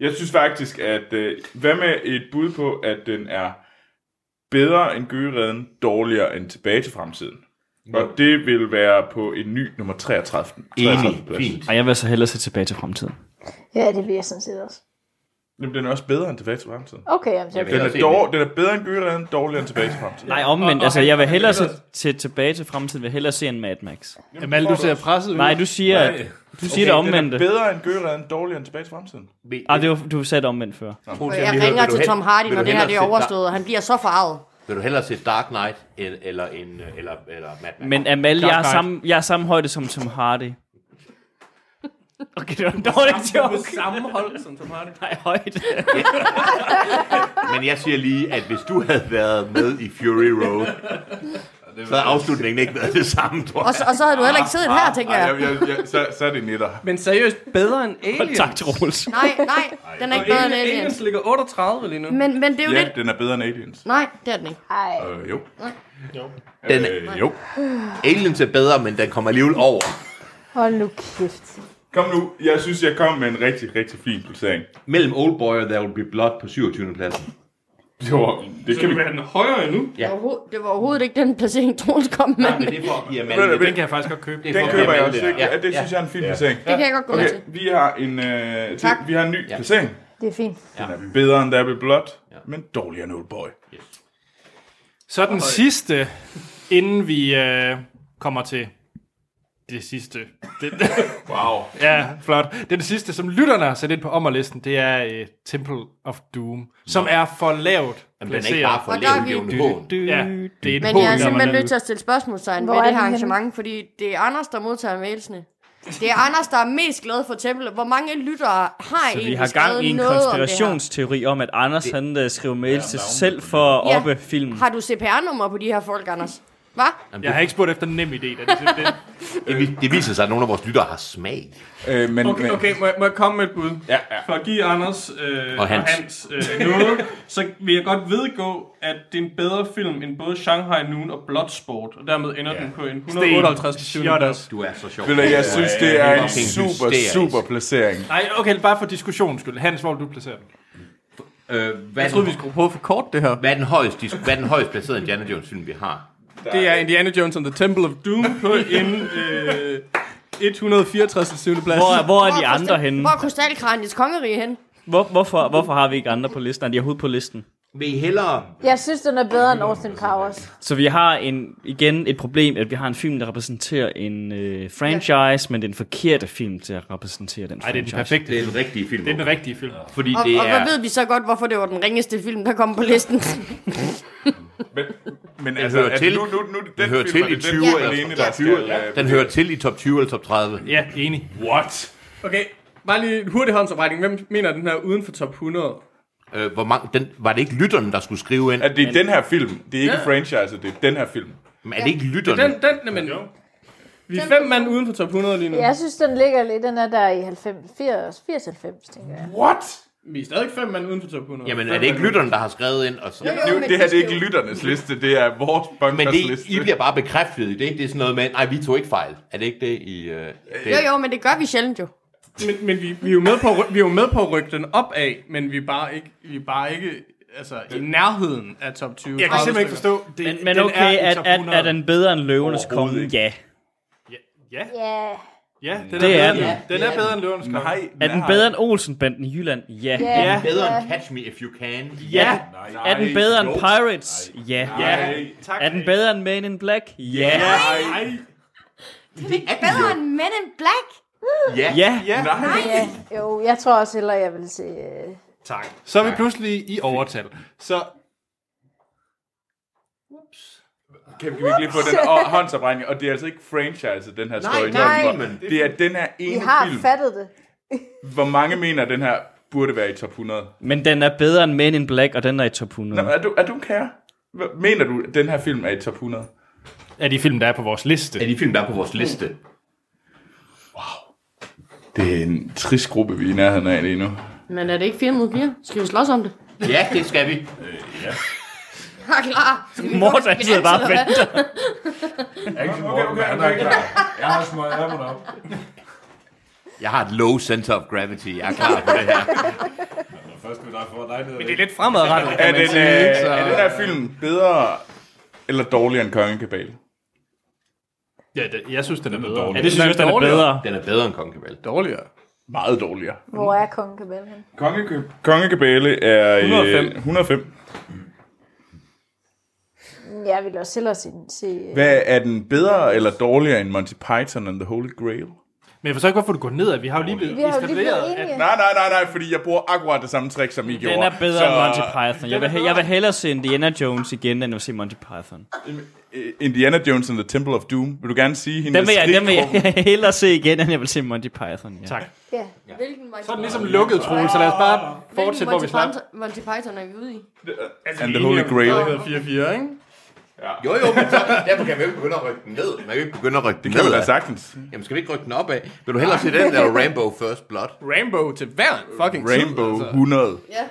S5: Jeg synes faktisk, at... Øh, hvad med et bud på, at den er bedre end Gøgereden, dårligere end Tilbage til fremtiden? Og det vil være på en ny nummer 33. 33. plads.
S7: Ej, jeg vil så hellere se tilbage til fremtiden.
S10: ja, det vil jeg sådan set også.
S5: Jamen, den er også bedre end Tilbage til fremtiden.
S10: Okay, jamen, så
S5: Den er, dår, den er bedre end Gøgereden, dårligere end Tilbage til fremtiden.
S7: Nej, omvendt. Altså, jeg vil hellere se til, tilbage til fremtiden. vil hellere se en Mad Max.
S1: Jamen, Malte, du ser presset ud.
S7: Nej, du siger,
S1: Nej.
S7: at, du siger det
S5: Den er
S7: omvendte.
S5: bedre end Gøgereden, dårligere end Tilbage til fremtiden.
S7: Ah, det var, du sagde det omvendt før.
S2: Troels,
S6: Jeg
S2: vil høre,
S6: ringer
S2: vil du
S6: til
S2: hen-
S6: Tom Hardy,
S2: vil
S6: når
S2: du
S6: det her
S2: hellere
S6: det
S2: se
S6: er
S2: Dark-
S6: overstået, og han bliver så farvet.
S2: Vil du hellere se Dark Knight el- eller en øh, eller eller Mad Max?
S7: Men Amal, jeg er,
S2: Knight.
S7: samme, jeg er samme højde som Tom Hardy. Okay, det var en dårlig joke.
S3: samme hold som Tom Hardy.
S7: Nej, højde.
S2: Men jeg siger lige, at hvis du havde været med i Fury Road, så havde afslutningen ikke været det samme, tror jeg.
S6: Og så, og så havde du heller ikke siddet her, tænker jeg.
S5: så, så er det netter.
S3: Men seriøst, bedre end Aliens?
S5: tak,
S7: Troels.
S6: Nej, nej, den er ikke bedre end
S3: Aliens
S6: Aliens.
S3: ligger 38 lige nu.
S6: Men, men det er jo
S5: ja,
S6: lidt...
S5: den er bedre end Aliens.
S6: Nej, det er den ikke.
S10: Ej.
S5: Øh, jo.
S6: Nej.
S2: Den, øh, jo. Aliens er bedre, men den kommer alligevel over.
S10: Hold nu kæft.
S5: Kom nu, jeg synes, jeg kom med en rigtig, rigtig fin placering.
S2: Mellem Oldboy og There Will Be Blood på 27. pladsen.
S5: Jo, det kan vi...
S11: være den højere endnu.
S2: Ja.
S6: Overho- Det var overhovedet ikke den placering, Troels kom med.
S2: Men det er for at give
S5: Ved du, ved
S2: Amalie.
S5: du-
S2: Den kan jeg faktisk godt købe.
S5: Den køber jeg også. ikke? Ja, det synes jeg er en fin placering.
S6: Det kan jeg godt gå med
S5: okay,
S6: til.
S5: Vi har en, øh, til,
S6: Tak.
S5: vi har en ny placering.
S10: Det er fint.
S5: Den er bedre end Dabble Blood, men dårligere end Old Boy.
S1: Så den sidste, inden vi øh, kommer til det sidste. Det,
S5: wow.
S1: ja, flot. Det er det sidste, som lytterne har sat ind på ommerlisten. Det er øh, Temple of Doom, som er for lavt
S2: Jamen, den er ikke bare for
S6: Og der er lav, vi- det er jo en
S1: Du- du- Ja, det er en
S6: Men
S1: hån,
S6: jeg er
S1: der
S6: simpelthen
S1: lavet.
S6: nødt til at stille spørgsmålstegn
S10: Hvor
S6: ved det
S10: er
S6: her
S10: den henne?
S6: arrangement, fordi det er Anders, der modtager mailsene. Det er Anders, der er mest glad for Temple. Hvor mange lyttere har
S7: Så vi
S6: egentlig
S7: har gang i
S6: skrevet
S7: en
S6: noget om det her?
S7: konspirationsteori om, at Anders han øh, skriver mails til sig selv for at
S6: Ja.
S7: oppe filmen.
S6: Har du CPR-nummer på de her folk, Anders? Hvad?
S1: Jeg har ikke spurgt efter en nem idé. Da det, det,
S2: Det, vi- det viser sig, at nogle af vores lyttere har smag.
S5: Øh, men,
S11: Okay, okay må, jeg, må jeg komme med et bud?
S5: Ja,
S11: ja. For at give Anders øh,
S2: Og
S11: og
S2: Hans.
S11: Hans, og Hans øh, noget, så vil jeg godt vedgå, at det er en bedre film end både Shanghai Noon og Bloodsport, og dermed ender ja. den på en 158.
S1: shut up.
S2: Du er så sjov.
S5: Ved du, jeg synes, det er en
S2: fucking
S5: super,
S2: hysterisk.
S5: super placering.
S1: Nej, okay, bare for diskussions skyld. Hans, hvor vil du placere den?
S2: Øh, hvad
S3: Jeg troede, vi skulle prøve for kort det her.
S2: Hvad er den højst, dis- hvad er den højst placerede Indiana Jones film, vi har?
S3: Det er Indiana Jones and the Temple of Doom på en øh, 164. syvende plads.
S7: Hvor, hvor er
S6: Hvor
S7: de andre
S6: krystal-
S7: henne?
S6: Hvor er krystalkraniets kongerige henne?
S7: Hvor, hvorfor, hvorfor har vi ikke andre på listen? Er de overhovedet på listen?
S2: Vil I hellere...
S10: Jeg synes, den er bedre end Austin Powers.
S7: Så vi har en, igen et problem, at vi har en film, der repræsenterer en øh, franchise, ja. men den forkerte film til at repræsentere den
S1: Nej, det er den
S7: franchise.
S1: perfekte.
S2: Det er den rigtige film.
S1: Det er den rigtige film.
S2: Fordi
S6: Og,
S2: det
S6: og
S2: er...
S6: hvor ved vi så godt, hvorfor det var den ringeste film, der kom på listen?
S5: Men
S2: Den
S5: altså,
S2: hører
S5: at
S2: til.
S5: nu, nu, nu, den,
S2: Den hører
S5: film,
S2: til
S5: er
S2: i
S5: det den
S2: 20
S5: film
S2: eller
S5: alene,
S2: top
S5: der
S2: 20.
S5: skal, øh,
S2: Den hører til i top 20 eller top 30.
S1: Ja, enig.
S5: What?
S3: Okay, bare lige en hurtig håndsoprækning. Hvem mener den her uden for top 100?
S2: Øh, hvor mange, den, var det ikke lytterne, der skulle skrive ind?
S5: At det er den her film. Det er ikke ja. franchise, det er den her film.
S2: Men er det ikke lytterne?
S3: Den, den, men, vi er fem mand uden for top 100 lige nu.
S10: Jeg synes, den ligger lidt, den er der i 90, 80, 94, tænker jeg.
S5: What?
S3: Vi er stadig fem mand uden for top 100.
S2: Jamen, er det ikke lytterne, der har skrevet ind? Og så?
S5: Det, er jo- det her det er ikke lytternes liste, det er vores
S2: Men
S5: bunkers
S2: det,
S5: liste.
S2: I bliver bare bekræftet i det. Det er sådan noget med, nej, vi tog ikke fejl. Er det ikke det i... Øh, det?
S6: Jo, jo, men det gør vi sjældent jo.
S3: Men, men vi, vi, er jo med på, at ry- vi er jo med på at rykke den op af, men vi er bare ikke, vi er bare ikke altså, i nærheden af top 20.
S1: Jeg kan simpelthen ikke forstå. Det,
S7: Men, men okay, er, er, er den bedre end Løvenes Konge? Ja.
S1: Ja.
S10: Ja.
S1: Ja, den
S7: Det
S1: er
S7: er
S1: bedre
S7: den.
S1: end- den er bedre end Løvernes Konge.
S7: Nej, er den bedre end Olsenbanden i Jylland? Ja.
S1: Ja, Ja.
S2: Bedre
S1: Ja.
S2: end Catch Me If You Can.
S7: Ja.
S2: Nej.
S7: Er den bedre end
S2: Jo.
S7: Pirates? Ja.
S2: Nej.
S7: Er den bedre end Man in Black? Ja.
S2: Det er
S9: Bedre end Men in Black?
S2: Ja.
S7: Ja.
S9: Nej.
S10: Ja. Jo, jeg tror også hellere, jeg vil se... Øh...
S1: Tak. Så er vi pludselig i overtal. Så
S5: Kan, kan vi ikke lige få den oh, håndsoprækning? Og det er altså ikke franchise, den her
S10: Nej,
S5: story.
S10: nej.
S5: Det er den her
S10: Vi
S5: ene
S10: har
S5: film.
S10: fattet det.
S5: Hvor mange mener, at den her burde være i top 100?
S7: Men den er bedre end Man in Black, og den er i top 100.
S5: Nå, er du, er du kære? Hva- Mener du, at den her film er i top 100?
S1: Er de film, der er på vores liste?
S2: Er de film, der er på vores liste?
S5: Det er en trist gruppe, vi er i nærheden af lige nu.
S6: Men er det ikke 4 mod 4? Skal vi slås om det?
S2: Ja, det skal vi. Øh, ja.
S6: Ja, klar. Skal vi gå til
S7: Morten sidder bare og
S6: eller hvad?
S7: venter.
S8: Jeg er ikke sådan, Morten, men han er klar. Jeg har smøget ærmerne op.
S2: Jeg har et low center of gravity. Jeg er klar på det her.
S8: Først vil jeg få dig ned.
S3: Men det er lidt fremadrettet,
S5: Er den,
S3: kan man
S5: øh,
S3: sige. ikke? Så-
S5: er den her film bedre eller dårligere end Kongekabale?
S1: ja, det, jeg synes, den er bedre.
S5: dårlig.
S1: Ja, det synes jeg,
S5: Den er bedre.
S2: Den er bedre end Kongekabale.
S3: Dårligere?
S5: Meget dårligere.
S10: Hvor er kongen Kabel hen?
S5: Kongekab- Kongekabale er øh, i
S10: 105.
S5: 105.
S10: Mm, Jeg vil også hellere se... se øh,
S5: Hvad er den bedre eller dårligere end Monty Python and the Holy Grail?
S1: Men jeg forstår ikke, hvorfor du går ned, at vi har jo lige blevet
S10: Vi har jo lige blevet
S1: installeret.
S10: enige.
S1: at-
S5: Nej, nej, nej, nej, fordi jeg bruger akkurat det samme trick, som I gjorde.
S7: Den er bedre end Monty Python. Jeg
S5: Den
S7: vil,
S5: er
S7: he- jeg vil hellere se Indiana Jones igen, end at se Monty Python.
S5: Indiana Jones and the Temple of Doom. Vil du gerne sige hende?
S7: Den vil jeg, den vil jeg hellere se igen, end jeg vil se Monty Python. Ja.
S1: Tak.
S10: Ja.
S6: Hvilken Monty
S1: Så er den ligesom lukket, Troel, så lad os bare fortsætte, hvor vi
S6: Hvilken
S1: slap.
S6: Monty, Python- Monty Python er vi ude i?
S5: And the Holy Grail.
S3: Det hedder 4-4, ikke?
S2: Jo, jo, men så, derfor kan vi jo ikke begynde at rykke den ned. Man kan jo ikke begynde at rykke den
S5: kan
S2: ned.
S5: vi
S2: altså.
S5: da
S2: af.
S5: sagtens.
S2: Jamen, skal vi ikke rykke den op af? Vil du hellere se den der Rambo First Blood?
S3: Rainbow til hver en fucking tid,
S5: Rainbow 100.
S6: Ja.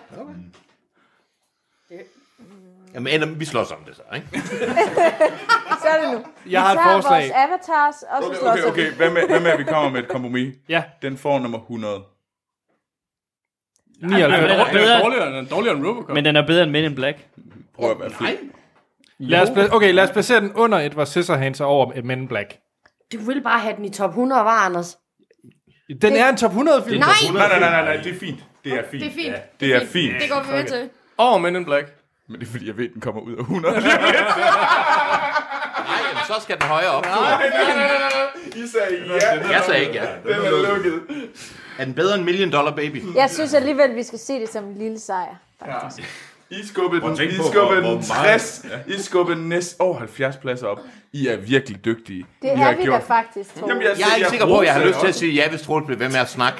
S2: Jamen, ender, vi slås om det så, ikke?
S10: Så er det nu.
S5: Jeg har
S10: vi
S5: et
S10: tager
S5: forslag.
S10: vores avatars, og så slår
S5: Okay, okay. Hvad med, hvad med, at vi kommer med et kompromis?
S1: Ja.
S5: Den får nummer 100.
S3: Nej, men den er
S7: bedre-
S3: dårligere, den er dårligere end Robocop.
S7: Men den er bedre end Men in Black.
S5: Prøv at være flink.
S1: Lad os pla- okay, lad os placere den under Edward Scissorhands og over Men in Black.
S6: Du vil bare have den i top 100, var Anders?
S1: Den er en top 100-film.
S6: Nej!
S5: Nej, nej, nej, nej, nej, det er fint. Det er fint.
S6: Det er fint.
S5: Ja, Det er fint.
S6: Det går vi med til.
S3: Over Men in Black.
S5: Men det er fordi, jeg ved, den kommer ud af 100.
S2: Nej, jamen, så skal den højere op.
S5: I sagde ja.
S2: Jeg sagde ikke ja.
S5: Den er lukket.
S2: Er den bedre end Million Dollar Baby?
S10: Jeg synes alligevel, vi skal se det som en lille sejr. Faktisk.
S5: I skubbede
S2: Prøv at
S5: den,
S2: tænke
S5: I
S2: på, hvor-
S5: skubbede
S2: hvor
S5: den
S2: meget-
S5: 60, I skubbede den næsten over 70 pladser op. I er virkelig dygtige.
S10: Det
S5: I
S10: er
S5: har
S10: vi da
S5: gjort-
S10: faktisk, Troels.
S5: Jamen,
S2: Jeg er ikke sikker på, at jeg har lyst til at sige ja, hvis Troels bliver ved med at snakke.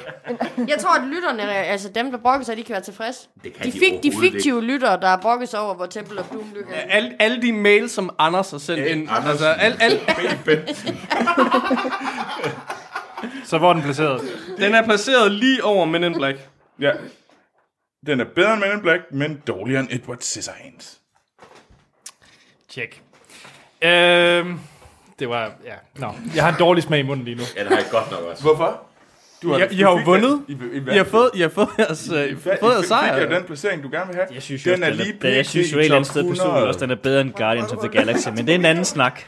S6: Jeg tror, at lytterne, altså dem, der brokker sig, de kan være tilfredse.
S2: Det kan
S6: De
S2: de
S6: fik de
S2: overhovedet
S6: fiktive lyttere, der har brokket sig over, hvor Temple of Doom lykker.
S3: Alle, alle de mails, som Anders har sendt ind. Altså, al, al,
S1: Så hvor er den placeret?
S3: den er placeret lige over Men in Black.
S5: Ja. Den er bedre end Men in Black, men dårligere end Edward Scissorhands.
S1: Tjek. Øhm, det var, ja, nå. Jeg har en dårlig smag i munden lige nu.
S2: Ja, det har jeg godt nok også.
S5: Hvorfor? Du
S3: I, I har jo vundet.
S5: I, i, i,
S3: I har fået, I har fået jeres, øh, fået jeres
S5: Fik jeg
S3: sejr.
S5: den placering, du gerne vil have?
S7: Jeg synes jo,
S5: den
S7: også,
S5: er lige
S7: den er, jeg synes jo et eller andet sted personligt også, den er bedre end Guardians of the Galaxy, men det er en anden snak.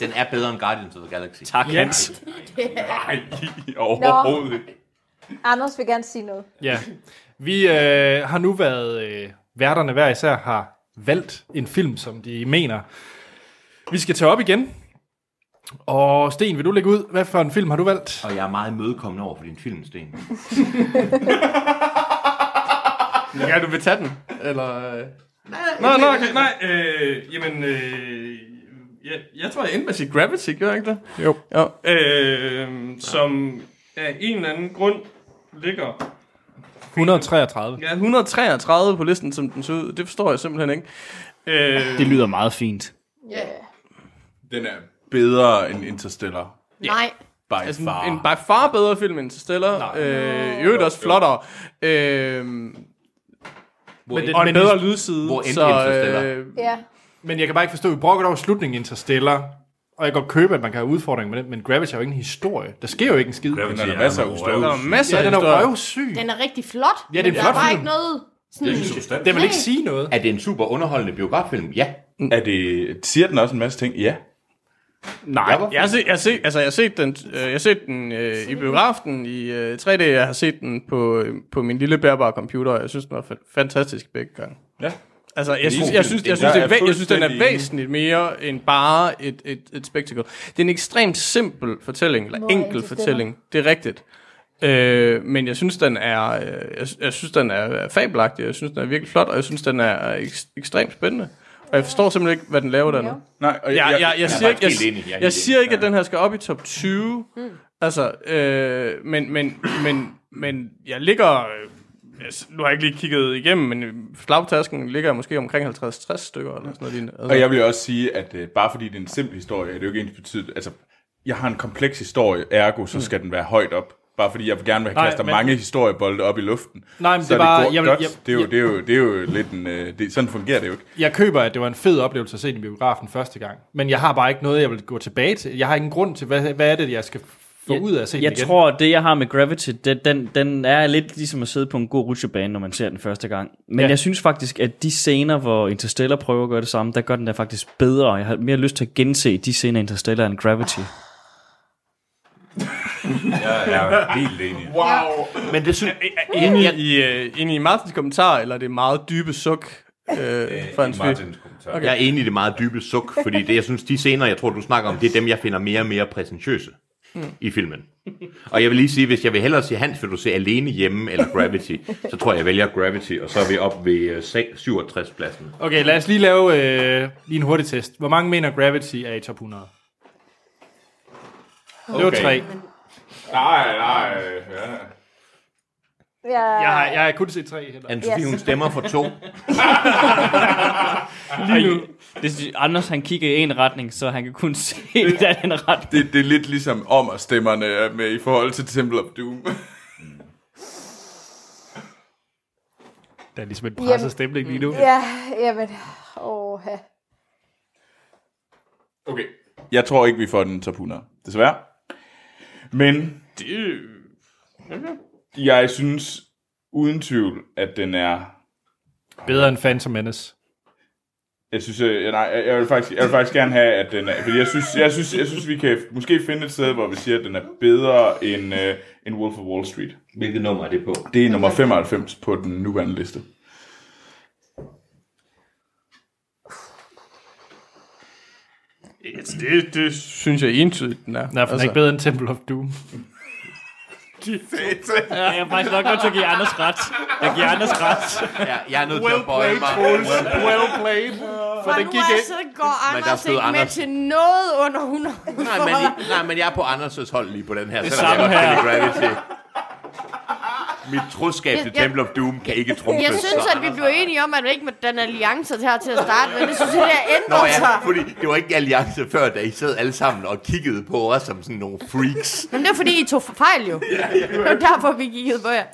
S2: Den er bedre end Guardians of the Galaxy.
S7: Tak, Hans.
S5: Nej, overhovedet ikke.
S10: Anders vil gerne sige noget.
S1: Ja. Vi øh, har nu været, øh, værterne hver især har valgt en film, som de mener, vi skal tage op igen. Og Sten, vil du lægge ud? Hvad for en film har du valgt?
S2: Og jeg er meget imødekommende over for din film, Sten.
S3: Ja, du vil tage den? Eller... øh? Nå, nå, okay, nej. Øh, jamen, øh, jeg, jeg tror, jeg endte med at sige Gravity, gjorde jeg ikke det?
S1: Jo.
S3: jo. Øh, som af en eller anden grund ligger
S1: 133.
S3: ja, 133 på listen, som den så ud. Det forstår jeg simpelthen ikke. Øh,
S7: Det lyder meget fint.
S6: Yeah.
S5: Den er bedre end Interstellar.
S6: Nej.
S5: By
S3: Altså en,
S5: far.
S3: en by far bedre film end Interstellar. Øh, I øvrigt også flottere. Øh,
S2: Hvor
S1: Men
S2: men
S1: det-
S2: det,
S3: og
S1: men
S3: en bedre
S1: Inst-
S3: lydside.
S2: hvor endte
S3: så,
S2: Interstellar?
S3: øh,
S10: Ja.
S1: Men jeg kan bare ikke forstå, at vi brokker over slutningen i Interstellar. Og jeg kan godt købe, at man kan have udfordringer med det, men Gravity har jo ingen historie. Der sker jo ikke en skid.
S5: Men
S8: Gravity
S5: der er masser af
S8: noget
S5: historie.
S3: der
S8: røv.
S3: er masser
S1: Ja,
S3: af
S1: den er
S3: historier.
S1: røvsyg.
S6: Den er rigtig flot.
S1: Ja, det er en
S6: men
S1: flot
S6: Der er bare
S1: film.
S6: ikke noget... Sådan,
S8: Det er substans.
S1: Den vil ikke sige noget.
S2: Er det en super underholdende biograffilm? Ja.
S5: Er det, siger den også en masse ting? Ja.
S3: Nej, jeg har, set, jeg, har set, altså, jeg har set den, øh, jeg har set den øh, i biografen i øh, 3D, jeg har set den på, øh, på min lille bærbare computer, og jeg synes, den var fa- fantastisk begge gange.
S5: Ja.
S3: Altså,
S11: Det er
S3: jeg synes,
S11: en
S3: jeg
S11: god
S3: synes,
S11: film.
S3: jeg
S11: Jeg
S3: synes, det er,
S11: er
S3: væ- jeg synes den er
S11: fuldstændig enig.
S3: væsentligt mere end bare et, et, et spectacle. Det er en ekstremt simpel fortælling, eller
S11: Mor er
S3: enkel
S11: ikke til
S3: fortælling, det er rigtigt. Øh, men jeg synes, den er, øh, jeg, jeg synes, den er fabelagtig, jeg synes, den er virkelig flot, og jeg synes, den er ek- ekstremt spændende. Og jeg forstår simpelthen ikke, hvad den laver dernede.
S5: Nej, og
S3: jeg,
S5: jeg-
S3: jeg, jeg,
S5: jeg er
S3: jeg, siger, ikke,
S5: faktisk
S3: jeg,
S5: helt enig, jeg er
S3: jeg,
S5: helt
S3: siger ikke, at den her skal op i top 20. Mm. Altså, øh, men, men, men, men jeg ligger... øh, altså, Nu har jeg ikke lige kigget igennem, men øh, slagtasken ligger jeg måske omkring 50-60 stykker. Eller sådan noget. lignende. Altså,
S5: Og jeg vil jo også sige, at øh, bare fordi det er en simpel historie, er det jo ikke ens betydet... Altså, jeg har en kompleks historie, ergo, så skal den være højt op. Bare fordi jeg vil gerne vil
S1: Mm. Nej,
S5: kaste
S1: men-
S5: mange historiebolde op i luften.
S1: Nej, men
S5: så
S1: det
S5: er
S1: var-
S5: det,
S1: jeg
S5: jamen,
S1: vil-
S5: godt.
S1: jeg-
S5: det, er jo,
S1: jeg-
S5: det, er jo, det er jo lidt en... øh, Det, sådan fungerer det jo ikke.
S1: Jeg køber, at det var en fed oplevelse at se den i biografen første gang, men jeg har bare ikke noget, jeg vil gå tilbage til. Jeg har ingen grund til, hvad, hvad er det, jeg skal få ud af at se
S7: jeg
S1: den igen.
S7: tror, det jeg har med Gravity, det, den, den er lidt ligesom at sidde på en god rutsjebane, når man ser den første gang. Men
S1: Ja.
S7: ja. jeg synes faktisk, at de scener, hvor Interstellar prøver at gøre det samme, der gør den der faktisk bedre. Jeg har mere lyst til at gense de scener i Interstellar end Gravity.
S8: Jeg er helt enig.
S3: Wow.
S2: Men det synes
S3: Inde i, øh, inde i Martins kommentar, eller det meget dybe suk øh, for hans film?
S2: Okay. Jeg er enig i det meget dybe suk, fordi det, jeg synes, de scener, jeg tror, du snakker om, det er dem, jeg finder mere og mere præsentiøse
S3: Mm.
S2: mm. i filmen. Og jeg vil lige sige, hvis jeg vil hellere se Hans, vil du se Alene Hjemme eller Gravity, så tror jeg, jeg vælger Gravity, og så er vi op ved øh, 67-pladsen.
S1: Okay, lad os lige lave øh, lige en hurtig test. Hvor mange mener Gravity er i top 100? Det var
S5: Okay.
S1: tre.
S5: Nej, nej, ja.
S10: Ja.
S1: Jeg har, jeg har kun set tre heller.
S2: Anne-Sophie, Yes. hun stemmer for to.
S7: Lige nu. Det, Anders han kigger i en retning, så han kan kun se den anden retning.
S5: Det, det er lidt ligesom om at stemmerne er med i forhold til Temple of Doom.
S1: Der er ligesom en
S10: presset Jamen,
S1: stemning lige
S10: Ja, jamen. Åh, ja.
S5: Okay. Jeg tror ikke, vi får den top 100, desværre. Men
S3: Det... Okay.
S5: jeg synes uden tvivl, at den er
S1: Bedre end Phantom Menace.
S5: Jeg synes, øh, nej, jeg- jeg vil faktisk, jeg vil faktisk gerne have, at den er, fordi jeg synes, jeg synes, jeg synes, vi kan måske finde et sted, hvor vi siger, at den er bedre end, øh, end Wolf of Wall Street.
S2: Hvilket nummer er det på?
S5: Det er nummer 95 på den nuværende liste.
S3: Altså, det, det synes jeg entydigt, den er.
S1: Nej, for altså. den er ikke bedre end Temple of Doom.
S7: Ja, jeg er faktisk nok nødt til at give Anders ret. Jeg giver Anders ret.
S2: Ja, jeg er nødt til at bøje
S3: Well
S2: mig.
S3: played, Troels. Well
S1: played.
S6: For
S3: det
S6: nu
S3: gik
S6: af,
S3: ikke.
S6: så går
S2: Men der
S6: Anders
S2: stod
S6: ikke med
S2: Anders.
S6: til noget under 100.
S2: Nej, men, I- nej, men jeg er på Anders' hold lige på den her.
S7: Det
S2: selvom jeg
S7: samme
S2: godt
S7: her.
S2: kan lide Gravity. Mit troskab til
S6: Jeg- jeg-
S2: Temple of Doom kan ikke trumfe.
S6: Jeg synes,
S2: så
S6: at vi
S2: Anders
S6: blev enige om, at vi ikke må danne alliancer her til at starte med. Det synes jeg, det har
S2: Nå
S6: ændret sig.
S2: ja, fordi det var ikke alliance før, da I sad alle sammen og kiggede på os som sådan nogle freaks.
S6: Men det er fordi, I tog for fejl jo. Det var derfor, vi kiggede på jer.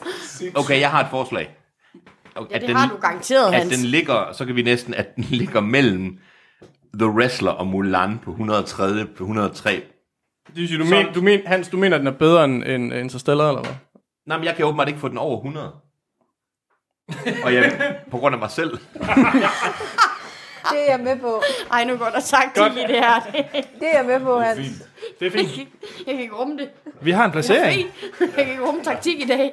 S2: Okay, jeg har et forslag. Og
S6: Ja, det har du garanteret,
S2: At
S6: Hans.
S2: den ligger, så kan vi næsten, at den ligger mellem The Wrestler og Mulan på 103. På 103.
S3: Det vil sige, du,
S2: Så-
S3: men, du men, Hans, du mener, at den er bedre end, end Interstellar, eller hvad?
S2: Nej, men jeg kan åbenbart ikke få den over 100. og jeg, på grund af mig selv.
S10: Det er jeg med på.
S6: Ej, nu går der sagt til i det her.
S10: Det er jeg med på, Hans.
S1: Det er fint.
S6: Jeg kan ikke rumme det.
S1: Vi har en
S6: Jeg, er
S1: placering.
S6: fri. jeg kan ikke rumme taktik i dag.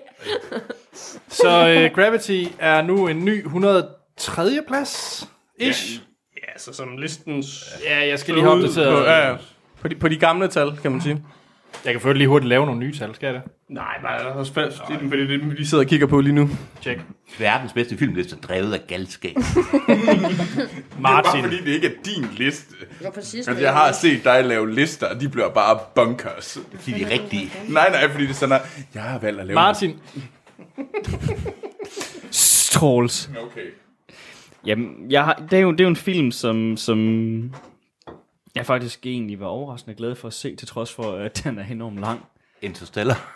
S1: Så øh, Gravity er nu en ny 103. plads. Ish.
S3: Ja,
S5: Altså,
S3: så som listens...
S1: Ja, jeg skal lige have opdateret.
S3: På, ja, ja. På, de, på de gamle tal, kan man sige.
S1: Jeg kan først lige hurtigt lave nogle nye tal, skal jeg det?
S3: Nej, bare
S5: altså,
S3: også fast. Det er dem, fordi det er dem, vi lige sidder og kigger på lige nu.
S1: Check.
S2: Verdens bedste filmliste er drevet af galskab.
S5: Det er bare fordi, det ikke er din liste.
S6: var præcis,
S5: Altså, jeg har set dig lave lister, og de bliver bare bunkers.
S2: De er rigtige.
S5: Nej, nej, fordi det er sådan, at jeg har valgt at lave
S1: Martin.
S7: Trolls.
S5: Okay.
S7: Jamen, jeg har, det, er jo, det er jo en film, som, som jeg faktisk egentlig var overraskende glad for at se, til trods for, at den er enormt lang.
S2: Interstellar.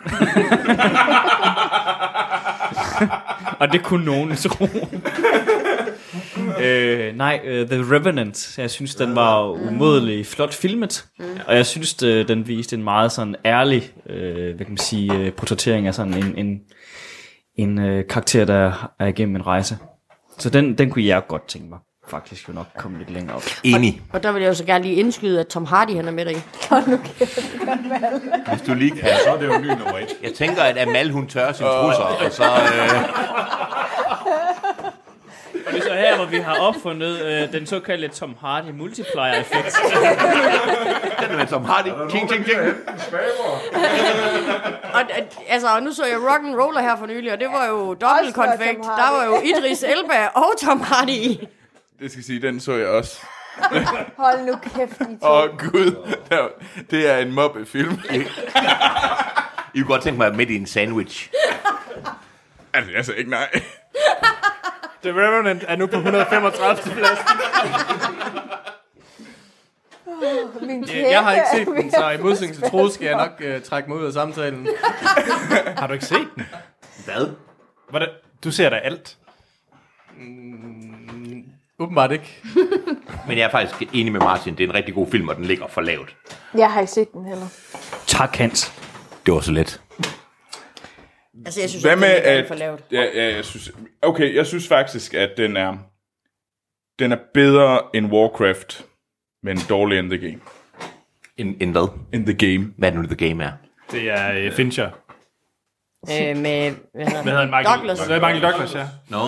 S7: Og det kunne nogen tro. øh, nej, øh, The Revenant. Jeg synes, den var umådelig flot filmet. Og jeg synes, øh, den viste en meget sådan ærlig øh, hvad kan man sige, øh, portrættering af sådan en, en, en øh, karakter, der er igennem en rejse. Så den, den kunne jeg godt tænke mig. faktisk jo nok komme lidt længere op.
S2: Enig.
S6: Og der vil jeg jo så gerne lige indskyde, at Tom Hardy han er med dig. Hold nu
S2: Hvis du lige kan, så er det jo ny nummer et. Jeg tænker, at Amal, hun tør sin trusser, og så... Øh,
S7: Og det er så her, hvor vi har opfundet øh, den såkaldte Tom Hardy multiplier-effekt.
S2: den er Tom Hardy. King, king, king.
S6: Og, at- altså, og nu så jeg rock and roller her for nylig, og det var jo dobbelt
S9: Tom
S6: konfekt.
S9: Hardy.
S6: Der var jo Idris Elba og Tom Hardy i.
S5: Det skal sige, den så jeg også.
S9: Hold nu kæft, I to.
S5: Åh oh, gud, Der- det er en mobbefilm.
S2: I kunne godt tænke mig midt i en sandwich.
S5: altså, altså ikke nej.
S1: The Revenant er nu på 135. plads.
S9: Åh, Min kæbe
S3: Jeg har ikke set
S9: er ved
S3: den, så i
S9: at
S3: modsætning til
S9: forsvinde
S3: Troels skal jeg
S9: for.
S3: nok øh, trække mig ud af samtalen.
S1: Har du ikke set den?
S2: Hvad?
S1: Hvordan? Du ser da alt.
S3: Mm, åbenbart ikke.
S2: Men jeg er faktisk enig med Martin, det er en rigtig god film, og den ligger for lavt.
S10: Jeg har ikke set den heller.
S7: Tak, Hans.
S2: Det var så let.
S6: Altså, jeg synes,
S5: Hvad
S6: ikke,
S5: med,
S6: det er alt
S5: at...
S6: for lavt.
S5: Ja, ja, jeg synes... Okay, jeg synes faktisk, at den er... Den er bedre end Warcraft, men dårlig end The Game.
S2: En, en hvad?
S5: In the game.
S2: Hvad er nu the game er?
S1: Det er øh, Fincher.
S6: Øh, med, hvad hedder,
S1: Hvad hedder han? Michael
S6: Douglas.
S1: Hvad hedder Michael Douglas, ja.
S2: Nå.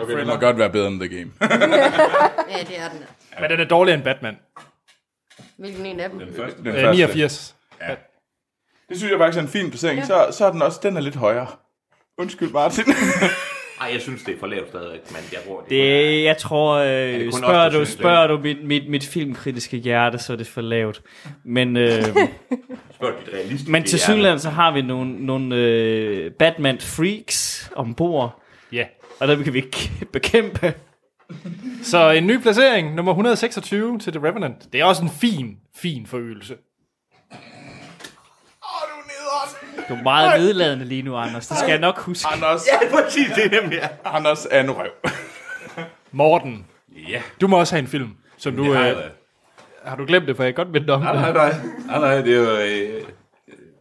S5: Okay, den må godt være bedre end The Game.
S6: ja, det er den.
S1: Men den er dårligere end Batman.
S6: Hvilken en af dem? Den
S5: første.
S1: Øh, 89.
S5: Ja. Det synes jeg faktisk er en fin placering. Ja. Så, så er den også... Den er lidt højere. Undskyld, Martin.
S2: Ej, jeg synes, det er for lavt stadigvæk, men jeg tror, det
S7: Det, jeg tror, øh,
S2: kun
S7: spørger,
S2: os, der
S7: du,
S2: synes det?
S7: spørger du mit, mit, mit filmkritiske hjerte, så er det for lavt. Men, øh,
S2: spørger dit realistiske
S7: men til
S2: hjerte.
S7: synligheden, så har vi nogle, nogle øh, Batman-freaks ombord.
S1: Ja.
S7: Og der kan vi ikke bekæmpe.
S1: Så en ny placering, nummer 126 til The Revenant. Det er også en fin, fin forøgelse.
S7: Du er meget nedladende lige nu, Anders. Det skal jeg nok huske.
S5: Anders.
S2: Ja, præcis, det er nemlig.
S5: Anders er nu røv.
S1: Morten,
S8: Ja.
S1: du må også have en film, som du...
S8: Det har jeg
S1: Øh, har du glemt det, for jeg kan godt minde dig om
S8: Nej, nej,
S1: det.
S8: nej. Nej, nej, det er jo øh,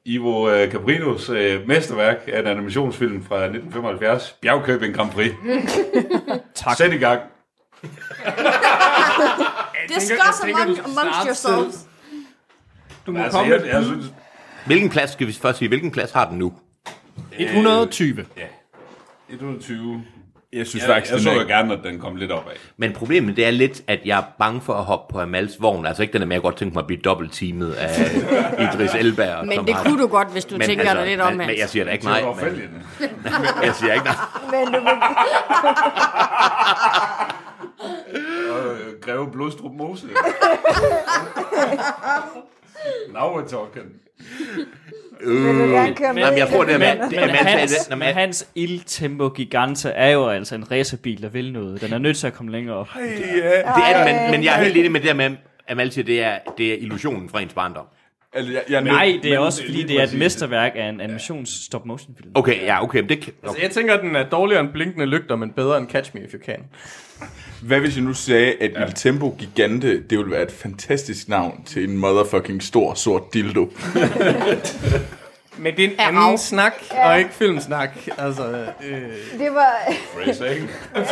S8: Ivo øh, Caprinos øh, mesterværk af en animationsfilm fra 1975, Bjergkøbing Grand Prix.
S7: tak.
S8: Sæt i gang.
S6: Discuss
S11: jeg tænker,
S6: among,
S11: du skal
S6: amongst
S11: starte
S6: yourselves.
S11: Du
S8: Altså, jeg, jeg synes,
S2: Hvilken plads, skal vi først sige, hvilken plads har den nu?
S1: 120.
S8: 120.
S5: Jeg synes
S8: Jeg,
S5: faktisk,
S8: jeg
S5: den
S8: så
S5: er-
S8: jo gerne, at den kom lidt opad.
S2: Men problemet det er lidt, at jeg er bange for at hoppe på Amals vogn. Altså ikke den er med, jeg godt tænke mig at blive dobbelt teamet af Idris Elba. Og
S6: Men
S2: Tom
S6: det
S2: Hardy.
S6: kunne du godt, hvis du tænker dig lidt om,
S2: men, men
S6: Hans.
S2: jeg siger da ikke nej.
S8: Det var
S2: Men,
S8: fælgende.
S2: jeg siger ikke nej.
S10: Men du vil...
S8: Og øh, Greve Blodstrup Mose. Now we're talking.
S10: Vil du gerne køre med?
S2: Jamen, jeg tror, det er
S10: Men-
S2: med.
S7: Men
S2: Jamen, han sagde
S7: hans,
S2: det-
S7: men
S2: jamen, han-
S7: hans ildtempo gigante er jo altså en racerbil, der vil noget. Den er nødt til at komme længere op.
S5: Ja.
S2: Det er den, men, men jeg er helt enig med det der med, at Amal siger, det er, det er illusionen fra ens barndom.
S5: Altså, jeg, jeg er nødt-
S7: Nej, det er
S5: men-
S7: også fordi, det er et mesterværk af en animations stop motion film.
S2: Okay, ja, okay. men Det, kan-
S8: Altså,
S2: okay.
S3: Så jeg tænker, den er dårligere end Blinkende Lygter, men bedre end Catch Me If You Can.
S5: Hvad hvis jeg nu sagde, at ja. Il Tempo Gigante, det ville være et fantastisk navn til en motherfucking stor sort dildo?
S3: Men det er en
S6: Ja,
S3: anden
S6: au.
S3: snak, og ikke filmsnak. Altså, øh,
S9: Det var...
S8: Racing.
S9: Nu tror
S2: Det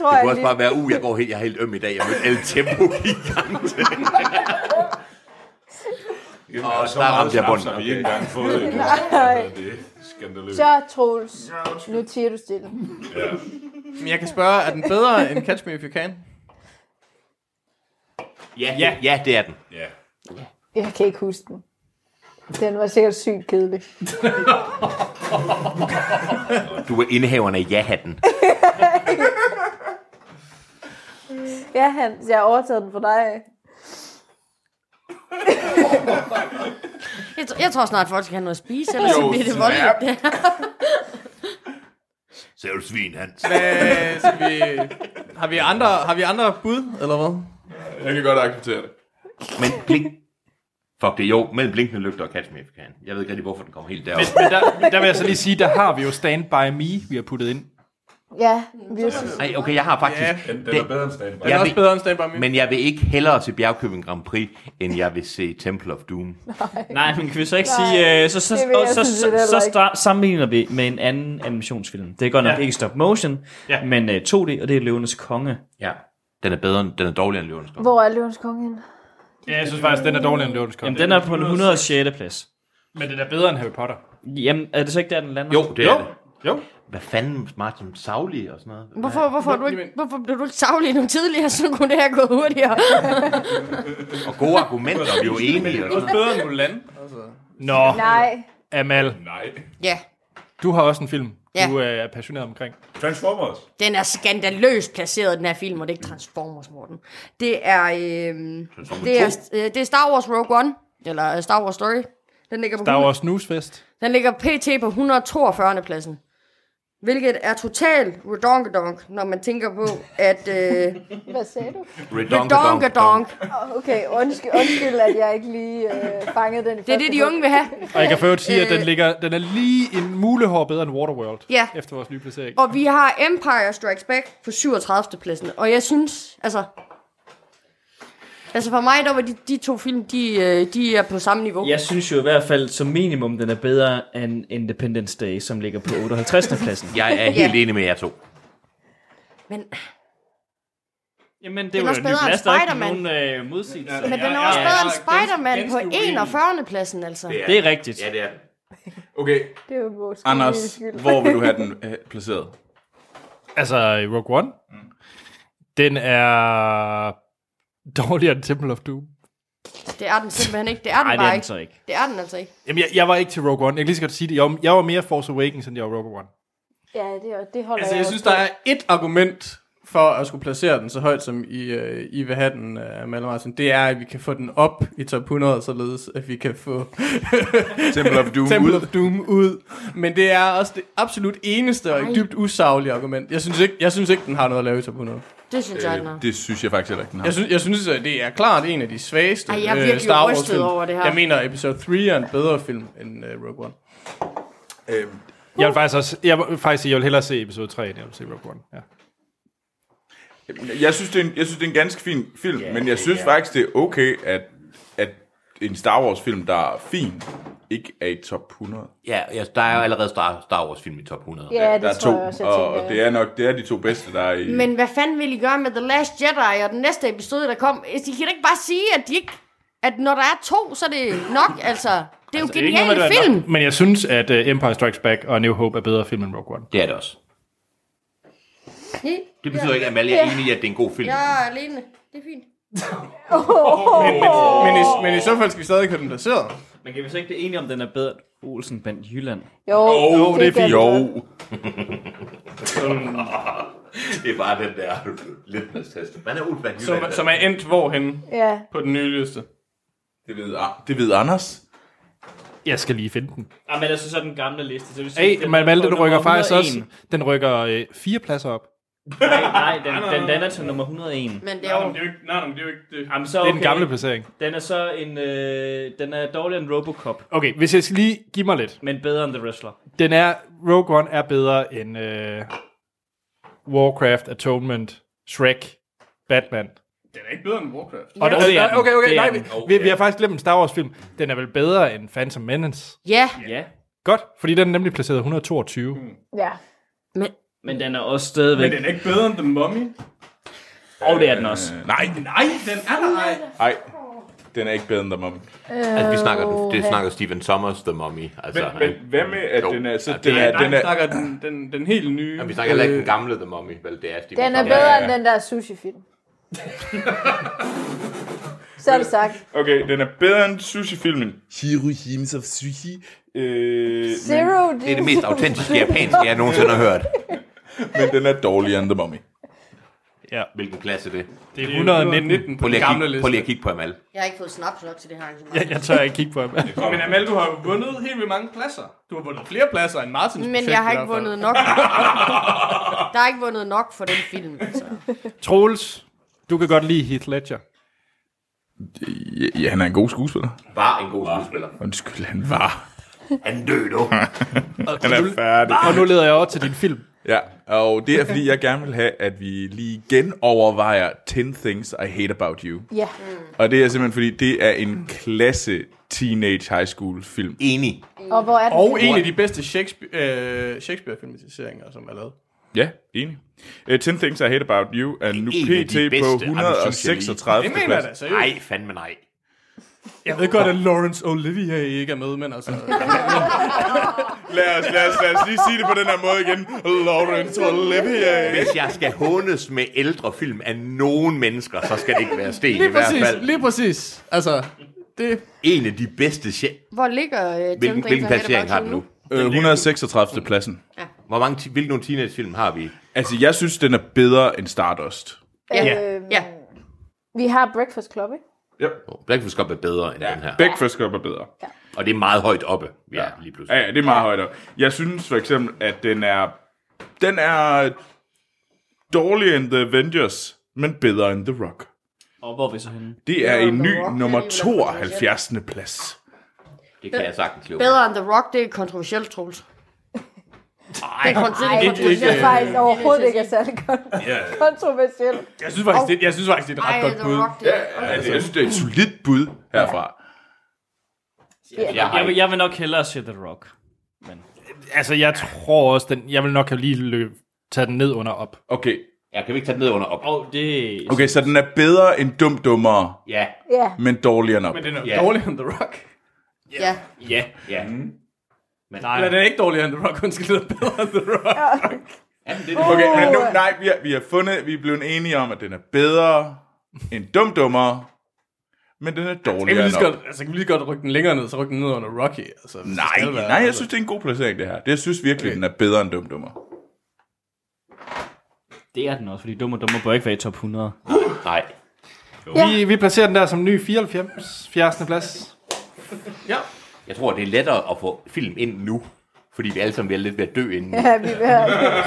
S9: jeg
S2: kunne også
S9: lige...
S2: bare være, uh, jeg går helt, jeg er helt øm i dag, jeg mødte alle tempo gigante.
S8: Jamen,
S2: Og
S8: og så
S2: der
S8: meget
S2: ramte jeg
S8: snaps
S2: bunden.
S8: har vi ikke engang fået endnu. Altså, Det er skandaløst.
S10: Så, Troels, nu tiger du stille.
S3: men jeg kan spørge, er den bedre end Catch Me If You Can?
S2: Ja, ja, ja, det er den.
S8: Ja.
S10: Jeg kan ikke huske den. Den var sikkert sygt kedelig.
S2: Du er indehaveren af ja-hatten.
S10: Ja, Hans, jeg har overtaget den for dig.
S6: Jeg, tr- jeg tror snart, folk skal have noget at spise, ellers så
S5: Jo,
S6: bliver det
S5: snap.
S6: voldeligt.
S2: Så er du svin, Hans.
S3: Hvad, skal vi, har, vi andre, har vi andre bud, eller hvad?
S5: Jeg kan godt acceptere det.
S2: Men blink. Fuck det, jo, mellem blinkende lygter og catch me if you can. Jeg ved ikke rigtig, hvorfor den kommer helt derop.
S1: Men der, der vil jeg så lige sige, der har vi jo Stand By Me, vi har puttet ind.
S10: Ja, virkelig.
S2: Nej, okay, jeg har faktisk...
S8: Ja, den- den er bedre end Stand By Me.
S2: Jeg
S8: Den er også
S2: vil-
S8: bedre end Stand By Me.
S2: Men jeg vil ikke hellere se Bjergkøbing Grand Prix, end jeg vil se Temple of Doom.
S7: Nej, men kan vi så ikke
S2: Nej,
S7: sige, øh, så, så,
S2: det vil jeg
S7: og, så,
S2: sådan
S7: så,
S2: set
S7: så,
S2: heller
S7: så
S2: ikke.
S7: star- sammenligner vi med en anden animationsfilm. Det er godt nok
S2: Ja.
S7: ja. ikke stop motion, ja. men øh, 2D, og det er Løvenes Konge.
S2: Ja. Den er bedre, end- den er dårligere end Løvens Konge.
S10: Hvor er løvens konge henne?
S1: Ja, jeg synes faktisk, den er dårligere end Løvens Konge.
S7: Jamen, den er på en 106. plads.
S1: Men den er bedre end Harry Potter.
S7: Jamen, er det så ikke der, den lander?
S2: Jo, det
S1: Jo.
S2: er det. Mm.
S1: Jo.
S2: Hvad fanden, Martin Savli og sådan noget?
S6: Hvorfor, hvorfor, er du ikke, hvorfor blev du ikke savlig nu tidligere, så kunne det her gå hurtigere?
S2: Og gode argumenter, vi er jo enige. Og sådan noget.
S11: Bedre end Mulan. Altså.
S1: Nå,
S10: Nej.
S1: Amal.
S8: Nej.
S6: ja,
S1: Du har også en film,
S6: Ja.
S1: du øh, er passioneret omkring.
S8: Transformers.
S6: den er skandaløst placeret, den her film, og det er ikke Transformers, Morten. Det er, øhm,
S1: Transformers
S6: det, er
S1: 2.
S6: øh, det er Star Wars Rogue One, eller øh, Star Wars Story. Den ligger på
S1: Der er
S6: 100
S1: jo også Newsfest.
S6: Den ligger pt. på 142. pladsen. Hvilket er totalt redonkedonk, når man tænker på, at... Øh,
S10: Hvad sagde du?
S6: redonkedonk.
S10: Åh, Ah, Okay, undskyld, undskyld, at jeg ikke lige øh, fangede den. i
S6: Det er
S10: første
S6: det, de
S10: hug.
S6: unge vil have.
S1: Og jeg kan for øvrigt sige, at den, ligger, den er lige en mulehår bedre end Waterworld.
S6: Ja.
S1: Efter vores nye placering.
S6: Og vi har Empire Strikes Back på 37. pladsen. Og jeg synes, altså... Altså for mig, der var de, de to film, de, øh, de er på samme niveau.
S7: Jeg synes jo i hvert fald, som minimum, den er bedre end Independence Day, som ligger på 58. pladsen.
S2: Jeg er helt enig med jer to.
S6: Men...
S7: Jamen, det
S6: Den er
S7: er jo
S6: også
S7: en ny
S6: bedre end
S7: plads, der er ikke
S6: Spider-Man.
S7: nogen øh, modsigelse.
S6: Men den er også bedre end Spider-Man på 41. pladsen, altså.
S7: Det er rigtigt.
S2: Ja, det er
S5: Okay,
S10: Det er jo vores
S5: Anders, hvor vil du have den øh, placeret?
S1: Altså, Rogue One, mm. den er dårligere end Temple of Doom.
S6: Det er den simpelthen ikke. Det er den
S1: Ej, det er
S6: bare
S1: den
S6: ikke.
S1: så ikke.
S6: Det er den altså ikke.
S1: Jamen, jeg, jeg var ikke til Rogue One. Jeg kan lige så godt sige det. Jeg var, jeg var mere Force Awakens, end jeg var Rogue One.
S10: Ja, det, er- det holder
S3: Altså, jeg
S10: også
S3: synes,
S10: på.
S3: der er et argument for at skulle placere den så højt, som I, øh, I vil have den, øh, Malle Martin. Det er, at vi kan få den op i top 100, således at vi kan få
S5: Temple of Doom
S3: Temple
S5: ud.
S3: of Doom ud. Men det er også det absolut eneste og
S6: Ej.
S3: dybt usaglige argument. Jeg synes, ikke, jeg synes ikke, den har noget at lave i top 100.
S6: Det synes jeg, den er.
S5: Det synes jeg faktisk heller ikke, den har.
S3: Jeg synes, jeg synes, at det er klart en af de svageste
S6: Ej, jeg er
S3: øh,
S6: virkelig
S3: Star Wars
S6: rystet
S3: film.
S6: over det her.
S3: Jeg mener, episode 3 er en bedre film end uh, Rogue One.
S5: Øhm,
S1: Jeg vil faktisk også, jeg vil faktisk sige, jeg vil hellere se episode 3, end jeg vil se Rogue One. Ja.
S5: Jeg synes, det er en, jeg synes, det er en ganske fin film, yeah, men jeg synes yeah. faktisk, det er okay, at, at en Star Wars-film, der er fin, ikke er i top 100.
S2: Ja, ja der er jo allerede Star, Star Wars-film i top 100.
S6: Ja, det
S5: der er
S6: tror
S5: to,
S6: jeg også, jeg
S5: og,
S6: tænker,
S5: og det er nok det er de to bedste, der er i...
S6: Men hvad fanden vil I gøre med The Last Jedi og den næste episode, der kom? I kan da ikke bare sige, at, de ikke, at når der er to, så er det nok, altså. Det er jo altså,
S1: Ikke noget
S6: geniale
S1: med, det var
S6: film.
S1: nok, Men jeg synes, at uh, Empire Strikes Back og New Hope er bedre film end Rogue One.
S2: Det er det også. Det betyder
S6: Ja.
S2: ikke, at Amalie er enig i, at det er en god film.
S6: Jeg er alene. Det er fint.
S3: Men, men, men, i, men i så fald skal vi stadig have den placeret.
S7: Men kan vi så ikke blive enige om, den er bedre end Olsen blandt Jylland?
S10: Jo, Jo, det det er kan fint. vi
S2: det er bare den der lidt Man er Ulfland
S3: Som, som er endt hvorhen?
S10: Ja.
S3: På den nye liste.
S5: Det ved, det ved Anders.
S1: Jeg skal lige finde den.
S7: Ja, men altså så den gamle liste. Så vil sige,
S1: Hey, man valgte, den
S7: på
S1: rykker
S7: nummer
S1: faktisk
S7: 101.
S1: også, den rykker øh, fire pladser op.
S7: Nej, nej, den, den lander til nummer 101.
S6: Men
S3: det er jo... Nej, men det er jo ikke, nej, men det er jo ikke det.
S7: Jamen, så,
S1: Det er den
S7: okay.
S1: gamle placering.
S7: Den er så en... Øh, den er dårligere end Robocop,
S1: Okay, hvis jeg skal lige give mig lidt.
S7: men bedre end The Wrestler.
S1: Den er, Rogue One er bedre end øh, Warcraft, Atonement, Shrek, Batman.
S3: Den er ikke bedre end Warcraft.
S1: Og der,
S7: det er
S1: okay, okay,
S7: den.
S1: okay,
S7: Det er
S1: nej, vi,
S7: den.
S1: vi, vi har faktisk glemt en Star Wars film. Den er vel bedre end Phantom Menace?
S6: Ja.
S7: Ja.
S1: Godt, fordi den er nemlig placeret 122.
S3: Hmm.
S10: Ja.
S7: Men den er også stadigvæk...
S3: Men den er ikke bedre end The Mummy. Øh.
S7: Og det er den også.
S5: Nej,
S3: Nej, den er der ej.
S5: nej. Den er ikke bedre end The Mummy.
S2: Altså, vi snakker, det
S3: Åh,
S2: snakker Stephen Sommers, The Mummy. Altså,
S5: Men- men hvad med, at den er- så den
S3: er- nej, vi snakker den, den, den helt nye.
S2: Ja, vi snakker heller ikke den gamle The Mummy, vel, det er Stephen
S10: Øh. Den er
S2: Sommers.
S10: bedre end den der sushi-film. Så er det sagt.
S5: Okay, den er bedre end sushi-filmen. Hiro Himes of Sushi. Øh,
S10: Zero,
S2: Det er det mest autentiske japanske, jeg nogensinde har hørt.
S5: men den er dårligere end The Mummy.
S1: Ja.
S2: Hvilken klasse er det?
S1: Det er 119
S2: Prøv
S1: på den
S2: lige at
S1: gamle
S2: kigge, prøv lige
S1: liste.
S2: at kigge på Amal.
S6: Jeg har ikke fået snaps nok til det her arrangement.
S1: Jeg, jeg tør ikke kigge på ham.
S3: Men Amal, du har jo vundet helt vildt mange pladser. Du har vundet flere pladser end Martins
S6: Men
S3: projekt
S6: jeg har
S3: i
S6: ikke
S3: hvert fald.
S6: vundet nok. Der er ikke vundet nok for den film, altså.
S1: Troels, du kan godt lide Heath Ledger.
S5: Ja, Ja, han er en god skuespiller.
S2: Var en god skuespiller.
S5: Undskyld, han var.
S2: Han døde nu.
S5: han er færdig.
S1: Og nu leder jeg over til din film.
S5: Ja, og det er fordi, jeg gerne vil have, at vi lige genovervejer 10 things I hate about you.
S10: Ja.
S5: Og det er simpelthen fordi, det er en klasse teenage high school film.
S2: Enig.
S10: Og hvor er den?
S3: Og en af de bedste Shakespeare, øh, Shakespeare-filmatiseringer, som er lavet.
S5: Ja, enig. Uh, 10 Things I Hate About You er nu pt. på 136.
S3: Det mener jeg da, seriøst.
S2: Nej, fandme nej.
S3: Jeg ved godt, at Laurence Olivier ikke er med, men altså...
S5: Lad os, lad, os, lad os lige sige det på den her måde igen. Laurence Olivier.
S2: Hvis jeg skal hånes med ældre film af nogen mennesker, så skal det ikke være Sten i
S3: Lige
S2: hvert
S3: præcis,
S2: fald.
S3: lige præcis. Altså, det...
S2: En af de bedste... sje-
S6: Hvor ligger øh, Ten
S2: Hvilken,
S6: Things
S2: hvilken
S6: I Hate
S2: placering
S6: About
S2: har den nu?
S6: You
S5: Øh, 136. pladsen.
S2: Hvor mange, ti- hvilke nogle teenagefilm har vi?
S5: Altså, jeg synes, den er bedre end Stardust.
S2: Ja.
S10: Øhm, ja. Vi har Breakfast Club, ikke?
S2: Breakfast Club er bedre end den her.
S5: Breakfast Club er bedre.
S2: Og det er meget højt oppe, vi ja. er lige pludselig.
S5: Ja, ja, det er meget højt op. Jeg synes for eksempel, at den er, den er dårligere end The Avengers, men bedre end The Rock.
S7: Og hvor er vi så henne?
S5: Det er en ny nummer 72. plads.
S2: Det kan jeg sagtens lide.
S6: Bedre end The Rock, det er kontroversielt, Troels.
S2: Nej,
S10: Ej,
S3: ikke-
S10: det
S3: ikke-
S10: er faktisk overhovedet ikke er særlig
S3: Ja.
S10: kon- kontroversielt.
S3: Jeg synes faktisk, det, jeg synes faktisk, det er et ret
S10: Ej,
S3: godt
S10: The
S3: bud.
S10: Rock, det er-
S5: Altså, jeg synes, det er et solidt bud herfra.
S7: Jeg, jeg, vil, jeg vil nok hellere se The Rock.
S1: Altså, jeg tror også, den, jeg vil nok have lige løb, tage den ned under op.
S5: Okay.
S2: Ja, kan vi ikke tage den ned under op?
S7: Åh, oh, det...
S5: Okay, så den er bedre end Dum Dummere,
S2: Ja.
S10: Ja.
S5: men dårligere end op.
S3: Men den er
S2: Ja.
S3: dårligere end The Rock.
S6: Ja.
S2: Ja, ja. Mm. Men,
S3: Nej, den er ikke dårligere end The Rock, undskyld, den er bedre end The Rock.
S5: Okay, men nu, nej, vi har, vi har fundet, vi er blevet enige om, at den er bedre end Dum Dummere, men den er
S3: Kan vi,
S5: dårligere
S3: lige så
S5: end op.
S3: godt, altså, kan vi lige så godt rykke den længere ned, så rykke den ned under Rocky. Altså, hvis det skal
S5: Nej,
S3: være-
S5: nej, jeg synes, det er en god placering, det her. Det, jeg synes virkelig, den er bedre end Dum Dummere.
S7: Det er den også, fordi dumme dumme bør ikke være i top 100.
S2: Nej.
S1: Ja. Vi, vi placerer den der som ny 94. 70. plads.
S2: Jeg tror, det er lettere at få film ind nu, fordi vi alle sammen vil lidt ved at dø inden.
S10: Ja, vi vil have.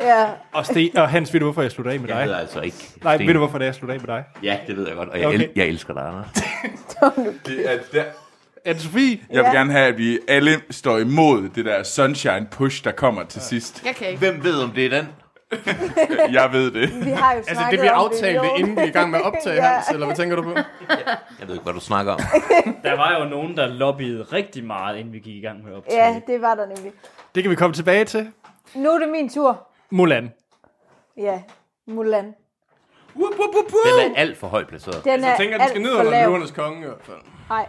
S10: Ja.
S1: Og, Sten, og Hans, ved du, hvorfor jeg slutter af med dig?
S2: Jeg ved altså ikke.
S1: Nej,
S2: Sten.
S1: ved du, hvorfor det er, jeg slutter af med dig?
S2: Ja, det ved jeg godt, og jeg, okay.
S1: Okay.
S2: el- jeg elsker dig, Anders.
S5: Det er der.
S1: Er det Sofie?
S5: Jeg vil
S10: Ja.
S5: gerne have, at vi alle står imod det der sunshine push, der kommer til sidst.
S6: Jeg kan ikke.
S2: Hvem ved, om det er den?
S5: Jeg ved det.
S10: Vi har jo
S3: Altså det, vi aftalte, inden vi er i gang med at optage,
S10: Ja.
S3: ja. Hans, eller hvad tænker du på?
S2: Jeg ved ikke, hvad du snakker om.
S7: Der var jo nogen, der lobbyede rigtig meget, inden vi gik i gang med at optage.
S10: Ja, det var der nemlig.
S1: Det kan vi komme tilbage til.
S10: Nu er det min tur.
S1: Mulan.
S10: Ja, Mulan.
S2: Den er alt for højt placeret.
S10: Den er
S3: Altså, Jeg tænker, den skal
S10: alt
S3: ned
S10: for
S3: under
S10: lav.
S3: løvernes konge i hvert fald.
S10: Nej,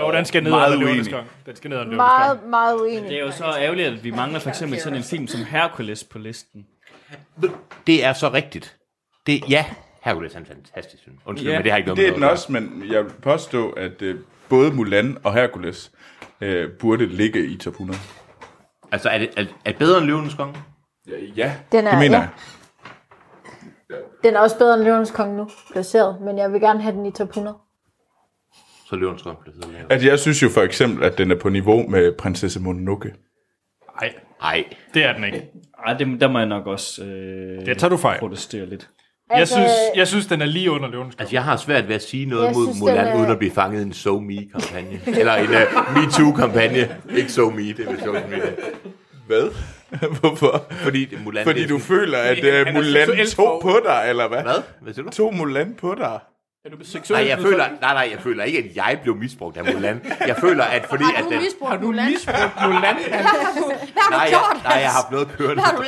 S1: Jo, den skal ned
S5: Meget
S1: under løvernes
S5: uenig.
S1: konge. Den skal ned under løvernes konge.
S10: meget, meget uenig.
S7: Det er jo så ærgerligt, at vi mangler for eksempel sådan en film som Hercules på listen.
S2: Det er så rigtigt. Det, ja, Hercules er en fantastisk film. Undskyld,
S7: Ja.
S2: men det har ikke noget
S5: Det er
S2: med
S5: den
S2: noget at
S5: også, men jeg vil påstå, at øh, både Mulan og Hercules øh, burde ligge i top 100.
S2: gøre. Altså, er det, er, er det bedre end Løvenes Konge?
S5: Ja,
S10: Den er-
S5: det mener
S10: ja.
S5: jeg.
S10: Den er også bedre end Løvens Konge nu, placeret, men jeg vil gerne have den i top 100.
S2: Så er Løvenes Konge placeret lavere.
S5: Altså, jeg synes jo for eksempel, at den er på niveau med prinsesse Mononoke.
S1: Nej,
S2: Nej.
S1: det er den ikke.
S7: Ej, det, der må jeg nok også øh,
S1: Det tager du fejl.
S7: protestere lidt.
S1: Jeg
S10: Altså,
S1: synes, jeg synes den er lige under løvens konge.
S2: Altså, jeg har svært ved at sige noget
S10: Jeg
S2: mod
S10: synes,
S2: Mulan,
S10: den er-
S2: uden at blive fanget i en So Me-kampagne. Eller en uh, Me Too-kampagne. Ikke So Me, det er vist So Me.
S5: Hvad? Hvorfor?
S2: Fordi Mulan... det
S5: Fordi
S2: er
S5: du
S2: sådan-
S5: føler, at øh, Mulan
S3: seksuelt
S5: tog på dig, eller hvad?
S2: Hvad? Hvad siger du?
S5: Tog Mulan på dig?
S3: Er du seksuel?
S2: Nej, jeg føler, nej, nej, jeg føler ikke, at jeg blev misbrugt af Mulan. Jeg føler, at fordi...
S6: Har
S2: at
S6: du
S2: den,
S6: misbrugt
S3: Har du
S6: Mulan?
S3: misbrugt Mulan?
S6: Hvad har du, hvad har du
S2: nej,
S6: gjort,
S2: jeg, nej, jeg har
S6: Hans?
S2: blevet kørt
S6: Hvad har
S2: på
S6: du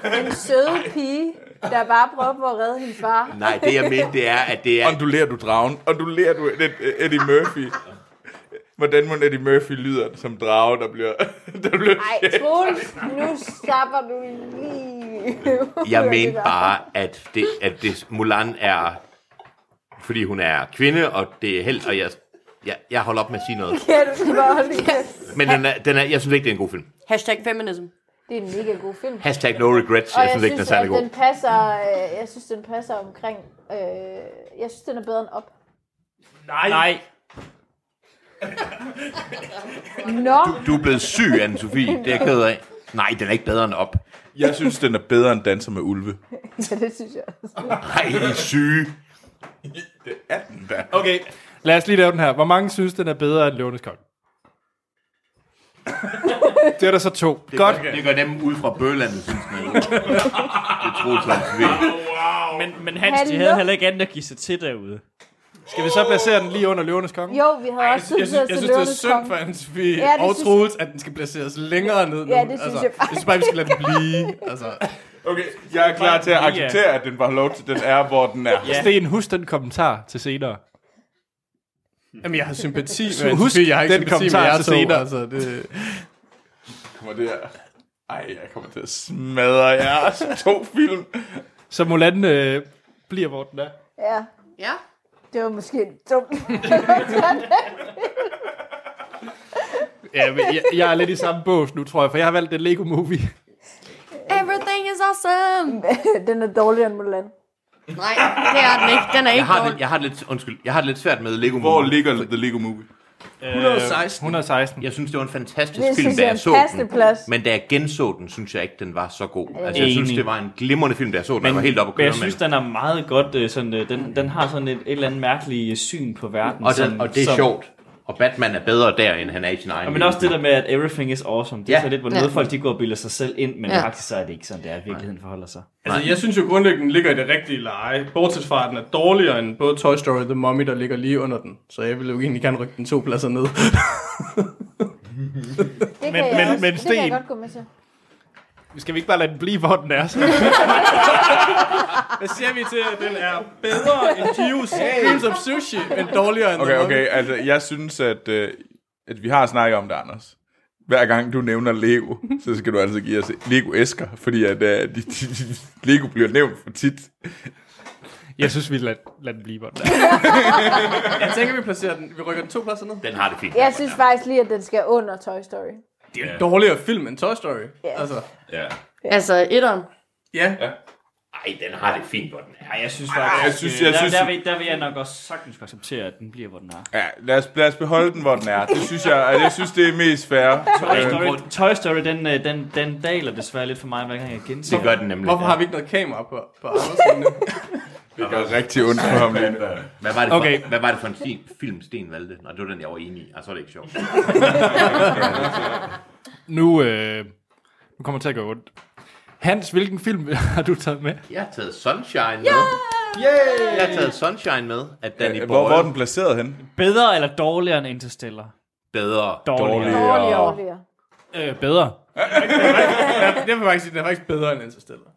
S6: lavet?
S2: dragen.
S10: en søde pige, der bare prøver på at redde hendes far.
S2: Nej, det jeg mente, det er, at det er...
S5: Ondulerer du dragen? Ondulerer du Ed- Eddie Murphy? Hvordan må Eddie Murphy lyder som drage, der bliver... Der bliver
S10: Ej, Troels, nu stopper du lige.
S2: Jeg mente bare, at, det, at det, Mulan er... Fordi hun er kvinde, og det er held, og jeg, jeg, jeg holder op med at sige noget.
S10: Ja, du skal bare holde din kæft.
S2: Men den er, den er, jeg synes ikke, det er en god film.
S6: Hashtag feminism.
S10: Det er en mega god film.
S2: Hashtag no regrets, jeg,
S10: Og
S2: jeg synes ikke, den er særlig
S10: at
S2: god.
S10: den passer, øh, jeg synes, den passer omkring, øh, jeg synes, den er bedre end op.
S7: Nej. Nej.
S10: Nå,
S2: Du er blevet syg, Anne-Sophie. Det er jeg ked af. Nej, den er ikke bedre end op.
S5: Jeg synes, den er bedre end Danser med Ulve.
S10: ja, det synes jeg også.
S2: Nej, I er syge.
S1: Okay, lad os lige lave den her. Hvor mange synes, den er bedre end løvenes konge? Det er der så to.
S2: Det
S1: Godt.
S2: Gør, det gør dem ud fra Bølandet, synes man. det troede Claus V.
S7: Men, men Hans, de
S10: Hallo?
S7: havde heller ikke andet at give sig til derude.
S1: Skal vi så placere den lige under løvenes konge?
S10: Jo, vi havde også
S3: Jeg synes,
S10: synes,
S3: jeg synes det er synd
S10: konge.
S3: for hans vi
S10: Ja, det
S3: ja, og
S10: synes-
S3: Troels, at den skal placeres længere ned nu.
S10: Ja, det synes
S3: altså,
S10: jeg
S3: Jeg synes bare, vi skal lade den blive. Altså.
S5: Okay, jeg er klar til at acceptere, at den var lov til, den er, hvor den er.
S1: Ja. Sten, husk den kommentar til senere.
S3: Jamen, jeg har sympati med
S1: Så
S3: Hans
S1: husk
S3: Sofie, jeg har ikke
S1: den
S3: sympati med
S1: kommentar
S3: jer
S1: til
S3: to.
S1: senere.
S3: Altså, det...
S5: Kommer det her. Ej, jeg kommer til at smadre jer som to film.
S1: Så Mulan øh, bliver, hvor den er.
S10: Ja.
S6: Ja.
S10: Det var måske dumt.
S1: Ja, men jeg, jeg er lidt i samme bås nu, tror jeg, for jeg har valgt den Lego Movie.
S6: Everything is awesome.
S10: den er dårligere end Mulan.
S6: Nej, det er den ikke. Den er
S2: Jeg
S6: ikke
S2: har,
S6: dårlig.
S2: det, jeg har det lidt, undskyld, jeg har det lidt svært med Lego
S5: Hvor
S2: Movie.
S5: ligger The Lego Movie?
S2: 116.
S1: 116.
S2: Jeg synes, det var en fantastisk
S10: Det
S2: film,
S10: synes
S2: da
S10: jeg er
S2: jeg
S10: en
S2: så den.
S10: passende plads.
S2: Men da jeg genså den, synes jeg ikke, den var så god. Altså, jeg
S7: Enig.
S2: synes, det var en glimrende film, da jeg så den. Men, jeg var helt oppe at
S7: men
S2: køre
S7: jeg synes,
S2: med
S7: den er meget godt. øh, Sådan, øh, den, den har sådan et, et eller andet mærkeligt øh, syn på verden.
S2: den. og,
S7: som,
S2: den, og det er
S7: som,
S2: sjovt. Og Batman er bedre der, end han er i sin egen.
S7: Og men også det der med, at everything is awesome. Det er
S2: Ja.
S7: ja. så lidt, hvor
S2: Ja.
S7: noget folk de går og bilder sig selv ind, men
S2: Ja.
S7: ja. faktisk så er det ikke sådan, det er, virkeligheden forholder sig.
S3: Altså, jeg synes jo grundlæggende, den ligger i det rigtige leje. Bortset fra, at den er dårligere end både Toy Story og The Mummy, der ligger lige under den. Så jeg ville jo egentlig gerne rykke den to pladser ned.
S10: Det kan
S1: Men-
S10: jeg
S1: men-
S10: også.
S1: men
S10: Det kan
S1: Sten-
S10: jeg godt gå med til.
S1: Skal vi ikke bare lade den blive, hvor den er? Så?
S3: Hvad siger vi til, at den er bedre end Gios Dreams of Sushi, men dårligere end
S5: Okay,
S3: The
S5: okay, altså jeg synes, at, øh, at vi har snakket om det, Anders. Hver gang du nævner Lego, så skal du altså give os Lego-æsker, fordi at, øh, de, de, de, Lego bliver nævnt for tit.
S1: Jeg synes, vi lader, lader den blive, hvor den er.
S3: Mummy. Jeg tænker, vi placerer den. Vi rykker den to pladser ned.
S2: Den har det fint.
S10: Jeg synes faktisk lige, at den skal under Toy Story.
S3: Det er en dårligere film end Toy Story. Altså,
S8: Ja.
S6: Altså, etteren.
S3: ja.
S2: Ej, den har det fint, hvor den er.
S7: Ej, jeg synes faktisk,
S5: jeg synes-
S7: øh,
S5: jeg
S7: der,
S5: synes-
S7: der, vil, der vil jeg nok også sagtens acceptere, at den bliver, hvor den er.
S5: Ja, lad os, lad os beholde den, hvor den er. Det synes jeg, jeg synes, det er mest fair.
S7: Toy
S5: Øh,
S7: Story, Toy Story den, øh, den, den daler desværre lidt for mig, hver gang jeg genser
S2: Det gør den nemlig.
S3: Hvorfor har vi ikke noget kamera på, på Andersen nu?
S5: Det gør rigtig ondt for ham lige nu.
S2: Hvad var det for,
S1: Okay.
S2: okay. hvad var det for en sti- film, Sten valgte? Nå, det var den, jeg var enig i. Ej, så er det ikke sjovt.
S1: Nu, øh, nu kommer det til at gå ondt. Hans, hvilken film har du taget med?
S2: Jeg har taget Sunshine med.
S1: Yay!
S2: Jeg har taget Sunshine med, at Danny
S5: Øh,
S2: Boyle
S5: Hvor, hvor er den placeret hen?
S7: Bedre eller dårligere end Interstellar?
S2: bedre.
S7: Dårligere.
S10: Dårligere.
S5: Dårligere.
S10: Dårligere.
S1: Øh, bedre.
S3: Det vil jeg faktisk sige, den er faktisk bedre end Interstellar.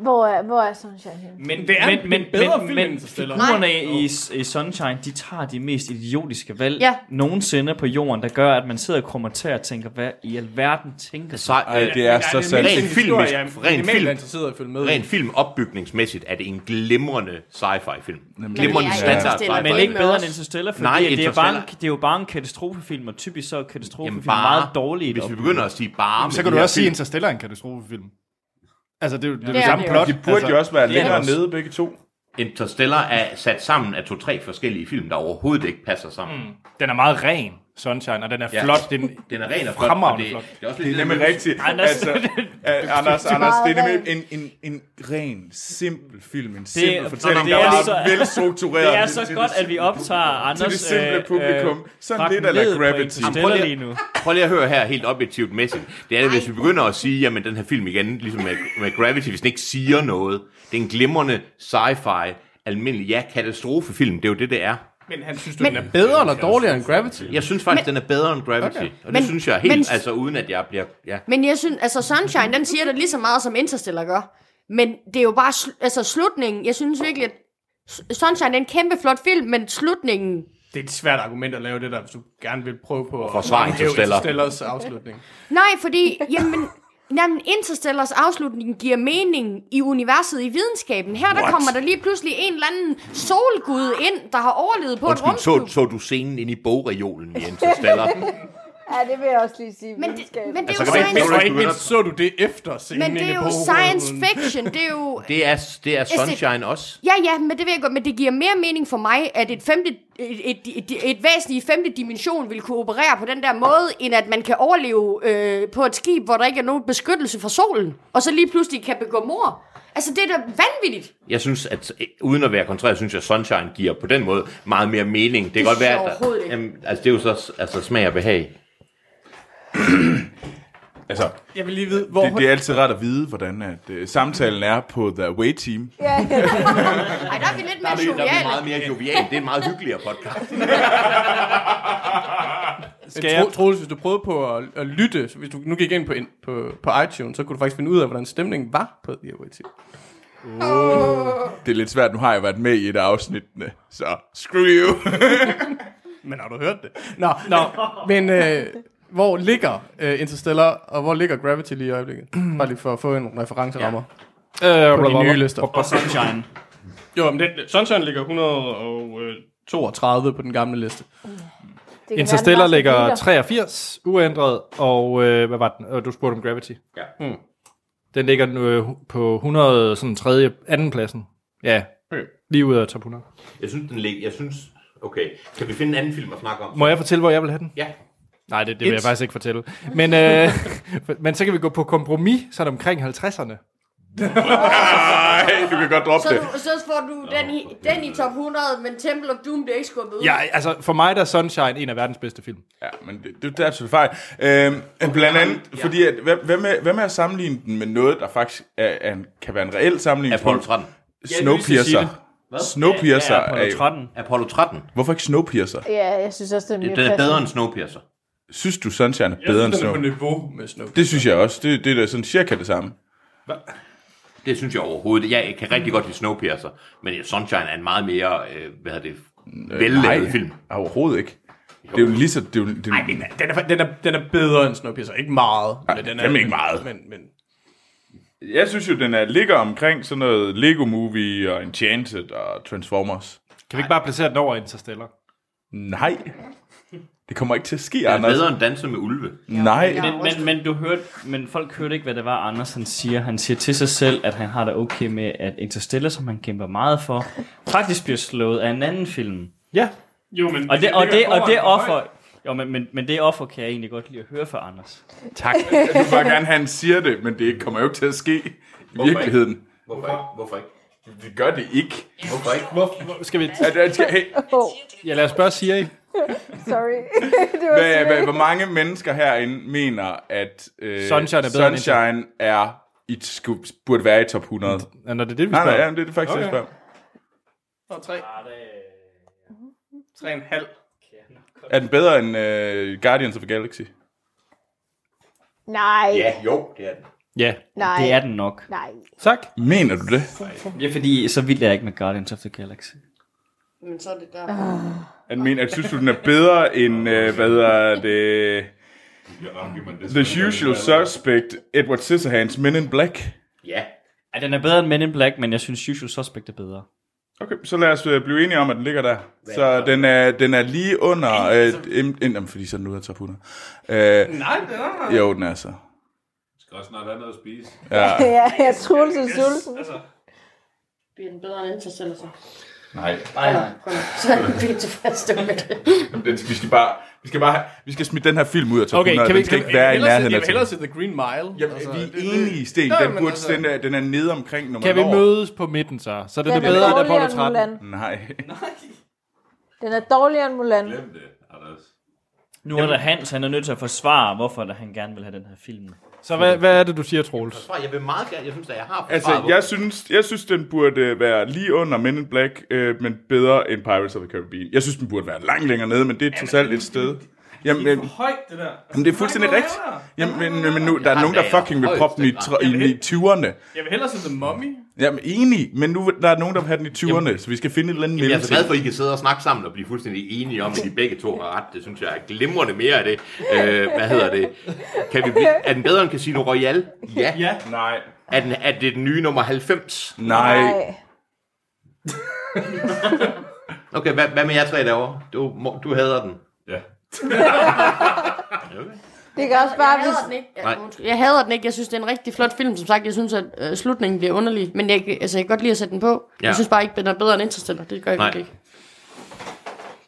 S10: Hvor er, hvor er Sunshine henne?
S7: Men,
S3: Det er en
S7: men, men,
S3: bedre
S7: men,
S3: film end
S7: men
S3: Interstellar.
S7: figurerne i, i Sunshine, de tager de mest idiotiske valg
S6: Ja.
S7: nogensinde på jorden, der gør, at man sidder og krummer tæer og tænker, hvad i alverden tænker
S2: Så,
S5: Ej,
S2: øh,
S5: det er så sandt.
S2: Ren filmisk-
S3: Jeg
S2: ren
S3: er minimalt
S2: film.
S3: interesseret i at følge med.
S2: Rent filmopbygningsmæssigt er det en glimrende sci-fi film.
S6: Men
S2: Glimrende
S6: det er
S2: standard
S6: Interstellar.
S2: sci-fi
S7: Men
S6: Ej,
S7: ikke
S6: men
S7: bedre end
S6: også-
S7: Interstellar, fordi
S2: Nej,
S7: Nej, det, er bare en,
S2: Interstellar-
S7: det er jo bare en katastrofefilm, og typisk så er katastrofefilm
S2: Jamen
S7: bare, meget dårlige.
S2: Hvis vi
S7: deroppe.
S2: begynder at sige bare...
S1: Så kan du også sige, at Interstellar er en katastrofefilm. Altså, det er jo det, er
S6: Det
S1: det
S6: er
S1: samme
S6: det jo.
S1: plot.
S5: De burde
S1: altså,
S5: jo også være
S7: det er
S5: længere
S7: også-
S5: nede, begge to.
S2: Interstellar er sat sammen af to-tre forskellige film, der overhovedet ikke passer sammen. Mm.
S1: Den er meget ren, Sunshine, og den er
S2: Ja.
S1: flot. Den,
S2: Den er ren og flot. og
S1: Fremragende
S2: det,
S1: flot.
S2: det er også
S5: Det
S2: lidt
S5: er nemlig rigtigt.
S7: Anders.
S5: Altså, øh, Anders, Anders, det er nemlig en, en, en ren, simpel film. En simpel
S7: det
S5: fortælling,
S7: er
S5: der var
S7: så-
S5: velstruktureret.
S7: Det er
S5: til-
S7: så
S5: til
S7: godt,
S5: det-
S7: at vi optager Anders...
S5: til det simple
S7: øh,
S5: publikum.
S7: øh,
S5: Sådan
S7: rakken
S5: lidt a la
S7: ned på
S5: Gravity.
S7: Interstellar lige nu.
S2: Prøv lige at høre her helt objektivt mæssigt. Det er, hvis vi begynder at sige, jamen den her film igen, ligesom med, med Gravity, hvis den ikke siger noget. Det er en glimrende sci-fi, almindelig, ja, katastrofefilm. Det er jo det, det er.
S3: Men han synes, du, den er bedre eller dårligere end Gravity?
S2: Jeg synes faktisk, men, den er bedre end Gravity. Okay. Og det
S6: Men-
S2: synes jeg helt,
S6: men-
S2: men, altså uden at jeg bliver... Ja.
S6: Men jeg synes, altså Sunshine, den siger det lige så meget, som Interstellar gør. Men det er jo bare, sl- altså slutningen, jeg synes virkelig, at S- Sunshine det er en kæmpe flot film, men slutningen...
S3: Det er et svært argument at lave det der, hvis du gerne vil prøve på at
S2: forsvare
S3: fremhæve
S2: Interstellar.
S3: Interstellars afslutning.
S6: Nej, fordi, jamen, jamen Interstellars afslutning giver mening i universet, i videnskaben. Her der
S2: What?
S6: kommer der lige pludselig en eller anden solgud ind, der har overlevet på et
S2: Undskyld,
S6: rumskib.
S2: så, så du scenen inde i bogreolen i Interstellar?
S10: Ja, det vil jeg også lige sige.
S6: Men det, men det er
S2: Altså,
S6: jo
S2: kan man ikke
S6: science,
S2: nævne-
S3: Og ikke mindst så du det efter scenen
S1: Øh,
S6: men det
S3: inde
S6: er
S3: i
S6: jo
S3: bogrullen.
S6: science fiction, det er jo...
S2: Det er, det er Sunshine også.
S6: Ja, ja, men det ved jeg godt, men det giver mere mening for mig, at et, femte, et, et, et, et væsentligt femte dimension vil kunne operere på den der måde, end at man kan overleve øh, på et skib, hvor der ikke er nogen beskyttelse fra solen, og så lige pludselig kan begå mor. Altså, det er da vanvittigt.
S2: Jeg synes, at øh, uden at være kontrær, synes jeg, Sunshine giver på den måde meget mere mening. Det kan
S6: Det
S2: godt
S6: synes
S2: være,
S6: jeg
S2: at
S6: overhovedet ikke.
S2: jamen, altså, det er jo så altså, smag og behag.
S5: Altså,
S3: Jeg vil lige vide, hvor...
S5: det, det er altid rart at vide, hvordan at, øh, samtalen er på The Away Team.
S9: Ja.
S6: Ej, der er vi lidt
S2: Der
S6: mere
S2: er vi- der er vi
S6: joviale.
S2: meget mere jovial. Det er en meget hyggeligere podcast.
S3: Skal jeg? Troels, hvis du prøvede på at, at lytte, så hvis du nu gik ind på, ind på, på iTunes, så kunne du faktisk finde ud af, hvordan stemningen var på The Away Team.
S5: Det er lidt svært, nu har jeg været med i et af afsnittene, så screw you.
S3: Men har du hørt det? Nå, nå. men øh, hvor ligger øh, Interstellar, og hvor ligger Gravity lige i øjeblikket? Bare lige for at få en referencerammer.
S1: Ja.
S3: På de nye lister.
S7: Og Sunshine.
S3: Jo, men den, Sunshine ligger 132 på den gamle liste.
S1: Det Interstellar ligger 83 uændret, og øh, hvad var den? Øh, Du spurgte om Gravity.
S2: Ja.
S1: Mm. Den ligger nu, øh, på 100, sådan tredje, anden pladsen. Ja,
S2: Okay.
S1: lige ud af top 100.
S2: Jeg synes, den ligger... Jeg synes... Okay, kan vi finde en anden film at snakke om?
S1: Må jeg fortælle, hvor jeg vil have den?
S2: Ja.
S1: Nej, det, det vil
S2: Et.
S1: jeg faktisk ikke fortælle. Men, øh, men så kan vi gå på kompromis, sådan omkring 50'erne.
S5: Nej, du kan godt droppe
S6: Så, du, så får du den i, den i top 100, men Temple of Doom bliver ikke skubbet ud.
S1: Ja, altså for mig der er Sunshine en af verdens bedste film.
S5: Ja, men det, det, det er absolut fejl. Øhm, blandt andet, fordi at, hvad, hvad, med, hvad med at sammenligne den med noget, der faktisk er, er, en- kan være en reel sammenligning?
S2: Apollo 13.
S5: Snowpiercer. Snowpiercer er jo...
S2: Apollo 13.
S5: Hvorfor ikke Snowpiercer?
S10: Ja, jeg synes også, det er mere
S2: Den er bedre end
S10: passende.
S2: Snowpiercer.
S5: Synes du, Sunshine er bedre end
S3: den er på
S5: Snow?
S3: niveau med Snow.
S5: Det synes jeg også. Det, det er da sådan cirka det samme.
S2: Det synes jeg overhovedet. Jeg kan rigtig godt lide Snowpiercer, men Sunshine er en meget mere, øh, hvad hedder det, vellavet film.
S5: overhovedet ikke. Det er jo lige så... Det er jo, det er,
S3: Nej, den er, den, er, den, er, den er bedre end Snowpiercer. Ikke meget.
S5: Ej,
S3: men den
S5: fandme ikke meget.
S3: Men, men,
S5: Jeg synes jo, den er, ligger omkring sådan noget Lego Movie og Enchanted og Transformers.
S1: Kan vi ikke bare placere den over Interstellar?
S5: Nej. Det kommer ikke til at ske,
S2: Den er
S5: Anders.
S2: bedre end Danser med Ulve.
S5: Nej.
S7: Men, men, men, du hørte, men folk hørte ikke, hvad det var, Anders han siger. Han siger til sig selv, at han har det okay med, at Interstellar, som han kæmper meget for, faktisk bliver slået af en anden film.
S1: Ja.
S11: Jo, men
S7: Og
S11: hvis
S7: det,
S11: vi
S7: og
S11: ligger
S7: det, og
S11: foran
S7: det
S11: for
S7: offer...
S11: højt-
S7: Jo, men, men, men det offer kan jeg egentlig godt lide at høre fra Anders.
S5: Tak. Jeg vil bare gerne, have, han siger det, men det kommer jo ikke til at ske i virkeligheden.
S2: Hvorfor ikke? Hvorfor ikke?
S5: Vi gør det ikke.
S2: Hvorfor ikke?
S1: Hvor, hvor, skal vi...
S5: At, at, at, hey,
S10: Åh,
S1: Ja, lad os spørge Siri.
S10: sorry. det var
S5: hvad, hvad,
S10: sorry.
S5: hvor mange mennesker herinde mener, at øh,
S1: Sunshine er bedre end
S5: Sunshine er i, skulle, burde være i top 100?
S1: Ja, når det er det, vi
S5: Nej,
S1: spørger.
S5: nej, ja, det er det faktisk, okay. jeg
S1: Okay.
S5: spørger.
S3: og tre. Mm-hmm. Tre en halv.
S5: Er den bedre end øh, Guardians of the Galaxy?
S10: Nej,
S2: Ja, jo, det er den.
S1: Ja.
S10: nej,
S7: Det er den nok.
S10: nej.
S1: Tak.
S5: Mener du det?
S7: Ja, fordi så vild er jeg ikke med Guardians of the Galaxy.
S6: Men så er det der.
S5: Han mener, at synes du, den er bedre end, øh, hvad er det, The Usual Suspect, Edward Scissorhands Men in Black?
S2: Ja.
S7: Ja, den er bedre end Men in Black, men jeg synes Usual Suspect er bedre.
S5: Okay, så lad os øh, blive enige om, at den ligger der. Så den er, den er lige under... Øh, em, en, jamen, fordi så er den ude af top 100. Øh,
S3: Nej, det er
S5: jo, den er så.
S8: Skal også snart have noget at spise.
S5: Ja.
S10: Ja, jeg er Troels og sulten.
S8: Altså,
S6: Bliver den bedre end Interstellar så?
S5: Nej.
S6: Nej, nej. Så er den fint tilfreds med det.
S5: Jamen, Den, vi skal bare... Vi skal bare... Vi skal smide den her film ud af top
S1: Okay,
S5: 100.
S1: kan vi-
S5: den skal
S1: kan vi-
S5: ikke være i
S3: Hellere se-
S5: nærheden
S3: Jeg
S5: af top
S3: vil hellere se The Green Mile.
S5: Jamen,
S3: Altså,
S5: vi
S3: det-
S5: er
S3: det-
S5: enige i Sten.
S3: Nå,
S5: Den,
S3: men
S5: burde,
S3: altså-
S5: den, er, den er nede omkring nummer
S1: Kan vi mødes på midten så? Så er det, det bedre end Apollo 13.
S5: Nej.
S10: Den er dårligere end Mulan.
S8: glem det, Anders.
S7: Nu er der Hans, han er nødt til at forsvare, hvorfor der han gerne vil have den her film.
S1: Så hvad, hvad er det, du siger, Troels?
S2: Svar, jeg vil meget gerne, jeg synes, at jeg har
S5: Altså,
S2: forsvaret,
S5: jeg synes, jeg synes, den burde øh, være lige under Men in Black, øh, men bedre end Pirates of the Caribbean. Jeg synes, den burde være langt længere nede, men det er trods alt et sted. Jamen,
S11: Det er
S5: jamen,
S11: for højt, det der. Altså,
S5: jamen, det er fuldstændig
S11: hvor er
S5: rigtigt.
S11: der?
S5: Jamen, men, men nu, der er
S2: har
S5: nogen, der
S2: lavet
S5: fucking vil
S2: højeste
S5: proppe den i,
S2: grad.
S5: tr- i, i 20'erne.
S11: Jeg vil hellere se The Mummy.
S5: Jamen, enig, men nu der er nogen, der vil have den i 20'erne, så vi skal finde et eller andet
S2: Jeg er så glad
S5: mellemting.
S2: for, at I kan sidde og snakke sammen og blive fuldstændig enige om, at I begge to har ret. Det synes jeg er glimrende mere af det. Øh, hvad hedder det? Kan vi blive, er den bedre end Casino Royale? Ja. ja.
S5: Nej.
S2: Er, den, er det den nye nummer 90?
S5: Nej.
S10: Nej.
S2: Okay, hvad, hvad med jer tre derovre? Du, må- du hader den.
S8: Ja.
S2: Okay.
S10: Det kan også
S6: Jeg
S10: bare, hvis...
S6: hader den ikke. Jeg,
S2: Nej.
S6: undskyld. jeg hader den ikke. Jeg synes, det er en rigtig flot film, som sagt. Jeg synes, at øh, slutningen bliver underlig. Men jeg, altså, jeg kan godt lide at sætte den på. Ja.
S2: Ja.
S6: Jeg synes bare ikke, den er bedre end Interstellar. Det gør jeg
S2: Nej.
S6: virkelig ikke.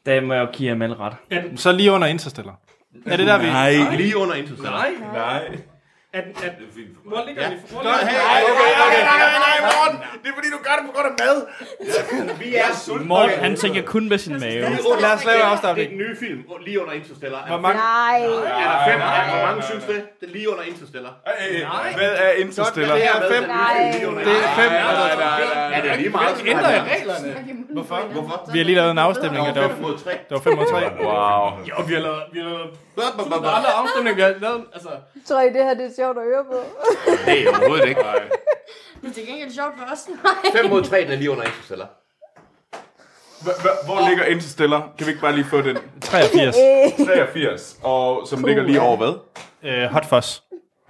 S7: Der må jeg jo give ham alle ret.
S1: Så lige under Interstellar. Er det der, vi...
S5: Nej.
S2: Lige under Interstellar.
S11: Nej.
S5: Nej.
S11: At, at,
S8: Det er fint for mig.
S11: hvor ligger den? i- Hvor
S2: Hey,
S11: ligger den?
S2: okay, okay.
S5: Nej, nej, nej, Morten! Det er fordi, du gør
S2: gør det på grund af mad. Vi er sultne.
S7: Morten, han tænker kun med sin mave.
S2: Lad os lave en
S12: afstemning.
S2: Det er den nye film, lige under Interstellar. Er
S12: Hvor
S2: der
S12: mange-
S2: fem-
S12: Nej.
S2: Er der fem?
S12: Nej.
S2: Er- Hvor mange synes det? Det er lige under Interstellar. Nej.
S5: Hvad er Interstellar?
S2: Godt, Det er fem.
S12: Det er fem.
S2: Nej, nej, nej, nej. Ja, det er lige meget.
S12: Ændrer jeg
S2: reglerne? Hvorfor? Hvorfor?
S12: Vi har lige lavet en afstemning,
S2: Det
S12: og det var,
S2: fem mod tre.
S12: det var 5 mod 3.
S5: Wow.
S11: Ja, og vi har lavet, vi har lavet
S2: tusind
S11: andre afstemninger. Vi har lavet, altså,
S10: Tror I, det her det er sjovt at høre på?
S2: Det er overhovedet ikke.
S6: Det er til gengæld sjovt for os. Nej.
S2: 5 mod 3, den er lige under Interstellar.
S5: Hvor ligger Interstellar? Kan vi ikke bare lige få den?
S1: 83.
S10: Øh,
S5: 83. Og som ligger lige over hvad?
S1: Øh, hot Fuzz.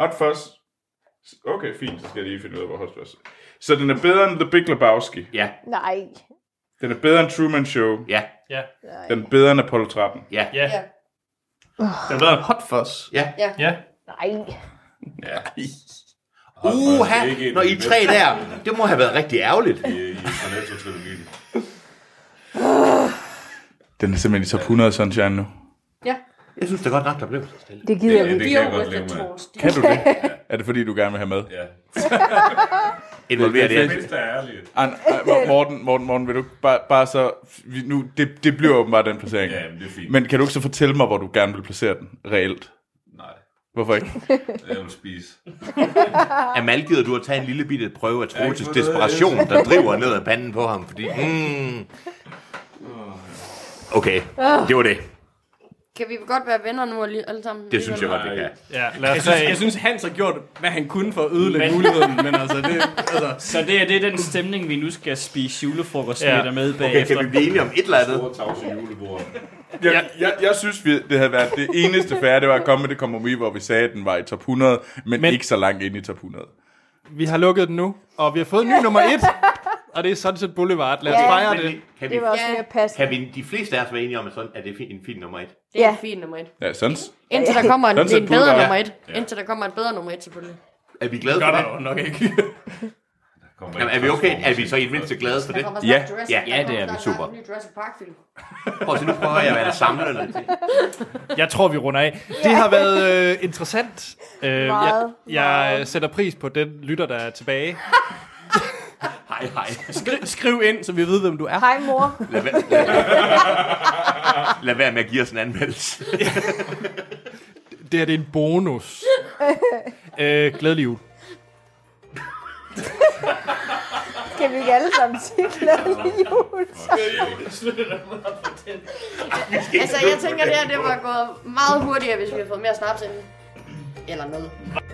S5: Hot Fuzz. Okay, fint. Så skal jeg lige finde ud af, hvor Hot Fuzz er. Så den er bedre end The Big Lebowski.
S2: Ja.
S10: Nej.
S5: Den er bedre end Truman Show.
S2: Ja.
S1: Ja.
S5: Den er bedre end Apollo 13.
S2: Ja.
S1: Ja.
S11: det har været en hot fuzz.
S2: Ja.
S10: Ja.
S1: ja.
S10: Nej.
S2: Ja. Uha, når I tre der, det må have været rigtig ærgerligt.
S5: Den er simpelthen i top 100 Sunshine nu.
S6: Ja.
S2: Jeg synes da godt nok, der blev så stille.
S10: Det gider vi ikke.
S5: Kan du det? Er det fordi, du gerne vil have med? Ja.
S2: Involver det.
S5: An, ej, Morten, Morten, Morten, vil du ikke bare, bare så... vi- Nu, det, det bliver åbenbart den placering.
S8: Ja, men det er fint.
S5: Men kan du ikke så fortælle mig, hvor du gerne vil placere den reelt?
S8: Nej.
S5: Hvorfor ikke?
S8: Jeg vil spise.
S2: Amal gider du at tage en lille bitte prøve af
S8: Jeg har
S2: Troels
S8: ikke fået
S2: desperation,
S8: noget.
S2: der driver ned ad panden på ham, fordi... Mm, okay,
S10: Ah.
S2: det var det.
S6: Kan vi godt være venner nu alli- alle sammen?
S2: Det synes jeg godt, det kan.
S1: Ja,
S2: lad os
S11: jeg, synes,
S2: tage-
S11: jeg synes, Hans har gjort, hvad han kunne for at ødelægge muligheden, men altså, det, altså,
S7: Så det er, det er den stemning, vi nu skal spise julefrokost
S11: Ja.
S7: ja. med
S11: Okay,
S7: bagefter.
S2: kan vi blive enige om et eller andet?
S8: Store tavse julebord.
S5: Jeg, jeg, jeg synes, vi, det havde været det eneste færre, det var at komme med det kompromis, hvor vi sagde, at den var i top 100, men, men ikke så langt ind i top 100.
S1: Vi har lukket den nu, og vi har fået ny nummer 1. Og det er Sunset Boulevard. Lad os
S2: Ja.
S1: fejre
S2: Men
S1: det.
S2: Kan
S10: Det var også mere passende.
S2: Kan vi, de fleste af os være enige om, at sådan, at det er fi- en fin nummer et?
S6: Det er en fin nummer et.
S5: Ja, sådan.
S6: Indtil der kommer en,
S2: Sådan set
S6: en bedre
S2: putter-
S6: nummer
S2: Ja.
S6: et. Indtil der kommer en bedre nummer et, selvfølgelig.
S2: Er vi glade
S11: Det
S2: for
S11: gør
S2: det?
S11: der jo nok ikke.
S2: Jamen, er vi okay? Er vi så i det mindste glade for det? ja, ja det er vi. Super.
S6: Jurassic Park-film.
S2: Prøv at se, nu prøver jeg at være samlende.
S1: Jeg tror, vi runder af. Det har været øh, interessant. Øh, jeg,
S2: Meget,
S1: jeg sætter pris på den lytter, der er tilbage.
S2: hej, hej.
S1: Skri, skriv ind, så vi ved, hvem du er.
S10: Hej, mor.
S2: Lad være, lad, lad være med at give os en anmeldelse.
S1: Det her det er en bonus. Øh, glædelig jul.
S10: Skal vi ikke alle sammen sige glædelig jul?
S6: altså, jeg tænker, det her det var gået meget hurtigere, hvis vi havde fået mere snaps inden. Eller noget.